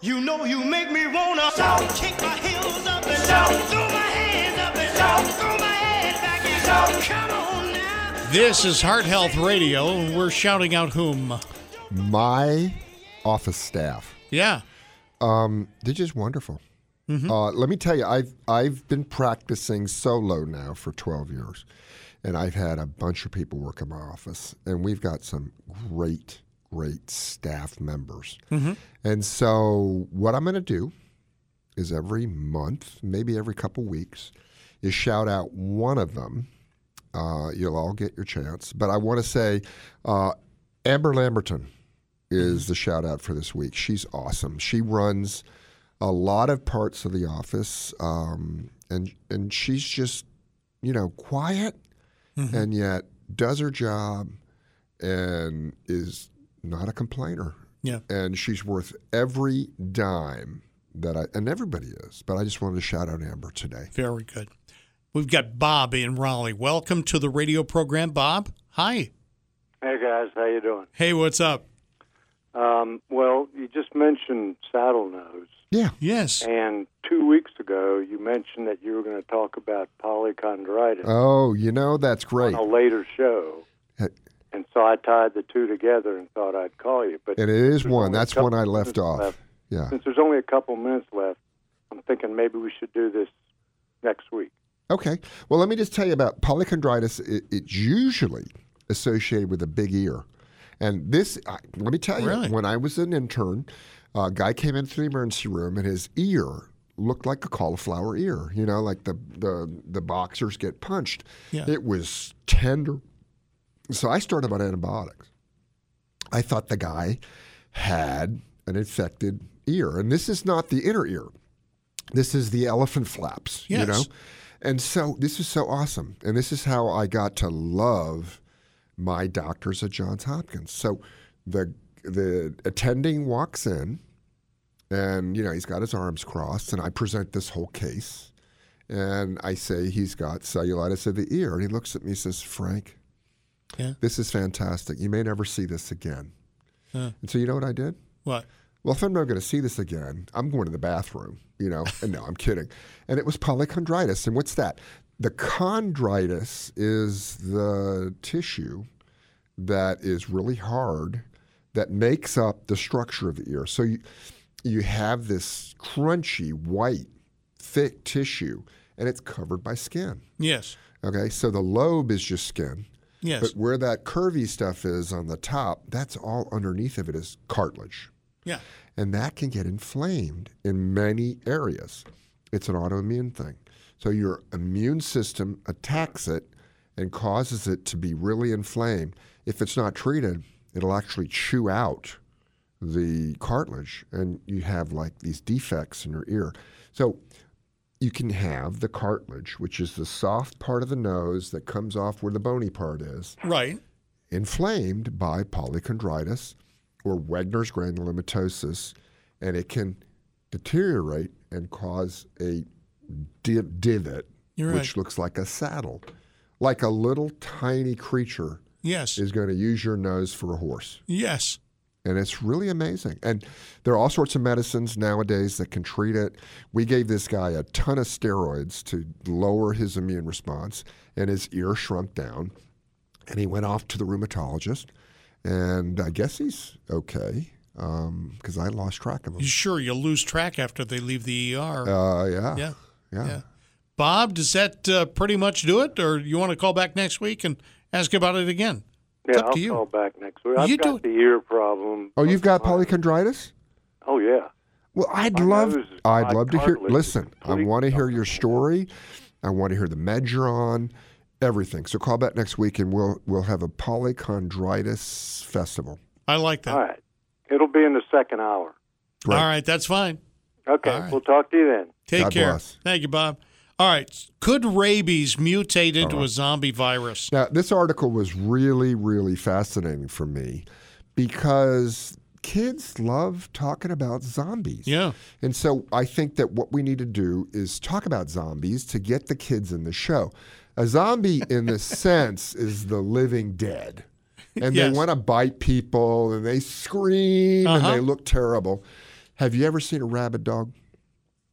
[SPEAKER 2] You know you make me wanna shout, kick my heels up and shout, throw my hands up and shout, throw my head back and shout. Come on now.
[SPEAKER 3] This is Heart Health Radio. We're shouting out whom?
[SPEAKER 4] My office staff.
[SPEAKER 3] Yeah.
[SPEAKER 4] Um, they're just wonderful. Uh, let me tell you, I've I've been practicing solo now for 12 years, and I've had a bunch of people work in my office, and we've got some great, great staff members.
[SPEAKER 3] Mm-hmm.
[SPEAKER 4] And so, what I'm going to do is every month, maybe every couple weeks, is shout out one of them. Uh, you'll all get your chance. But I want to say uh, Amber Lamberton is the shout out for this week. She's awesome. She runs a lot of parts of the office, um, and and she's just you know quiet,
[SPEAKER 3] Mhm.
[SPEAKER 4] and yet does her job, and is not a complainer.
[SPEAKER 3] Yeah.
[SPEAKER 4] and she's worth every dime that I and everybody is. But I just wanted to shout out Amber today.
[SPEAKER 3] Very good. We've got Bob in Raleigh. Welcome to the radio program, Bob. Hi.
[SPEAKER 15] Hey guys, how you doing?
[SPEAKER 3] Hey, what's up?
[SPEAKER 15] Um, well, you just mentioned saddle nose,
[SPEAKER 4] Yeah.
[SPEAKER 3] Yes.
[SPEAKER 15] and two weeks ago you mentioned that you were going to talk about polychondritis
[SPEAKER 4] Oh, you know that's great.
[SPEAKER 15] on a later show,
[SPEAKER 4] Hey.
[SPEAKER 15] and so I tied the two together and thought I'd call you. But
[SPEAKER 4] And it is
[SPEAKER 15] there's
[SPEAKER 4] one.
[SPEAKER 15] only a
[SPEAKER 4] That's
[SPEAKER 15] couple
[SPEAKER 4] one I
[SPEAKER 15] minutes
[SPEAKER 4] left off.
[SPEAKER 15] left.
[SPEAKER 4] Yeah.
[SPEAKER 15] Since there's only a couple minutes left, I'm thinking maybe we should do this next week.
[SPEAKER 4] Okay. Well, let me just tell you about polychondritis. It, it's usually associated with a big ear. And this, I, let me tell you, when I was an intern, a guy came into the emergency room and his ear looked like a cauliflower ear, you know, like the, the, the boxers get punched.
[SPEAKER 3] Yeah.
[SPEAKER 4] It was tender. So I started on antibiotics. I thought the guy had an infected ear. And this is not the inner ear. This is the elephant flaps, you
[SPEAKER 3] Yes.
[SPEAKER 4] know? And so this is so awesome. And this is how I got to love my doctors at Johns Hopkins. So the the attending walks in and you know, he's got his arms crossed and I present this whole case and I say he's got cellulitis of the ear and he looks at me and says, "Frank,
[SPEAKER 3] Yeah.
[SPEAKER 4] this is fantastic. You may never see this again."
[SPEAKER 3] Huh.
[SPEAKER 4] And so you know what I did?
[SPEAKER 3] Uh, What?
[SPEAKER 4] Well, if I'm not going to see this again, I'm going to the bathroom, you know. And no, I'm kidding. And it was polychondritis. And what's that? The chondritis is the tissue that is really hard that makes up the structure of the ear. So you, you have this crunchy, white, thick tissue, and it's covered by skin.
[SPEAKER 3] Yes.
[SPEAKER 4] Okay, so the lobe is just skin.
[SPEAKER 3] Yes.
[SPEAKER 4] But where that curvy stuff is on the top, that's all underneath of it is cartilage.
[SPEAKER 3] Yeah.
[SPEAKER 4] And that can get inflamed in many areas. It's an autoimmune thing. So your immune system attacks it and causes it to be really inflamed. If it's not treated, it'll actually chew out the cartilage and you have like these defects in your ear. So you can have the cartilage, which is the soft part of the nose that comes off where the bony part is,
[SPEAKER 3] Right.
[SPEAKER 4] inflamed by polychondritis or Wegener's granulomatosis, and it can deteriorate and cause a div- divot,
[SPEAKER 3] You're right.
[SPEAKER 4] which looks like a saddle, like a little tiny creature.
[SPEAKER 3] Yes.
[SPEAKER 4] is going to use your nose for a horse.
[SPEAKER 3] Yes.
[SPEAKER 4] And it's really amazing. And there are all sorts of medicines nowadays that can treat it. We gave this guy a ton of steroids to lower his immune response, and his ear shrunk down. And he went off to the rheumatologist, and I guess he's okay because I lost track of him.
[SPEAKER 3] You sure you'll lose track after they leave the ER?
[SPEAKER 4] Uh, yeah.
[SPEAKER 3] Yeah.
[SPEAKER 4] Yeah.
[SPEAKER 3] Bob, does that uh, pretty much do it, or you want to call back next week and ask about it again?
[SPEAKER 15] Yeah,
[SPEAKER 3] up
[SPEAKER 15] I'll
[SPEAKER 3] to you.
[SPEAKER 15] call back next week. I've
[SPEAKER 3] You
[SPEAKER 15] got
[SPEAKER 3] do
[SPEAKER 15] the ear problem.
[SPEAKER 4] Oh, you've got polychondritis?
[SPEAKER 15] Oh yeah.
[SPEAKER 4] Well, I'd
[SPEAKER 15] My
[SPEAKER 4] love,
[SPEAKER 15] nose is-
[SPEAKER 4] I'd
[SPEAKER 15] my
[SPEAKER 4] love to hear.
[SPEAKER 15] cartilage is
[SPEAKER 4] Listen, I want to hear your story. I want to hear the med you're on, everything. So call back next week, and we'll we'll have a polychondritis festival.
[SPEAKER 3] I like that.
[SPEAKER 15] All right. It'll be in the second hour.
[SPEAKER 4] Right.
[SPEAKER 3] All right, that's fine.
[SPEAKER 15] Okay. We'll talk to you then.
[SPEAKER 3] Take
[SPEAKER 4] God
[SPEAKER 3] care.
[SPEAKER 4] bless.
[SPEAKER 3] Thank you, Bob. All right. Could rabies mutate into a zombie virus?
[SPEAKER 4] Now, this article was really, really fascinating for me because kids love talking about zombies.
[SPEAKER 3] Yeah.
[SPEAKER 4] And so I think that what we need to do is talk about zombies to get the kids in the show. A zombie, in
[SPEAKER 3] [laughs]
[SPEAKER 4] the sense, is the living dead. And
[SPEAKER 3] Yes.
[SPEAKER 4] they want to bite people and they scream
[SPEAKER 3] Uh-huh.
[SPEAKER 4] and they look terrible. Have you ever seen a rabid dog?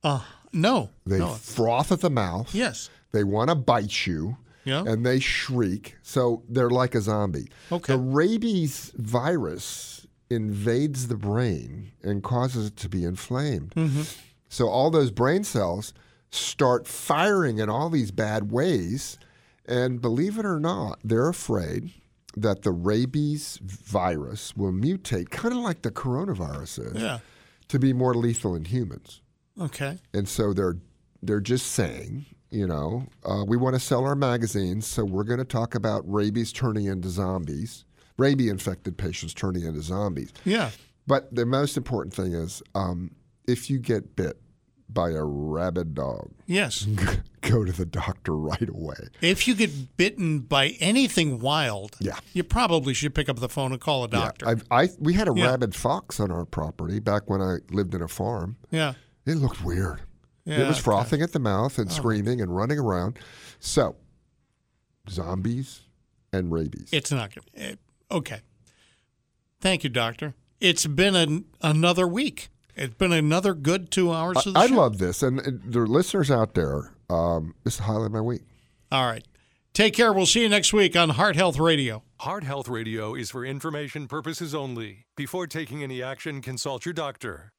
[SPEAKER 3] Uh, no.
[SPEAKER 4] They
[SPEAKER 3] no.
[SPEAKER 4] froth at the mouth.
[SPEAKER 3] Yes.
[SPEAKER 4] They want to bite you.
[SPEAKER 3] Yeah.
[SPEAKER 4] And they shriek. So they're like a zombie. Okay. The rabies virus invades the brain and causes it to be inflamed.
[SPEAKER 3] Mm-hmm.
[SPEAKER 4] So all those brain cells start firing in all these bad ways. And believe it or not, they're afraid that the rabies virus will mutate, kind of like the coronavirus is,
[SPEAKER 3] Yeah.
[SPEAKER 4] to be more lethal in humans.
[SPEAKER 3] Okay.
[SPEAKER 4] And so they're they're just saying, you know, uh, we want to sell our magazines, so we're going to talk about rabies turning into zombies, rabies infected patients turning into zombies.
[SPEAKER 3] Yeah.
[SPEAKER 4] But the most important thing is, um, if you get bit by a rabid dog, [laughs]
[SPEAKER 3] Yes.
[SPEAKER 4] go to the doctor right away.
[SPEAKER 3] If you get bitten by anything wild,
[SPEAKER 4] Yeah.
[SPEAKER 3] you probably should pick up the phone and call a
[SPEAKER 4] Yeah,
[SPEAKER 3] doctor.
[SPEAKER 4] I've, I we had a
[SPEAKER 3] Yeah.
[SPEAKER 4] rabid fox on our property back when I lived in a farm.
[SPEAKER 3] Yeah.
[SPEAKER 4] It looked weird.
[SPEAKER 3] Yeah,
[SPEAKER 4] it was
[SPEAKER 3] okay.
[SPEAKER 4] frothing at the mouth and
[SPEAKER 3] Oh.
[SPEAKER 4] screaming and running around. So, zombies and rabies.
[SPEAKER 3] It's not going to. Okay. Thank you, doctor. It's been an, another week. It's been another good two hours
[SPEAKER 4] I,
[SPEAKER 3] of the
[SPEAKER 4] I
[SPEAKER 3] show.
[SPEAKER 4] love this, and uh, the listeners out there, um, this is the highlight of my week.
[SPEAKER 3] All right. Take care. We'll see you next week on Heart Health Radio.
[SPEAKER 1] Heart Health Radio is for information purposes only. Before taking any action, consult your doctor.